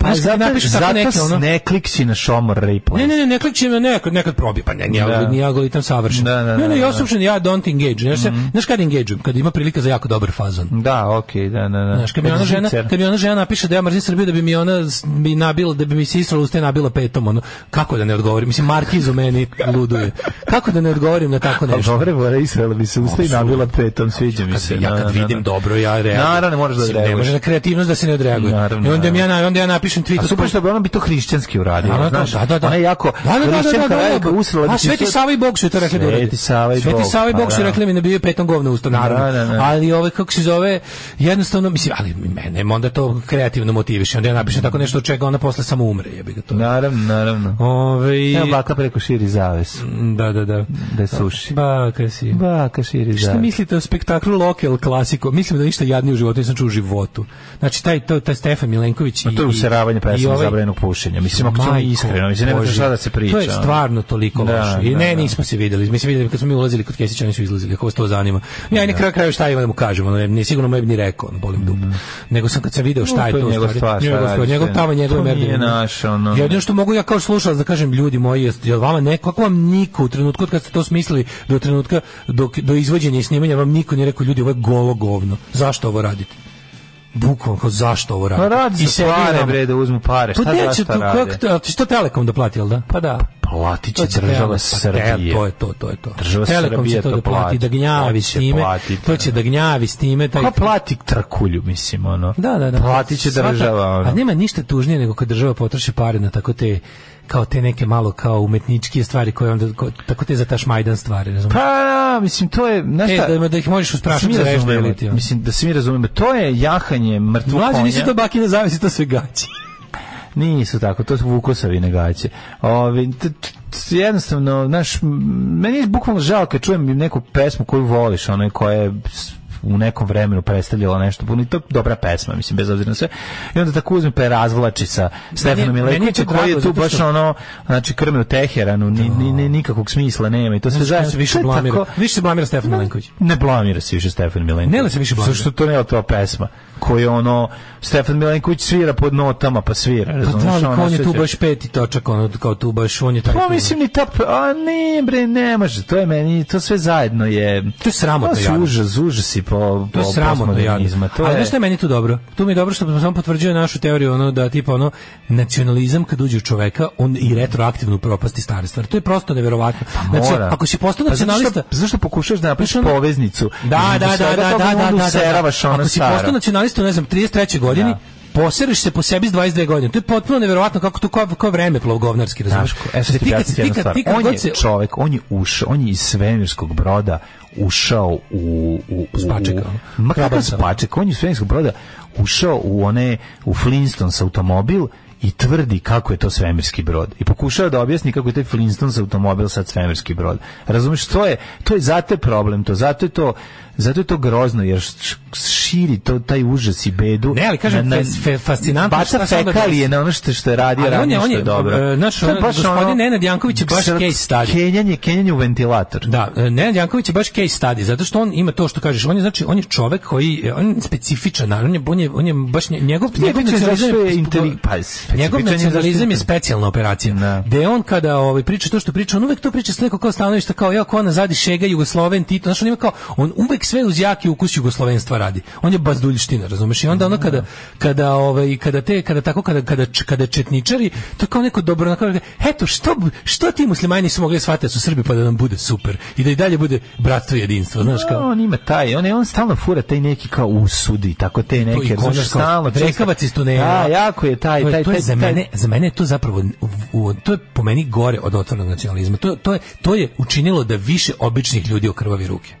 Pa zato, napišu tako
zato
neke, ono,
ne klikći na Šomor Replay.
ne, ne, ne, ne klikće me nekad, nekad probi, pa ne, nije,
Da.
nije algoritam savršen.
Da, da, da,
ne, ne,
da,
ja
da. Mhm.
savršen, ja don't engage. Znaš, mm znaš kad engageujem? Kad ima prilika za jako dobar fazon.
Da, okej, da, da, da.
Znaš, kad mi ona žena,
Zicer.
kad mi ona žena napiše da ja mrzim Srbiju da bi mi ona s- mi nabila, da bi mi se istrala usta i nabila petom, ono, kako da ne odgovorim? Mislim, Markiz u meni luduje. Kako da ne odgovorim na tako
Pa
nešto?
Dobre, Bora Israel bi se usta i nabila petom, sviđa mi
Kad
se.
ja
da,
kad
da, da.
vidim dobro, ja reagujem.
Naravno, moraš da
Mislim, Ne
odreaguješ.
može na kreativnost da se ne odreaguje.
Naravno,
I onda mi ja, na- onda ja napišem tweet.
A super što bi ona bi to hrišćanski uradio,
Ona
znaš.
da, da, da.
Ona je jako
da, da, da, da,
hrišćanka
da,
velika,
da,
usrala bi
A
se
Sveti
sve-
Sava i Bog su je to rekli da uradi.
Sveti Sava i
Sveti
Bog,
Sava i
pa
Bog su
da.
rekli mi nabijaju petom govna u usta naravno.
Da, da, da.
Ali ovaj kako se zove, jednostavno mislim, ali mene onda to kreativno motiviše. Onda ja napišem tako nešto od čega ona posle samo umre, jebi ga to.
Naravno, naravno.
Ovaj
Evo baka preko širi zaves
da, da, da.
da je suši.
Baka si.
Baka širi
Šta
zaves.
mislite o spektaklu Local Klasiko? Mislim da ništa jadnije u životu nisam čuo u životu. Znači, taj, to, taj Stefan Milenković i...
Pa To je useravanje
i
pesama ovaj... zabranjenog pušenja. Mislim, ako ćemo
Majko
iskreno, mislim, ne možeš
Božja.
šta da se priča. ono.
To je stvarno toliko
Da,
loše. I
da,
ne,
da.
nismo se videli. Mi se videli kad smo mi ulazili kod Kesića, oni su izlazili, ako vas to zanima. Ja ni kraju kraju šta ima da mu kažem, ono, ni sigurno mu ne bi ni rekao, ono, bolim dup.
Mm.
Nego sam kad sam video Pa šta
No,
je
to je
to,
njegova
stvari,
stvar, šta
njegova stvar,
radiš,
njegov
ne.
tamo, njegove
To nije
merdevine.
naš, ono.
Jedino što mogu ja kao slušalac da kažem, ljudi moji, jest- jel vama neko, kako vam niko u trenutku od kad ste to smislili do trenutka dok, do izvođenja i snimanja vam niko nije rekao, ljudi, ovo je golo govno. Zašto ovo radite? Bukvalno, kao, zašto ovo radite?
Pa radi
I
se
sebi i
pare,
nama.
bre, da uzmu pare.
Pa
Šta
gde
da
će
šta
tu, kako,
rade?
to- a ti što Telekom da plati, jel da? Pa da.
Platit će
To će
država
Telekom, pa te-
Srbije.
To je to, to je to.
Država
Telekom
Srbije
će to
to
da plati,
plati.
da
To
gnjavi
će
s time.
platiti,
To će da gnjavi s time. Taj,
Pa plati trkulju, mislim, ono.
da, da, da.
Platit će
Svaka-
država, ono.
A nema ništa tužnije nego kad država potroši pare na tako te kao te neke malo kao umetničke stvari koje onda ko- tako te za taš majdan stvari, razumiješ?
Pa, da, mislim, to je... Znaš
E,
šta?
da, da ih možeš
se
usprašiti
mi
za režim
razumemo,
ili ti, ono.
Mislim, da se mi razumemo, to je jahanje mrtvog
Mlađe
konja.
nisu to bakine zavisi, to sve gaći.
Nisu tako, to su vukosavine gaće. Ove, t- t- t- jednostavno, znaš, m, meni je bukvalno žao kad čujem neku pesmu koju voliš, onaj koja je s- u nekom vremenu predstavljala nešto puno i to je dobra pesma, mislim, bez obzira na sve. I onda tako uzme pa je razvlači sa Stefanom
meni je
Milenkovićem
to
koji je
drago,
tu
zato
baš
što-
ono, znači, krme u Teheranu, ni, ni, ni- nikakvog smisla nema i to sve
Znaš
zajedno.
kako se više
To je
blamira.
tako-
Više se blamira Stefan Milenković.
ne blamira se više Stefan Milenković.
Ne li se više blamira?
Zašto to ne to pesma? Koju ono, Stefan Milenković svira pod notama, pa svira,
Pa
razumiješ?
da, ali kao on je tu
sve-
baš peti točak, ono, kao tu baš, on je taj...
Pa
tu-
mislim ni ta... p- A ne, bre, ne može, to je meni, to sve zajedno je...
To je sramotno
To su
jadno.
užas, užasi po,
To
po
je sramotno
postmodernizma.
jadno.
To
Ali
je...
znaš šta je meni tu dobro? Tu mi je dobro što samo potvrđuje našu teoriju ono da tipa ono nacionalizam kad uđe u čoveka on i retroaktivno upropasti stare stvari. To je prosto neverovatno. Znači,
mora.
ako si postao
Pa zato što-
nacionalista
zašto pokušaš da napraviš
Znaš ono-
poveznicu?
Da, da, da, da, da, da, da,
Seravaš ono
Ako si
staro.
postao nacionalista, u, ne znam, 33. godini,
Da.
poseriš se po sebi s 22 godine. To je potpuno neverovatno kako to kao, kao vreme plovgovnarski, razumiješ?
Daško, e sad ti objasniti jednu stvar. On je čovek, on je ušao, on je iz svemirskog broda ušao u... u, u
Spačeka.
u- Ma kakav
Krabanca.
spaček, on je iz svemirskog broda ušao u one, u Flintstones automobil i tvrdi kako je to svemirski brod. I pokušao da objasni kako je taj Flintstones automobil sad svemirski brod. Razumeš, to je, to je zato je problem, to, zato je to, zato je to grozno, jer š- širi to, taj užas i bedu.
Ne, ali kažem, fes- fe- fascinantno je
Baca
šta se onda
fekalije na ono što, što je radio,
Ali on
radio
je- on
što je
je,
dobro.
e, znaš,
To je
ono,
baš
gospodin
ono-
Nenad Janković je baš
Sad,
case study.
Kenjanje, kenjanje u ventilator.
Da, e, Nenad Janković je baš case study, zato što on ima to što kažeš, on je znači on je čovek koji e, on je specifičan, naravno, on je on je, on je baš nje- njegov njegov
Specifičan zato što je
nacionalizam
inteli- pa, specifičan
njegov
je zato što je
nacionalizam je
inteli-
specijalna operacija.
Da.
Gde on kada ovaj priča to što priča, on uvek to priča s nekog kao stanovišta kao ja ko nazadi šega Jugosloven Tito, znači on ima kao on uvek sve uz jaki ukus jugoslovenstva radi. On je bazduljština, razumeš? I onda ono kada kada ovaj kada te kada tako kada kada č- kada četničari, to kao neko dobro na kao eto što b- što ti muslimani nisu mogli shvatiti da su Srbi pa da nam bude super i da i dalje bude bratstvo i jedinstvo, znaš
No,
kao.
on ima taj, on je on stalno fura taj neki kao usudi, tako te
To
neke,
i
razumiješ,
konaš kao
stalno često-
drekavac iz tunela.
Da, jako je taj,
to je,
taj,
to je
taj,
za
taj-
mene, za mene je to zapravo u- u- to je po meni gore od otvorenog nacionalizma. To, to, je, to je učinilo da više običnih ljudi okrvavi ruke.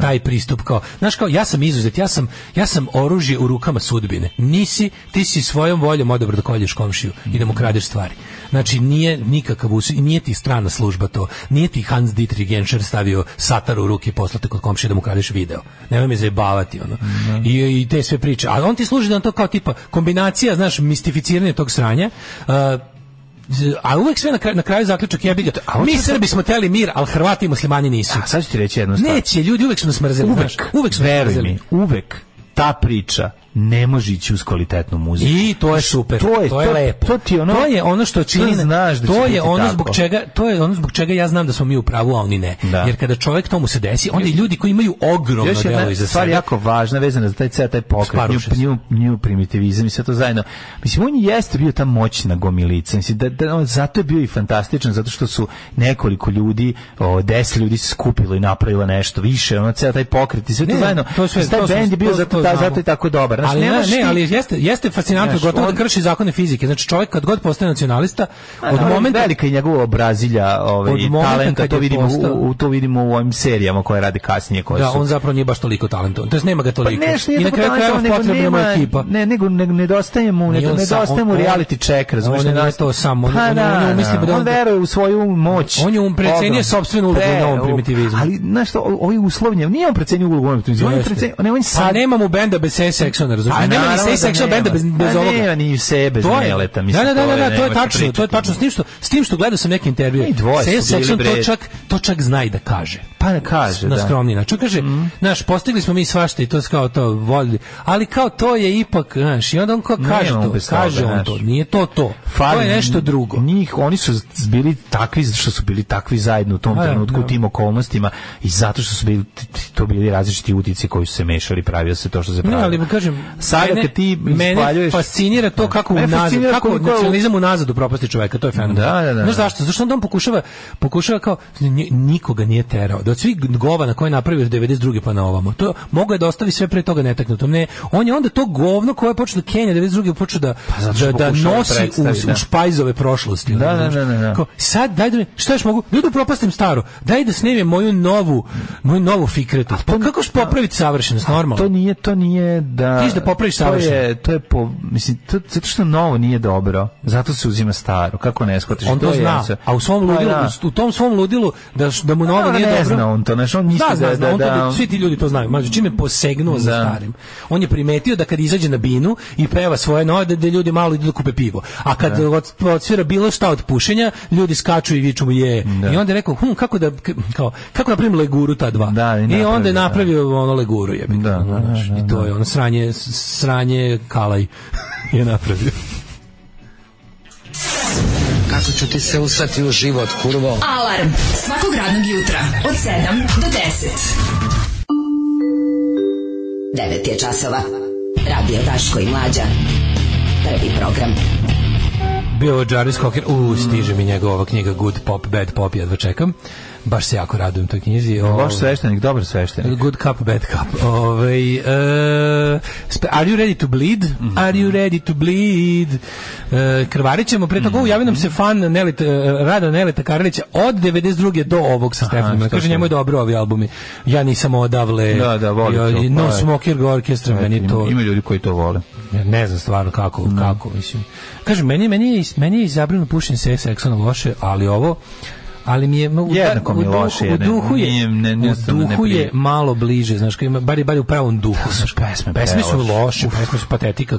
Taj pristup kao, znaš kao, ja sam izuzet, ja sam, ja sam oružje u rukama sudbine. Nisi, ti si svojom voljom odabro da kolješ komšiju i da mu kradeš stvari. Znači, nije nikakav us, i nije ti strana služba to. Nije ti Hans Dietrich Genscher stavio satar u ruke i poslate kod komšije da mu kradeš video. Nemoj me zajebavati, ono. I, I te sve priče. A on ti služi da on to kao tipa kombinacija, znaš, mistificiranje tog sranja, a, z- a uvek sve na kraju, na kraju zaključak jebi ga.
on
Mi
će sad-
Srbi smo teli mir, ali Hrvati i muslimani nisu.
A sad ću ti reći jednu stvar.
Neće, ljudi uvek su nas mrzeli.
uvek,
znaš, uvek su nas
veruj
mrzeli.
mi, uvek ta priča ne može ići uz kvalitetnu muziku.
I to je super.
To je- to-
lepo.
to ti je ono-
to je ono što čini
to znaš da će
to
biti
je ono
tako.
zbog čega to je ono zbog čega ja znam da smo mi u pravu, a oni ne.
Da.
Jer kada čovjek tomu se desi, onda i ljudi koji imaju ogromno
Još
delo
jedna
iza
stvar
sebe.
jako važna vezana za taj ceo taj pokret, nju,
Sparuše se.
nju, nju primitivizam i sve to zajedno. Mislim, on jeste bio ta moćna gomilica. Mislim, da, da, on zato je bio i fantastičan, zato što su nekoliko ljudi, o, deset ljudi se skupilo i napravilo nešto više. Ono, ceo taj pokret i sve to
Ne,
zajedno.
to sve-
taj
to su-
band je bio
to-
zato,
to
ta-
znamo.
zato je tako dobar. Znaš,
ali ne,
nemaš
ne,
ti-
ali jeste, jeste fascinantno
Znaš,
gotovo
on-
da krši zakone fizike. Znači čovjek kad god postane nacionalista, od
Ono,
momenta
velika je njegova brazilja, ovaj
Od momenta
talenta
kad
to
je
vidimo
postao-
u, u- to vidimo u ovim serijama koje rade kasnije koje
da
su Pa
on zapravo nije baš toliko talentovan. To jest nema ga toliko.
ne, što nije
I na
tako
kraju
talentovan,
krajeva potrebna mu je
nema-
ekipa.
Ne, nego nego nedostaje mu,
Nije
ne,
on sam-
nedostaje mu
on-
reality check, razumeš?
on nije
nedostaje-
to sam, on-
Pa
on- on- on misli da
on
on-
veruje u svoju moć.
On je um precenio
Ogromno.
sopstvenu ulogu
Pre,
u novom
u-
primitivizmu.
Ali, znaš što, o- ovi uslovnje, nije on precenio ulogu u novom primitivizmu, on je
Jeste.
precenio, ne, on je
Pa
sad...
nema mu benda bez Sexona, razumiješ?
A
Nema ni
naravno da
Sexona benda bez,
nema.
bez
A
ovoga.
nema ni se bez
To je-
Neleta, mislim,
Da, da, da,
to je,
da, da, to
nema
je
šta
tačno, to je
pričati. Pa
tačno s tim što s tim što gledao sam neke intervjue.
I dvoje su bili,
Sexon
bre.
to čak to čak zna i da kaže.
Pa ne kaže,
na
da. Mhm.
skromni način. Kaže, znaš, postigli smo mi svašta i to se kao to voli, ali kao to je ipak, znaš, i onda on kao kaže
on
to,
bez
kaže
toga,
on
znaš.
to, nije to to. To
Fali
je nešto drugo.
Njih, oni su z- bili takvi zato što su bili takvi zajedno u tom
Da,
trenutku, u
da.
tim okolnostima i zato što su bili t- t- to bili različiti utici koji su se mešali, pravio se to što se
Ne,
pravilo.
ali mu kažem,
sada
mene-
kad ti
mene
ispaljuješ
fascinira to kako
Mene
unazad,
fascinira
kako
koliko je-
nacionalizam unazad u propasti čoveka, to je fenomen.
Da, da, da.
Znaš zašto? Zašto onda on pokušava, pokušava kao, nj- nikoga nije terao, da od svih gova na koje je napravio od 92. pa na ovamo, to mogo je da ostavi sve pre toga netaknuto. Ne, on je onda to govno koje je počeo da Kenja 92. počeo da,
Pa zato što
da, da
pokušava
nosi u,
predstavi, da.
u špajzove prošlosti. ono,
Da, da,
znaš.
da, da, da.
Kao, sad, daj da, mi- šta još mogu, ljudi propastim staro, daj da snimim moju novu, moju novu fikretu. Pa kako još popraviti savršenost, normalno?
To nije, to nije da...
Ti ćeš da popraviš
to
savršeno.
je, to je po, mislim, to, zato što novo nije dobro, zato se uzima staro, kako ne shvatiš?
on to
je
zna,
jednostavno-
a u svom
Pa
ludilu,
da.
u tom svom ludilu da š- da mu novo
A,
nije
ne
dobro.
zna on to, znaš, on misli
Da, zna,
da-
zna,
da-
on to-
da-
svi ti ljudi to znaju. Mađo, čim je posegnuo za
Da.
starim. On je primetio da kad izađe na binu i peva svoje nove, da, da ljudi malo idu da kupe pivo. A kad od, odsvira bilo šta od pušenja, ljudi skaču i viču mu je. I onda je rekao, hm, kako da, k- kao, kako napravim leguru ta dva?
Da, i
I onda je
napravio, da.
napravio ono leguru je.
Da, da, da,
I to je ono sranje, s- sranje kalaj je napravio.
Kako ću ti se usati u život, kurvo?
Alarm svakog radnog jutra od 7 do 10. 9 je časova. Radio Daško i Mlađa. Prvi program.
Bio je Jarvis Cocker, u, stiže mi njegova ova knjiga Good Pop, Bad Pop, jedva čekam. Baš se jako radujem toj knjizi. Ovo-
Loš sveštenik, dobar sveštenik.
Good cup, bad cup. Ove, are you ready to bleed?
Mhm.
Are you ready to bleed? E, krvarit ćemo. Pre
Mhm.
toga, u, javi nam se fan Neleta, e, rada Neleta Karlića od 92. do ovog sa Stefanima.
što
Kaže,
ste?
njemu je dobro ovi albumi. Ja nisam odavle.
Da, da, volim
Ja-
to,
No
pa-
Smoker Go Orchestra, meni to...
Ima, ima ljudi koji to vole.
Ja ne znam stvarno kako, kako mislim. Kažem meni meni je meni je izabrano pušenje sa seksona loše, ali ovo ali mi je u,
Jednako mi je
u duhu-
loše,
u
ne-
duhu je
nije- ne-
u
jednostavno ne
duhu je
prije.
malo bliže, znaš, kad ima bar je- bar je u pravom duhu. Znaš,
pesme
pesme su
preloše.
loše, pesme su patetika,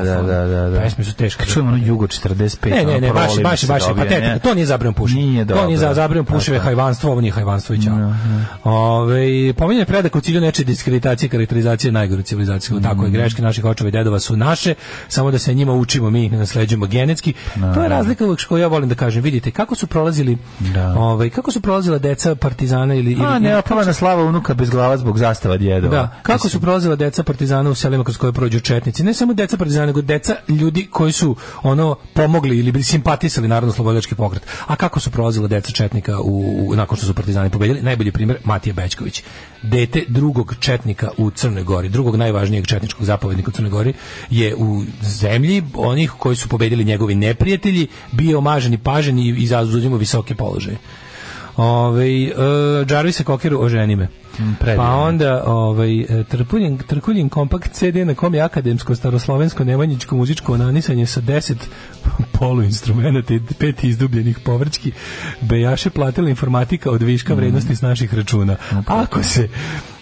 Da, da, da, da, da.
ono. Pesme su teške.
Čujemo ono Jugo 45.
Ne,
ono
ne, ne, baš,
prolim
baš,
se
baš je
dobije,
patetika.
ne.
To nije zabranjeno pušenje.
Nije
To nije za
dobro.
zabranjeno pušenje,
Tako je.
hajvanstvo, ovo nije hajvanstvo i ćao. Ove, pominjanje predak u cilju nečije diskreditacije, karakterizacije najgore civilizacijskog.
Mhm.
Tako je, greške naših očeva i dedova su naše, samo da se njima učimo, mi ih ne nasleđujemo genetski. To je razlika uvek što ja volim da kažem. Vidite, kako su prolazili, ovaj, kako su prolazila deca partizana ili...
A,
ili-
ne, opala na slava unuka bez glava zbog zastava djedova.
da, kako su prolazila deca partizana u selima kroz koje prođu četnici? Ne samo deca partizana, nego deca ljudi koji su ono pomogli ili bi simpatisali narodno slobodački pokret. A kako su prolazila deca četnika u, u- nakon što su partizani pobedili? Najbolji primjer Matija Bećković. Dete drugog četnika u Crnoj Gori, drugog najvažnijeg četničkog zapovednika u Crnoj Gori je u zemlji onih koji su pobedili njegovi neprijatelji, bio mažen i pažen i, i zauzimo visoke položaje. Ovaj e, Jarvisa Kokeru oženi me.
predivno.
Pa onda ovaj e, trpuljen trkuljin kompakt CD na kom je akademsko staroslovensko nemanjičko muzičko nanisanje sa 10 poluinstrumenata i pet izdubljenih povrćki bejaše platila informatika od viška vrednosti s naših računa. Ako se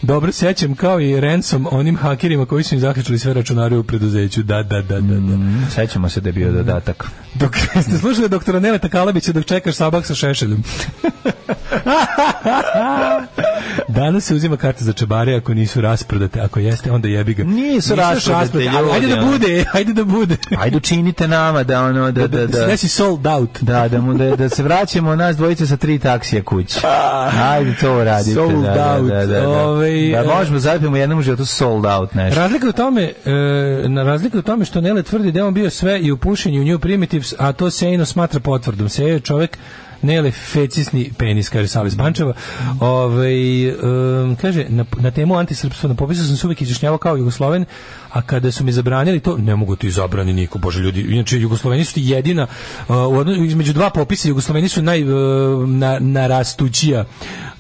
dobro sećam kao i ransom onim hakerima koji su im zaključili sve računare u preduzeću. Da, da, da, da, da.
Mm, Sećamo se da je bio dodatak.
Dok ste slušali doktora Neleta Kalabića dok čekaš sabak sa šešeljom. Danas se uzima karta za čebare ako nisu rasprodate, ako jeste onda jebi ga.
Nisu rasprodate,
rasprodate, ali Ajde da
ljudi, ono.
bude, ajde da bude.
Ajde učinite nama da ono da da da
Da si sold out.
da da mu da, da se vraćamo nas dvojice sa tri taksija kući. Ajde to radite.
Ah. Sold
da, da,
out,
Da, da, da.
ovaj,
da
e,
možemo zapijemo jednom životu sold out nešto.
Razlika je u tome, e, na razlika je u tome što Nele tvrdi da je on bio sve i u pušenju i u New Primitives, a to Sejno smatra potvrdom. Sejo je čovjek Nele fecisni penis, kaže Salis Pančeva. Ovaj, em, kaže, na, na temu antisrpstva na popisu sam se uvijek izjašnjavao kao Jugosloven, a kada su mi zabranili to, ne mogu ti zabrani niko, bože ljudi, inače Jugosloveni su ti jedina, uh, u odno- između dva popisa Jugosloveni su naj, uh, na, narastućija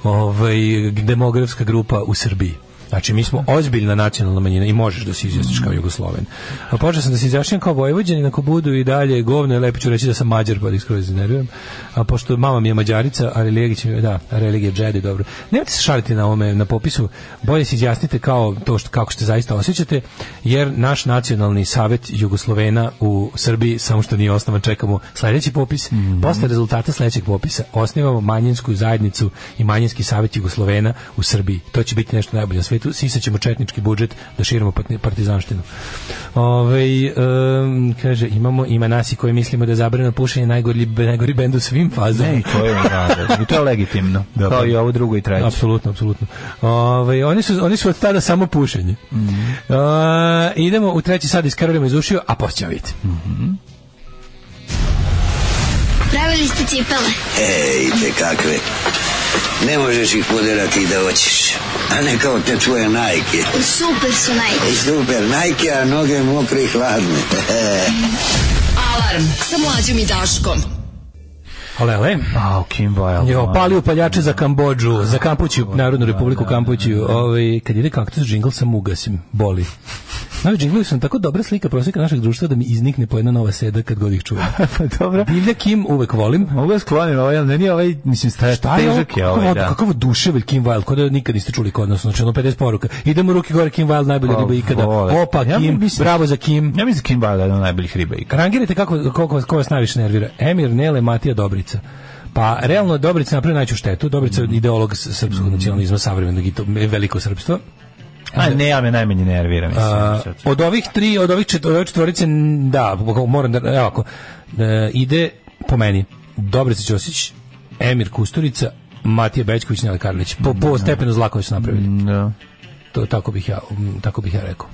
ovaj, demografska grupa u Srbiji. Znači, mi smo ozbiljna nacionalna manjina i možeš da se izjasniš kao Jugosloven. A počeo sam da se izjašnjam kao Vojvođanin, ako budu i dalje govno, lepo ću reći da sam Mađar, pa da ih skroz iznerviram. A pošto mama mi je Mađarica, ali Legić mi je, da, religija džedi, dobro. Nemojte se šaliti na ovome, na popisu, bolje se izjasnite kao to što, kako ste zaista osjećate, jer naš nacionalni savet Jugoslovena u Srbiji, samo što nije osnovan, čekamo sledeći popis, posle rezultata sledećeg popisa osnivamo manjinsku zajednicu i manjinski savjet Jugoslovena u Srbiji. To će biti nešto najbolje na svetu. Sisaćemo četnički budžet da širimo patni- partizanštinu. Ove, kaže, imamo, ima nas i koji mislimo da je zabrano pušenje najgori, najgori bend u svim fazama.
Ne, i to je razlog. I to je legitimno. Kao i ovo drugo i treće.
Apsolutno, apsolutno. Ovaj, oni, su, oni su od tada samo pušenje. A, idemo u treći sad iskarolimo iz ušiju, a poslije ćemo vidjeti.
Pravili ste cipele.
Ej, te kakve. E, Ne možeš ih poderati da hoćeš. A ne kao te tvoje najke.
Super su najbolji.
E, super, najke, a noge mokre i hladne.
Alarm sa mlađom i Daškom.
Ale, ale.
Au, Kim Wilde.
Jo, pa,
ono.
pali upaljače za Kambodžu, za Kampuću, Narodnu republiku Kampuću. Ovaj, kad ide kaktus džingl sam ugasim, boli. Novi džinglovi su nam tako dobra slika prosjeka našeg društva da mi iznikne po jedna nova seda kad god ih čujem.
pa dobro.
Divlja Kim uvek volim.
Mogu da sklonim ovaj, ali meni je ovaj, mislim, staje težak je ovaj, da.
Kakav duševelj Kim Wilde, kod nikad niste čuli kod nas, znači ono 50 poruka. Idemo ruki gore Kim Wilde, najbolja
Pa,
riba ikada.
vole.
Opa,
Ja
Kim,
mislim-
bravo za Kim.
Ja mislim Kim Wilde je jedan od najboljih riba ikad.
Rangirajte kako, koliko vas, ko vas najviše nervira. Emir, Nele, Matija, Dobrica. Pa, realno, Dobrica napravio najću štetu. Dobrica je ideolog s- srpskog nacionalizma, savremenog i to veliko srpstvo.
A ne, ja me najmanje nervira, mislim. znači,
A,
sad.
od ovih tri, od ovih, čet, od ovih četvorice, n- da, ako moram da, evo ako, e, ide po meni Dobrica Ćosić, Emir Kusturica, Matija Bećković, Nele Karlić. Po, po stepenu zla koju su napravili.
Da.
To, tako, bih ja, mm, tako bih ja rekao.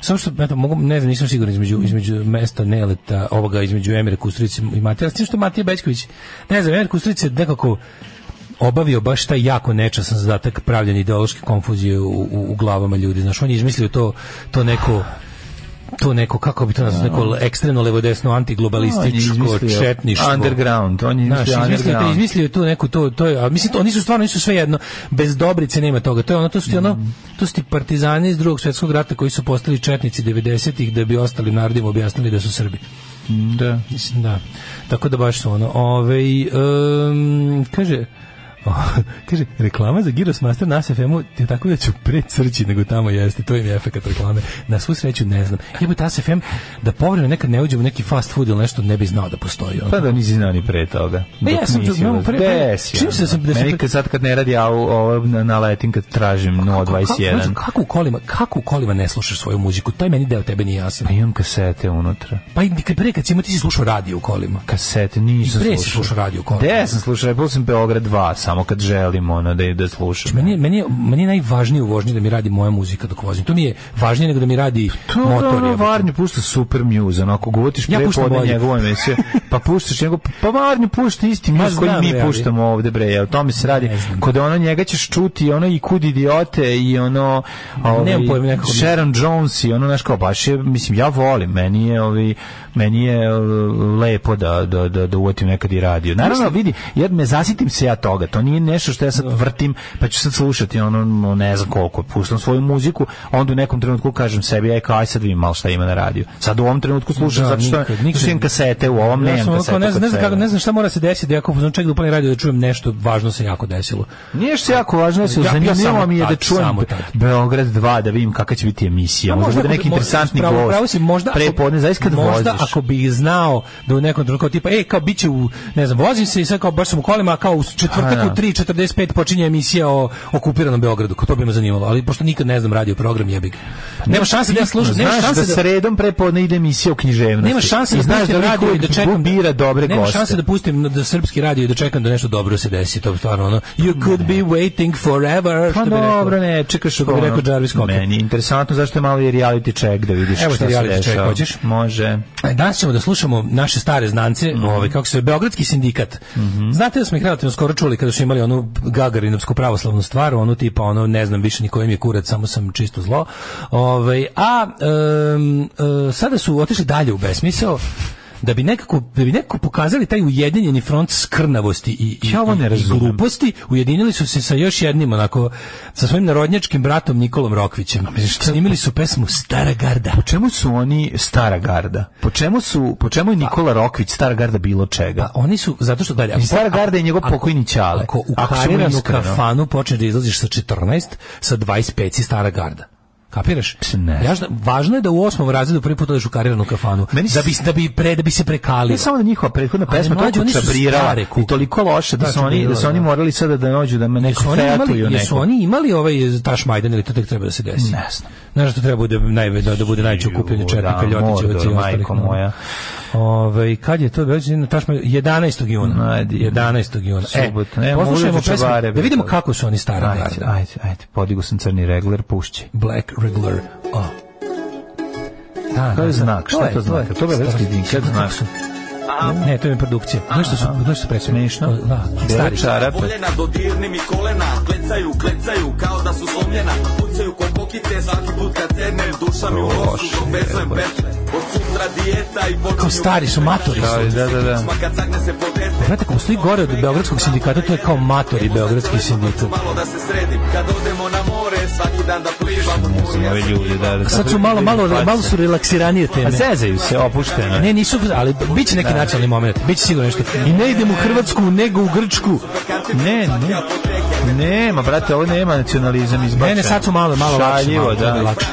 Samo što, eto, mogu, ne znam, nisam siguran između, između mesta Neleta, ovoga, između Emira Kusturice i Matija, s tim što Matija Bećković, ne znam, Emir Kusturica je nekako obavio baš taj jako nečasan zadatak pravljanja ideološke konfuzije u, u, u glavama ljudi. Znaš, on je izmislio to, to neko to neko, kako bi to nazvao, neko ekstremno levodesno antiglobalističko
izmislio
četništvo.
Underground, on je
Znaš,
izmislio
izmislio, te,
underground.
izmislio tu neku to to je, a mislim to, oni su stvarno nisu sve jedno bez Dobrice nema toga. To je ono to su ti ono to su ti partizani iz Drugog svjetskog rata koji su postali četnici 90-ih da bi ostalim narodima objasnili da su Srbi.
Da.
Mislim da. Tako da baš su ono. Ovaj em, kaže kaže, reklama za Giros Master na SFM-u je tako da ću pre crći nego tamo jeste, to im je efekt reklame. Na svu sreću ne znam. Jebote SFM, da povremeno nekad ne uđem u neki fast food ili nešto, ne bi znao da postoji. ono.
Pa da nisi znao ni pre toga.
Pa ja
Dok
sam to
nisi
znao
ulaz-
pre- pre-
Desi, ono.
čim se da sam- da sam
Meni
pre- Pa
kad sad kad ne radi, ja ovo na, naletim kad tražim
Kako, kako,
021.
kako u kolima, kako u kolima ne slušaš svoju muziku? Taj meni deo tebe nije jasan.
Pa imam kasete unutra.
Pa i kad pre kad si imao, ti si slušao radio u kolima.
Kasete
I
nisam
pre si
slušao.
slušao radio u kolima.
Gde ja sam slušao? Ja sam Beograd 2, samo kad želim ono da, da slušam.
Meni, je- meni, je- meni je najvažnije u vožnji da mi radi moja muzika dok vozim. To mi je važnije nego da mi radi
To je
motor.
ono,
jebote.
Varnju pušta super muse, ono, ako gotiš
Ja
ja
puštam
prepodne
bolje.
njegove emisije, pa puštaš njegov, pa Varnju pušta isti
Ma
muse koji
znam,
mi
bre, ali-
puštamo ovde, bre, jel, o tome se radi,
znam.
kod ono njega ćeš čuti, ono i kud idiote, i ono, ovaj,
nemam pojma, nekako mi-
Sharon Jones, i ono, znaš, kao, baš je, mislim, ja volim, meni je, ovi, meni je e, lepo da, da, da, da uvotim nekad i radio. Naravno, vidi, jer me zasitim se ja toga, to nije nešto što ja sad vrtim, pa ću sad slušati, ono, no, ne znam koliko, puštam svoju muziku, a onda u nekom trenutku kažem sebi, aj, kao, aj sad vidim malo šta ima na radiju. Sad u ovom trenutku slušam,
Da,
zato što
nikad, nikad.
slušam kasete, u ovom
Ja
nemam
sam ono kao,
kasete.
ne, znam,
kod
ne, znam
sebe.
kako, ne znam šta mora se desiti da ja kao čovjek da upalim radio da čujem nešto važno se jako desilo.
Nije što jako važno, se
Ja- ja
zanimljivo
samo
mi je da
tad,
čujem
samo tad.
Beograd 2, da vidim kakva će biti emisija.
A
Možda bude
ako
neki
bi- mo-
interesantni
pravo-
gost.
pravo si, možda ako-
Prepodne, zaista kad
možda
voziš.
ako bi "E, znao da u nekom trenutku kao tipa ej kao biće u ne znam vozim se i sad kao baš sam u kolima a kao u četvrtak
Pa da.
u 3.45 počinje emisija o okupiranom Beogradu, ko to bi me zanimalo, ali pošto nikad ne znam radio program, jebi ga. Nema šanse da ja slušam, nema
Znaš
šanse
da
da,
sredom prepodne ide emisija o književnosti.
nema šanse da
I znaš
pustim
da
radio i da čekam
bira dobre
nema
goste.
šanse da pustim na- da srpski radio i da čekam da nešto dobro se desi, to je stvarno ono you could be waiting forever,
Pa
što bi rekao.
dobro, ne, čekaš
Što bi
ono.
rekao Jarvis Cocker.
Meni je interesantno zašto je malo i reality check da vidiš
Evo ti
šta se
reality check,
dešava.
hoćeš?
Može.
E, Danas ćemo da slušamo naše stare znance,
Mhm.
ovaj, kako se Beogradski sindikat. Znate da smo ih relativno skoro čuli kada su imali onu Gagarinovsku pravoslavnu stvar, onu tipa, ono, ne znam više ni kojem je kurac, samo sam čisto zlo. Ovaj, a em, e, sada su otišli dalje u besmisao da bi nekako da bi nekako pokazali taj ujedinjeni front skrnavosti i i,
Ja ovo ne
i- i
razumem.
gluposti ujedinili su se sa još jednim onako sa svojim narodnjačkim bratom Nikolom Rokvićem snimili su pesmu Stara garda
Po čemu su oni stara garda? Pa- Po čemu su, po čemu je Nikola Rokvić stara garda bilo čega?
Pa oni su zato što dalje.
I stara garda je njegov pokojni ćale.
Ako u
Ako ćemo
kariranu
iskreno.
kafanu počneš da izlaziš sa 14, sa 25 si stara garda. Kapiraš?
Ne.
Jažda- važno je da u osmom razredu prvi put odeš u kariranu kafanu.
Meni
da
s-
bi da bi pre da bi se prekalio.
Ne samo da njihova prethodna
Ali
pesma
mlađe,
toliko
oni su
čabrirala
stare
i
kuke.
toliko loše da su ono.
Da,
oni da su
čabrirala,
oni
da.
morali sada da dođu da me
Jesu
neko
oni
featuju
imali, jesu
neko.
oni imali ovaj taš Majdane ili to tek treba da se desi?
Ne znam.
Znaš da to treba bude naj, da, da bude najveće okupljanje
Ju,
Černika,
da,
Ljotićevaca i
Mordor,
ostalih.
majko
no.
moja.
Ovaj, kad je to Beođe na taš Majdane? 11. juna.
Ajde.
11. juna. E,
Subota. Ne,
poslušajmo
Mhm. možda
pesmu,
čabare,
da vidimo
bre.
kako su oni stara
Ajde,
garda.
ajde, ajde, podigu sam crni regler, pušći.
Black Regular. O. Da,
To je znak, šta to znak? To je veliki znak, šta je to znak?
Ne, to je produkcija. Znaš što su, znaš što predstavljaju?
Smešno.
Da,
Bele
stari.
čarape.
Koljena dodirni mi kolena Klecaju, klecaju kao da su zlomljena Pucaju ko kokice svaki put kad sednem Duša mi u
Loše,
kosu dovezujem
jebote.
petle Od sutra dijeta i počinju
Kao stari su, matori su.
Da, da, da.
Ma kad zagne se po dete
Znate, kako stoji gore od Beogradskog sindikata, to je kao matori Beogradski sindikat.
Malo da se sredim kad odemo na more Svaki dan da plivam
Ovi ljudi, da, da.
Sad su malo, malo, malo su relaksiranije
A
teme.
pa zezaju se, opušteno.
Ne, nisu, ali bit će neki nacionalni moment, bit će sigurno nešto. I ne idem u Hrvatsku, nego u Grčku.
Ne, ne. Nema, brate, ovo nema nacionalizam izbačen.
Ne, ne, sad su malo, malo lakše.
Šaljivo,
malo, malo
da.
lakše.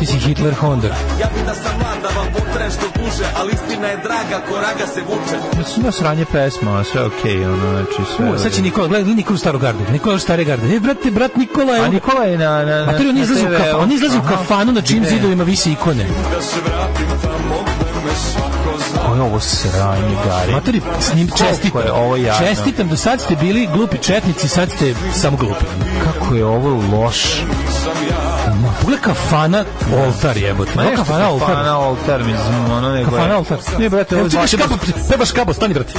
Ti si Hitler Honda.
Mislim da sranje pesma, a sve okej, ono, znači sve.
U, sad će Nikola, gledaj, Nikola u staru gardu. Nikola u stare garde. E, brate, brat Nikola je...
A Nikola je na... na,
Matori, on
na
izlazi, u
TV,
kafa, on izlazi u
aha.
kafanu na čim
Ide.
zidovima visi ikone.
Ovo je ovo sranje, Gari.
Matori, s njim
Koliko
čestitam.
je ovo jadno.
Čestitam, do sad ste bili glupi četnici, sad ste samo glupi.
Kako je ovo loš.
Ma, Pogledaj kafana, oltar jebote.
Ma
Pogledaj
nešto
kafana, oltar.
Kafana oltar, mislim, ono nego je.
Kafana, oltar.
Ne, brate, ovo
Evo,
je
čekaš
baš...
kabo, pebaš kabo, stani, brate.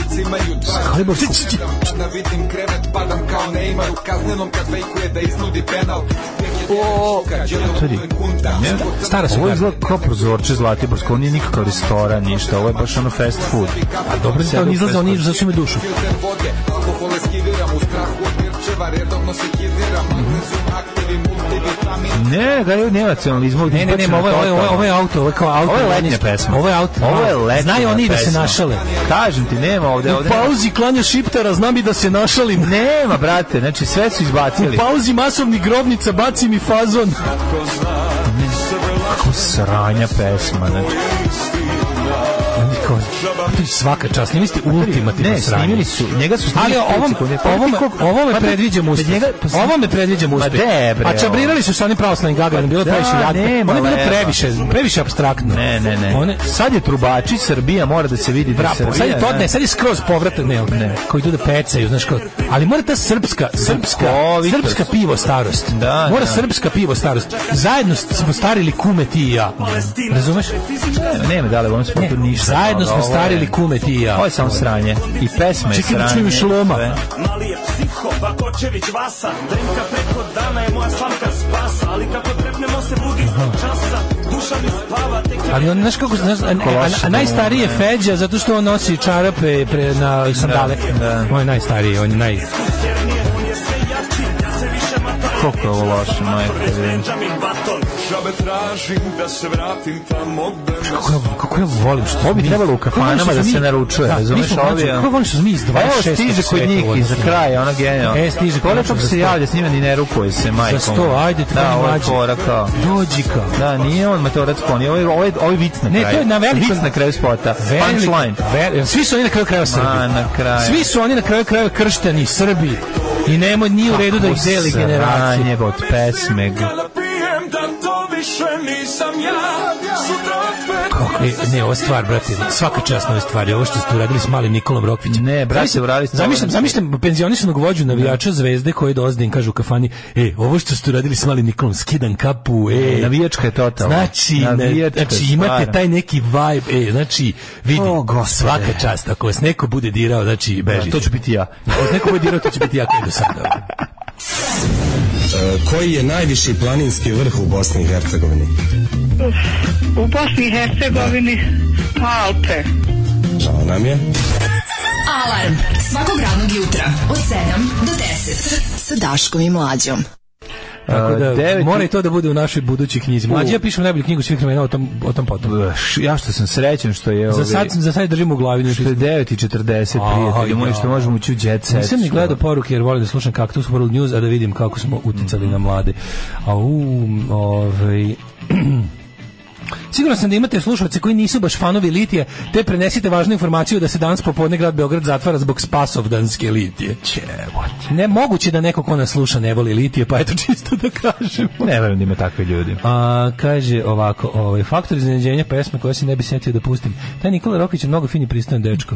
Kalibar, ti, ti, ti.
Da vidim krevet, padam kao Neymar u kaznenom kad fejkuje da iznudi penal.
Sorry. Ne,
Stara su
Ovo je
garda.
izgleda kao prozorče Zlatiborsko, on nije nikakav restoran, ništa, ovo je baš ono fast food. A
Dobro, da oni izlaze, oni zato su imaju dušu.
Ne, Gari, ovo nema nacionalizma.
Ne, ne, ne, ovo je, ovo je, ovo je, ovo je auto, ovo je kao auto.
Ovo je letnja
Oni-
pesma.
Ovo je auto.
Ovo je
da.
letnja
Znaju oni da se
pesma.
našale.
Kažem ti, Znači, nema ovde, ovde. nema-
klanja šiptara, znam i da se našalim.
Nema, brate, znači sve su izbacili.
pauzi masovnih grobnica, baci mi fazon. pa-
Kako sranja pesma, znači.
Niko, to je svaka čast, snimili ste ultimativno
Ne,
sranje.
snimili su, njega su
Ali
snimili. pa
ovom, ovom, ovom me predviđam uspeh. Ovom me predviđam uspeh.
de, bre,
A čabrirali su sa onim pravoslavnim gagarom, bilo je
Da,
previše jadno.
nema
Ono je bilo
leba.
previše, previše abstraktno.
Ne, ne, ne.
One,
Sad je trubači, Srbija mora da se vidi da
Bra,
Srbija...
sad je to
ne.
ne, sad je skroz povratak ne, ne. koji idu da pecaju, znaš kao. Ali mora ta srpska, srpska,
Duhovitost.
srpska pivo starost.
Da,
mora
da.
srpska pivo starost. Zajedno smo starili kume ti i ja. Razumeš?
Ne, Nema, da li ovom smo tu ništa.
Zajedno smo
Ovo je-
starili kume ti i ja.
Ovo je samo sranje. I pesma je
Čekaj
sranje.
da čujem još loma.
sve.
Mali je psiho, Bakočević Vasa Drinka preko dana je moja slamka spasa Ali kako trepnemo se budi iz časa Duša mi spava, tek je
Ali on znaš kako znaš, a, a, a najstariji je Feđa zato što on nosi čarape pre na sandale.
da.
On je najstariji, on je naj
on je sve jači Ja se više matam
Koliko je ovo loše, majko. je.
Žabe tražim da se vratim tamo gde
Kako ja, kako ja volim što
Ovo bi trebalo u kafanama da se naručuje, razumeš, ovo je-
znači, Kako volim što smo mi iz 26.
Pa Evo stiže kod
sveta
njih
u
i za
odnosu na-
kraj, ono genijalno.
E, stiže
Konačno
konačno
kako
za
se
sto.
javlja s njima ni ne rukuje se, majkom.
Za sto, ajde, ti
Da,
da,
ovo je
mlađe.
fora kao.
Dođi kao.
Da, nije on matorac poni, ovo je, ovo je, ovo je vic na
Ne,
kraju.
to je na velikom-
Vic na kraju spota.
Velik-
Punchline.
Ver, svi su oni na kraju krajeva Srbi.
Ma, na kraju.
Svi su oni na kraju krajeva krštani, Srbi. I nemoj nije u redu da ih deli generacije.
Sranje od pesme.
Kada pijem da to više nisam ja Sutra opet
Kako, e, ne, ova stvar, brate, svaka čast na ovoj stvari, ovo što ste uradili s malim Nikolom Rokvićem.
Ne, brate,
Zamislim-
uradili ste
Zamišljam,
ovo.
zamišljam penzionisanog vođu navijača zvezde koji dolazi da im kaže u kafani, e, ovo što ste uradili s malim Nikolom, skidam kapu, e.
Navijačka je totalna.
Znači, ne,
Navijačka je
znači imate
stvarno.
taj neki vibe, e, znači, vidi,
O, gospode.
svaka čast, ako vas neko bude dirao, znači, bežite.
To ću biti ja.
Ako vas neko bude dirao, to će biti jako i do sada.
E, Koji je najviši planinski vrh u Bosni i Hercegovini?
U Bosni i Hercegovini Alpe.
Žao nam je
Alarm svakog radnog jutra od 7 do 10 sa Daškom i Mlađom.
Tako da,
A, devet-
mora i to da bude u našoj budućoj knjizi. Mlađi, ja pišem najbolju knjigu svih vremena o tom, o tom potom.
Š- Ja što sam srećen što je...
Za
ovi-
sad, za sad držim u glavi. nešto
Što je 9.40,
Aj,
prijatelji moji,
ja.
što možemo ući u jet set.
Nisam ni gledao poruke jer volim da slušam Kaktus World News, a da vidim kako smo uticali na mlade. A u, ovaj... Sigurno sam da imate slušalce koji nisu baš fanovi litije, te prenesite važnu informaciju da se danas popodne grad Beograd zatvara zbog spasovdanske litije. Ne moguće da neko ko nas sluša ne voli litije, pa eto čisto da kažemo.
Ne verujem da ima takve ljudi.
A, kaže ovako, ovaj, faktor iznenađenja pesme koja se ne bi setio da pustim. Taj Nikola Rokvić je mnogo fini pristojan dečko.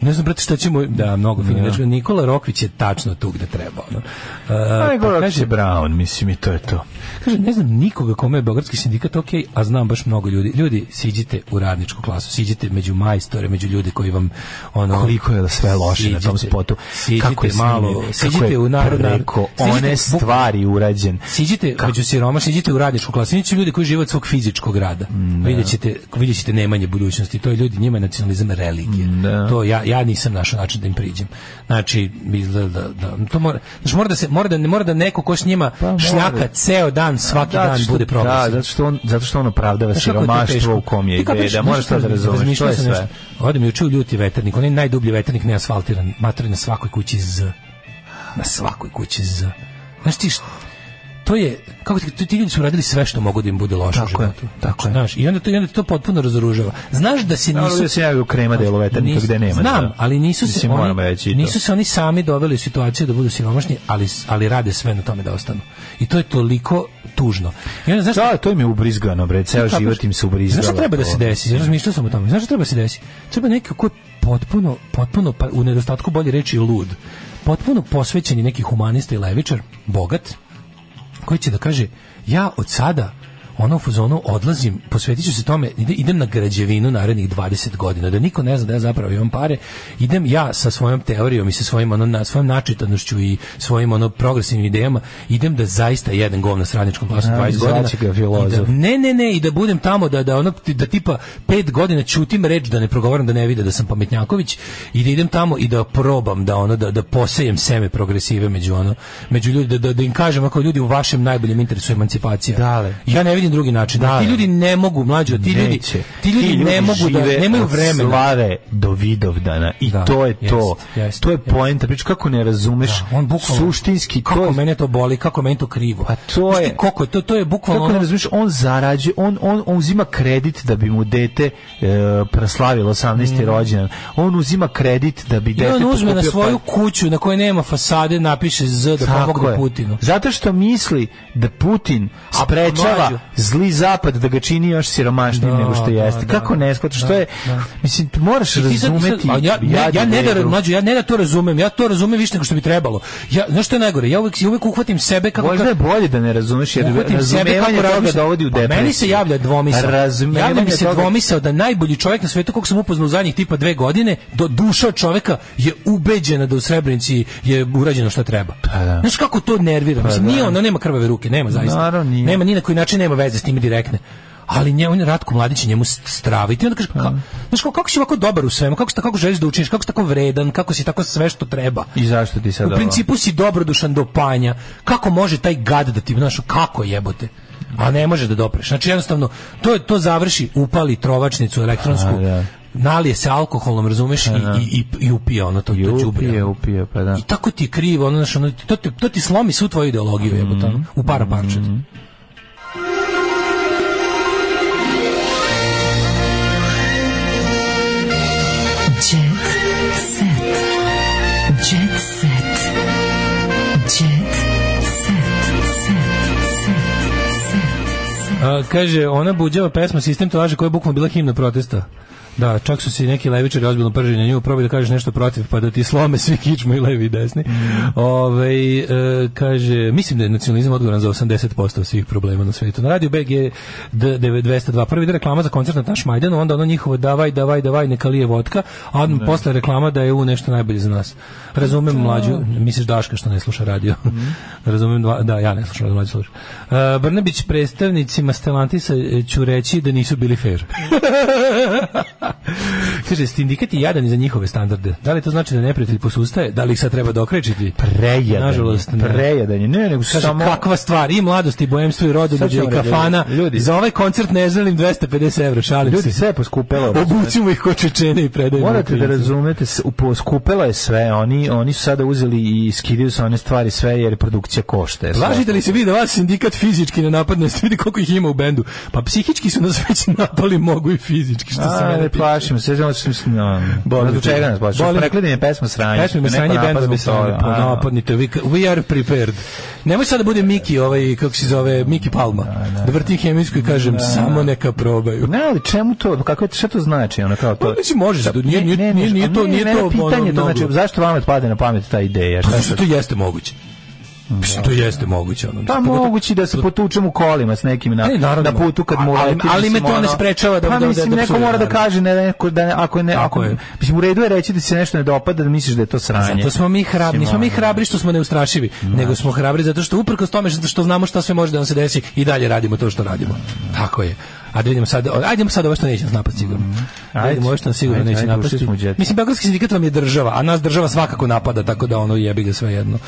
Ne znam, brate, šta ćemo... Da, mnogo fini dečko. Nikola Rokvić je tačno tu gde treba. Ono. A,
Aj,
pa
Gorak
kaže,
je Brown, mislim i to je to.
kaže, ne znam nikoga kome je Beogradski sindikat ok, a znam baš mnogo ljudi. Ljudi, siđite u radničku klasu, siđite među majstore, među ljude koji vam... Ono,
Koliko je sve loše na tom
siđite-
spotu.
Siđite
kako je
malo,
snimljen, kako
siđite
je
u narodna...
preko
siđite
one
bukvalno-
stvari urađen.
Siđite među siroma, siđite u radničku klasu, siđite ljudi koji žive od svog fizičkog rada.
Mm,
Vidjet ćete, vidjet ćete nemanje budućnosti. To je ljudi, njima je nacionalizam religija.
Mm,
To ja, ja nisam našao način da im priđem. Znači, izgleda da, da to mora, znači mora da se mora da mora da neko ko s njima
Pa mora.
šljaka ceo dan, svaki
Da,
dan
zato što-
bude problem.
Da, zato što on, zato što on opravdava siromaštvo u kom je ideja, da moraš to da razumeš, to je sve.
Odem juče u ljuti veternik, on je najdublji veternik neasfaltiran, mater na svakoj kući z. Na svakoj kući z. Znaš ti šta? To je, kako ti, ti ljudi su radili sve što mogu da im bude loše u
Tako je,
životu. Znači,
tako je.
Znaš, i onda, to, i onda te to potpuno razoružava. Znaš da se
Naravno
nisu...
da se javio krema delo veternika
Nisu-
gde nema.
Znam,
da.
ali nisu se
Mislim, moram
oni,
reći i to.
nisu se oni sami doveli u situaciju da budu siromašni, ali, ali rade sve na tome da ostanu. I to je toliko tužno. I onda, znaš,
Da, to im je ubrizgano, bre, ceo život im se ubrizgalo.
Znaš šta treba da se
to.
desi? Ja razmišljao sam o tome. Znaš šta treba da se desi? Treba neki ko je potpuno, potpuno, pa, u nedostatku bolje reći lud, potpuno posvećeni neki humanista i levičar, bogat, koji će da kaže, ja od sada ono u fazonu odlazim, posvetit ću se tome, ide- idem na građevinu narednih 20 godina, da niko ne zna da ja zapravo imam pare, idem ja sa svojom teorijom i sa svojim, ono, na, svojom načitanošću i svojim ono, progresivnim idejama, idem da zaista jedem govna s radničkom klasom
A,
20 godina.
izvlači ga
i da-
filozof.
ne, ne, ne, i da budem tamo da da ono da tipa 5 godina ćutim reč da ne progovaram da ne vide da sam pametnjaković i da idem tamo i da probam da ono da da posejem seme progresive među ono među ljudi da, da, da im kažem ako ljudi u vašem najboljem interesu je emancipacija.
Dale.
Ja ne vidim drugi način.
Dale.
Ti ljudi ne mogu mlađo, ti ljudi
Neće.
ti ljudi, ne mogu da
žive
nemaju
od
vremena.
slave do vidovdana i
Da,
to je to.
jest, jest,
to je
jest.
poenta, priča kako ne razumeš
Da, on bukvalno
suštinski to
kako
je
mene to boli, kako mene to krivo.
Pa to
Znaš ti
je-
koliko je to to je bukvalno
Kako ne
ono-
razumiješ, on zarađuje, on, on, on uzima kredit da bi mu dete e, proslavilo 18. rođendan. On uzima kredit da bi
Mhm. I
dete
on uzme na
kupio
svoju kuću na kojoj nema fasade, napiše Z da
Tako
pomogne
je.
Putinu.
Zato što misli da Putin sprečava
mlađu.
zli zapad da ga čini još siromašnijim
Da,
nego što
da,
jeste.
da,
Kako ne shvataš? to je, mislim, ti moraš
I ti sad-
razumeti.
sad- a ja, ja, ja
jadnu
ne da
bedu.
mlađu, ja ne da to razumem, ja to razumem više nego što bi trebalo. Ja, znaš što je najgore? Ja uvek, uvek uhvatim sebe kako
Možda je bolje da ne razumeš, jer
uhvatim sebe kako
Znači, razumevanje toga
razmišljam.
dovodi u
Pa
depresiju.
Meni se javlja dvomisao.
Razumevanje
Javlja mi se
toga-
dvomisao da najbolji čovjek na svetu, kog sam upoznao u zadnjih tipa dve godine, do duša čovjeka je ubeđena da u Srebrenici je urađeno što treba.
Pa da. Pa
Znaš kako to nervira? Mislim, nije ono, nema krvave ruke, nema zaista.
Naravno, nije.
Nema ni na koji način nema veze s tim direktne. ali nje, on je Ratko Mladić je njemu strava. I ti onda kažeš, ka,
Mm.
znaš, kao, kako si ovako dobar u svemu, kako, si- kako želiš da učiniš, kako si tako vredan, kako si tako sve što treba.
I zašto ti sad
U
ovo?
principu si dobrodušan do panja. Kako može taj gad da ti, znaš, kako jebote? A ne može da dopreš. Znači jednostavno, to, je- to završi, upali trovačnicu elektronsku,
A, da.
nalije se alkoholom, razumeš, i,
da.
i, i, i upije ono to, to đubre.
Upije, upije, pa da.
I tako ti je krivo, ono, znaš, ono, to, ti, to ti slomi svu tvoju ideologiju,
Mhm.
jebote, ono, u para parčet.
Jet set. Jet set. Jet
A, kaže, ona buđava pesma Sistem to laže koja je bukvalno bila himna protesta. Da, čak su se i neki levičari ozbiljno prži na nju, probaj da kažeš nešto protiv, pa da ti slome svi kičmu i levi i desni. Ovaj, e, kaže, mislim da je nacionalizam odgovoran za 80% svih problema na svetu. Na radiju BG je D- 202. Prvi ide reklama za koncert na Taš Majdanu, onda ono njihovo davaj, davaj, davaj, neka lije vodka, a odmah posle reklama da je u nešto najbolje za nas. Razumem mlađu, misliš Daška što ne sluša radio.
Mhm.
Razumem, dva- da, ja ne slušam, radio, mlađu sluša. E, Brnabić predstavnicima Stelantisa e, ću reći da nisu bili fair. Kaže, sindikat je jadan i za njihove standarde. Da li to znači da neprijatelj posustaje? Da li ih sad treba dokrećiti?
Prejadan je,
Nažalost, ne.
prejadan je. Ne, nego
Kaže,
samo-
kakva stvar, i mladost, i bojemstvo, i rodobuđe,
Sad ću
i
vam reći,
kafana.
ljudi.
Za ovaj koncert ne želim 250 evra, šalim se.
Ljudi, sve je poskupelo.
Obućimo ih ko Čečene i predajmo.
Morate da
Ukrajinci.
razumete, s- u- poskupelo je sve, oni, oni su sada uzeli i skidaju su one stvari sve jer produkcija košta. jer sve-
Lažite li se vi da vas sindikat fizički ne napadne, jeste vidi koliko ih ima u bendu. Pa psihički su nas već napali, mogu i fizički, što se
A,
mene
ne
tiče.
plašimo se, znači mislim, no,
Boli
zbog
te.
čega nas plašimo?
Boli
Smo
me-
Rekli da im je pesma sranje.
Pesma mi
Neko
sranje,
napad
bend mi
zbog
sranje,
toga.
pa
A,
napadnite, we, ca- we are prepared. Nemoj sad da bude Miki, ovaj, kako se zove, Miki Palma, da vrti hemijsku i kažem, samo neka probaju.
Ne, ali čemu to, kako je, šta to znači? Ono, kao to,
Pa, mislim, može se, nije- nije- nije- nije
a
to- nije
mene
to, ono,
pitanje, to znači,
mnogo.
zašto vama pade na pamet ta ideja?
Pa
Šta
mislim, to jeste moguće. Mislim, to jeste moguće. Ono.
Pa
Mislim, pogotovo-
mogući da se potučem u kolima s nekim na,
Ne, naravno.
na putu kad mu
A- ali-
leti,
ali
mislim,
me to ne
ono-
sprečava da-
pa,
da- da-
mislim,
da
neko
psujem,
mora da
naravno.
kaže da, neko, da ne- ako ne, ako,
je.
mislim u redu je reći da se nešto ne dopada, da misliš da je to sranje.
Zato smo mi hrabri, nismo mi
Mislim, ono,
hrabri što smo neustrašivi, nego smo hrabri zato što uprkos tome što, što znamo šta sve može da nam se desi i dalje radimo to što radimo. Tako je. A da vidimo sad, ajde vidimo sad ovo što neće nas napast sigurno. Ajde,
Mhm. Ajde.
vidimo ovo što nas sigurno
Ajde,
neće
ajde, ušli
napasti.
smo u džet.
Mislim, Beogradski sindikat vam je država, a nas država svakako napada, tako da ono jebi ga sve jedno.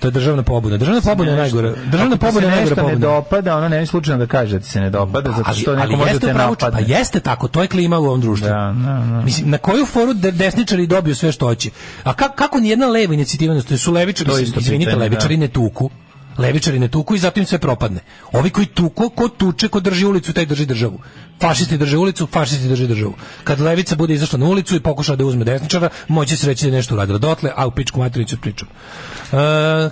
To je državna pobuna. Državna pobuna je najgore. Državna
Ako ti
pobuna
se
je najgore
nešto ne
pobuna.
dopada, ono nema slučajno da kaže da ti se ne dopada, zato
Ali-
što neko
ali
može da
jeste
te
u pravu,
napadne.
Pa jeste tako, to je klima u ovom društvu.
Da, da, da.
Mislim, na koju foru de- desničari dobiju sve što hoće? A kako, kako nijedna leva inicijativa, odnosno su levičari,
To je
mislim,
isto
izvinite,
pitanje,
levičari
da.
ne tuku. Levičari ne tuku i zato im sve propadne. Ovi koji tuku, ko tuče, ko drži ulicu, taj drži državu. Fašisti drže ulicu, fašisti drže državu. Kad levica bude izašla na ulicu i pokušala da uzme desničara, moći se reći da je nešto uradila dotle, a u pičku matericu pričam. E,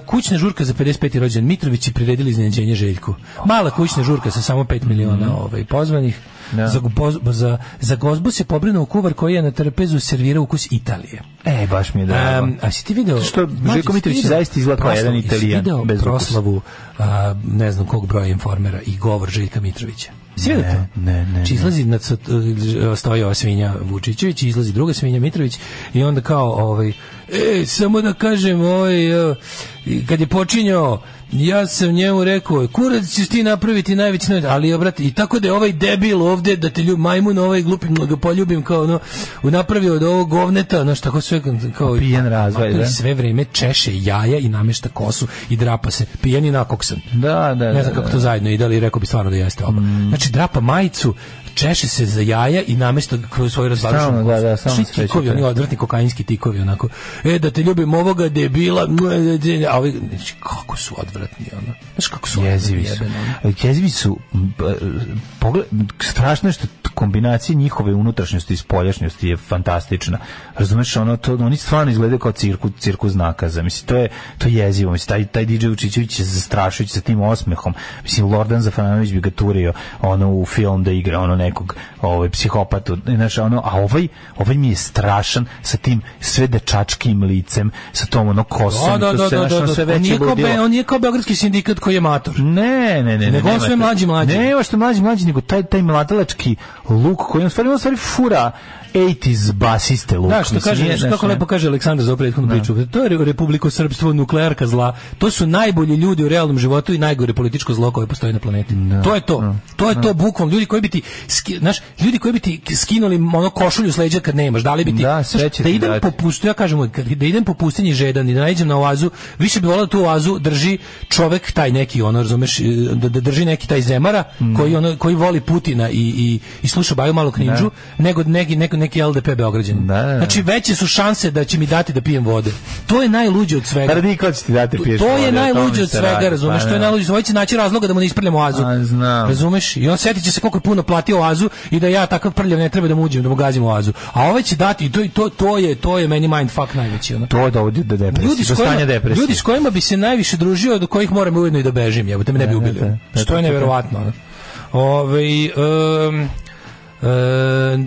kućna žurka za 55. rođendan Mitrović je priredili iznenađenje Željku. Mala kućna žurka sa samo 5 miliona ovaj, pozvanih.
Da.
Za, goz- za, za gozbu se pobrinuo kuvar koji je na trpezu servirao ukus Italije.
E, baš mi je drago.
Um, a si ti video...
Što
Mlađe,
Željko
si ti
Mitrović
video
zaista izgleda kao
proslavu-
jedan
jesi ti
Italijan
video
bez ukusa?
proslavu, a, ne znam kog broja informera i govor Željka Mitrovića. Si
Ne,
video to?
ne, ne,
Znači
ne.
izlazi na cat- eh, stoji ova svinja Vučićević, izlazi druga svinja Mitrović i onda kao ovaj e, samo da kažem ovaj eh, i kad je počinjao Ja sam njemu rekao, kurac ćeš ti napraviti najveći noć, ali brate, i tako da je ovaj debil ovde, da te ljub, majmun ovaj glupi, ga poljubim, kao ono, napravio od ovog govneta, znaš, tako sve, kao...
Pijen razvalj,
Matori
da?
Sve vreme češe jaja i namešta kosu i drapa se, pijen i nakoksan
Da, da,
ne
da,
znam kako
da.
to zajedno ide, ali rekao bi stvarno da jeste oba.
Mm.
Znači, drapa majicu, češe se za jaja i namešta kroz svoju razbavišnu
Stalno,
kosu.
da, da, stalno
Znači,
se sećam
tikovi,
toga.
oni odvratni kokainski tikovi, onako. E, da te ljubim ovoga debila, a ovi, znači, kako su odvratni, ono. Znaš kako su
Jezivi su.
odvratni, jebeno, ono.
Jezivi su, m, b- pogled, strašno je što t- kombinacija njihove unutrašnjosti i spoljašnjosti je fantastična. Razumeš, ono, to, oni stvarno izgledaju kao cirku, cirku znakaza. Mislim, to je, to je jezivo. Mislim, taj, taj DJ Vučićević je zastrašujući sa tim osmehom. Mislim, Lordan Zafranović bi ga turio ono, u film da igra ono nekog ovaj, psihopatu. Znaš, ono, a ovaj, ovaj mi je strašan sa tim sve dečačkim licem, sa tom ono kosom. i
Da,
to
da,
sve,
da,
znaš,
da,
ono,
da.
sve
On
veće
nije kao
ludilo.
Be- On nije kao Beogradski sindikat koji je mator.
Ne, ne, ne.
Nego on
nema
sve
to.
mlađi, mlađi.
Ne, ovo što mlađi, mlađi, nego taj, taj mladalački luk koji on stvari, on stvari fura 80s basiste luk.
Da, što
mislim,
kaže,
nije,
što
znaš,
tako
ne.
lepo kaže Aleksandar za ovu prethodnu
Da.
priču. To je republiko srpstvo, nuklearka zla. To su najbolji ljudi u realnom životu i najgore političko zlo koje postoji na planeti. To je to. To je to bukvom ljudi koji bi ti ski- znaš, ljudi koji bi ti skinuli ono košulju s leđa kad nemaš. Da li bi ti
Da,
znaš,
sve će
da
ti
idem
dati.
po pustu, ja kažem, uvijek, kad- da idem po pustinji žedan i da naiđem na oazu, više bi volao da tu oazu drži čovek taj neki, ono, razumeš, e, da, da drži neki taj zemara koji, ono, koji voli Putina i, i, i sluša Baju malo knjiđu, nego neki, neki, neki LDP Beograđan.
da.
Znači, veće su šanse da će mi dati da pijem vode. To je najluđe od svega.
Radikal će ti dati piješ
To
vode, o
je
tome
najluđe od
se
svega,
radi,
razumeš?
pa
To je
da.
najluđe. Ovaj će naći razloga da mu ne isprljamo oazu.
A, znam.
Razumeš? I on setit će se koliko je puno platio oazu i da ja takav prljav ne treba da mu uđem, da mu gazim oazu. A ovaj će dati, i to, to, to je, to je meni mindfuck najveći. Ono.
To dovodi do depresije,
Ljudi s
do
kojima-
stanja depresije.
Ljudi s kojima bi se najviše družio, do kojih moram ujedno i da bežim, jebote me ne bi ubili.
da, da,
što
da,
je
da.
neverovatno. ono. Ovaj em,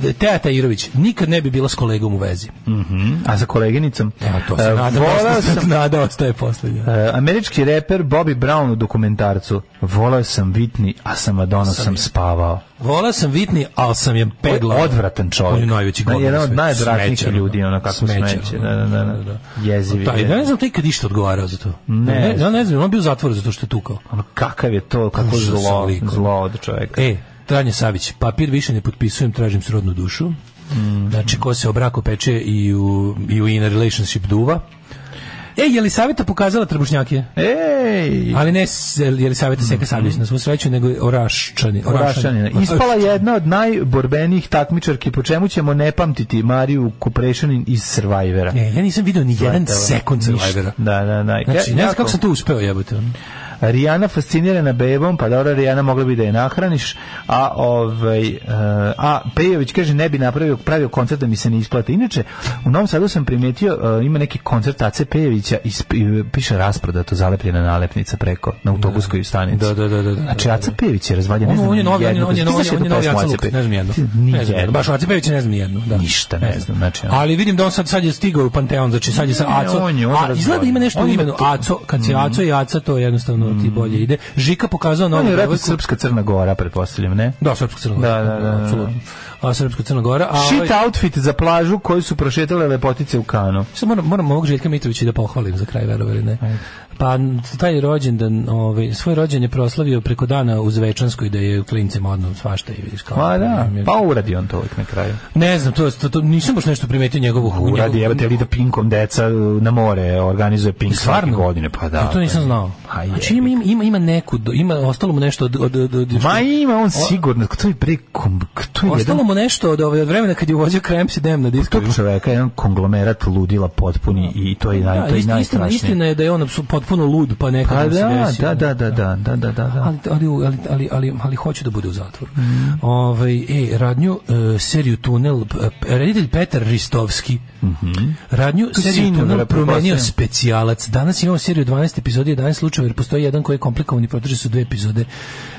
e, Teja Tajirović nikad ne bi bila s kolegom u vezi.
Mhm. A sa koleginicom?
A to se
E,
nada,
voleo
ostaje-
sam-
nada ostaje poslednja.
E, američki reper Bobby Brown u dokumentarcu Volao sam Whitney, a sa Madonna sam, spavao.
Volao sam Vitni, ali sam je peglao.
Odvratan čovjek.
On je najveći govno
Jedan
na
od
svetu.
najodvratnijih
Smeće,
ljudi, ono kako smeće. Da, da, da, da. Jezivi
Pa Taj,
je.
ja ne znam taj kad išta odgovarao za to.
Ne
ne, ja ne znam, on je bio u zatvoru zato što je tukao.
Ono, kakav je to, kako
Užasan
zlo,
lik, ono.
zlo od čovjeka.
E, Tranje Savić, papir više ne potpisujem, tražim srodnu dušu.
Mhm.
Znači, ko se o braku peče i u, i u in a relationship duva. E, je li savjeta pokazala trbušnjake?
Ej!
Ali ne s- je li savjeta
Mhm.
Seka Savić na svu sreću, nego je Oraščani.
Orašanina. Ispala je jedna od najborbenijih takmičarki, po čemu ćemo ne pamtiti Mariju Kuprešanin iz Survivora.
E, ja nisam video ni jedan
Sletela.
sekund
Ništa.
Survivora.
Da, da, da.
Znači, ne znam
Jako-
kako sam to uspeo jebote.
Rijana fascinirana bebom, pa dobro, Rijana mogla bi da je nahraniš, a ovaj e, a Pejović kaže ne bi napravio pravio koncert da mi se ne isplati. Inače, u Novom Sadu sam primetio e, ima neki koncert Ace Pejovića i sp- e, piše rasprodato zalepljena nalepnica preko na autobuskoj stanici.
Da, da, da, da, da.
Znači Ace Pejović je razvaljen, ne
Ono, On,
znam.
on je novi, on je,
jednu-
on je
Ti
novi,
znaš
on je
jednu
novi
pesmu
Aca
Ace
Lukić,
Pejovića?
ne znam jednu.
Ti- ni
Ne znam jednu.
jednu.
Baš Aca Pejević ne znam jednu. Da.
Ništa, ne znam, znači, ono.
Ali vidim da on sad, sad je stigao u Panteon, znači sad je sa
Ne, ne,
Aco.
on je, on
a,
razvaljen.
izgleda da ima nešto
On ima
u imenu.
to-
Aco, kad si Aco i Aca, to jednostavno ti bolje ide. Žika pokazao
On
novu
je vjerojatno
devojku.
Srpska Crna Gora, pretpostavljam, ne?
Da, Srpska Crna
Da,
Gora.
da, da, da.
Apsolutno. A Srpska Crna Gora. A, ovaj-
Shit outfit za plažu koju su prošetale lepotice u kanu.
Sad moram, moram ovog Željka Mitrovića da pohvalim za kraj, verovali ne. Pa taj rođendan, ovaj, svoj rođendan je proslavio preko dana u Zvečanskoj da je klincima odnom svašta i vidiš kao.
Ma da,
im je-
pa uradi on to uvijek na kraju.
Ne znam, to, to, to nisam baš nešto primetio Pa njegovu
Pa Uradi, evo te Lida Pinkom deca uh, na more, organizuje Pink svake
Stvarno?
godine, pa da. Pa
Ja to nisam znao.
A je.
Znači ima, ima, ima neku, do- ima, ostalo mu nešto od... od, od, od
Ma ima on
O-
sigurno, to je bre, kom, to je
Ostalo
jedan Pa
mu nešto od, ovaj, od vremena kad je uvozio Cramps i Dem na disku.
tog čoveka, jedan konglomerat ludila potpuni i to je, naj, to je
istina, istina,
najstrašnije.
istina je da je on apsu- potpuno lud, pa nekad
Pa
mu se
da,
desi,
da,
ono.
da, da, da, da, da, da.
ali, ali, ali, ali, ali, ali hoću da bude u zatvoru.
Mm.
Ovaj, e, radnju, e, seriju Tunel, p- p- reditelj Petar Ristovski, radnju,
Mhm. To je
seriju
sin,
Tunel
vjerojatno,
promenio
pretpostavljam.
specijalac. Danas imamo seriju 12 epizodi, 11 slučajeva, jer postoji jedan koji je komplikovan i protrže su dve epizode. E,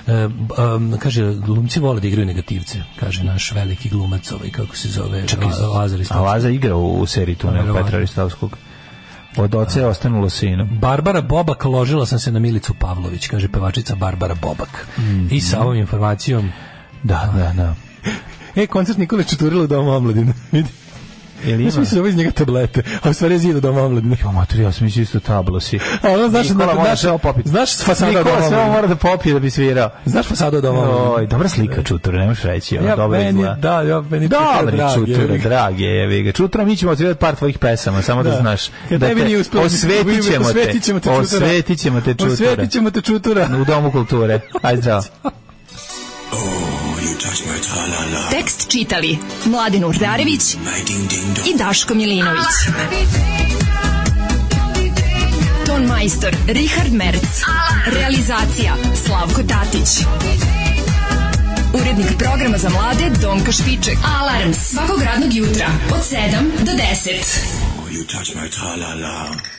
b- um, kaže, glumci vole da igraju negativce, kaže naš veliki glumac, ovaj, kako se zove, La- Lazar
A
Ristovski.
Laza igra u, u seriji Tunel
Verovatno.
Petra Ristovskog. Od oca je ostanulo sinom.
Barbara Bobak, ložila sam se na Milicu Pavlović, kaže pevačica Barbara Bobak.
Mhm.
I sa ovom informacijom
Da, da, da.
E, koncert Nikole Čuturila u Domu omladine. Vidi.
Jel
Ja
ima?
sam mislio da ovo iz njega tablete, a u stvari je zid u Domu omladine.
Jo, mater, ja sam mislio isto tablo si.
A ono, znaš,
Nikola
znaš-
mora sve ovo popiti.
znaš fasada
Nikola
doma
sve ovo
omladine.
mora da popije da bi svirao.
Znaš fasadu od Domu omladine?
Oj, dobra slika čutura, nemoš reći, ona
Ja,
dobra
meni,
izgleda.
da, ja, meni
Dobar je čutura,
je.
drage jevi ga. Čutura mi ćemo otvirati par tvojih pesama, samo da,
Da.
znaš.
Kad
da
tebi nije uspelo,
osvetit ćemo te.
osvetit ćemo te čutura.
Osvetit ćemo te čutura.
Osvetit ćemo te čutura.
U Domu kulture. Ajde, zdravo.
Tekst čitali Mladin Urdarević i Daško Milinović. Ton majstor Richard Merc. Realizacija Slavko Tatić. Urednik programa za mlade Donka Špiček. Alarms svakog radnog jutra od 7 do 10.
You touch my tra-la-la.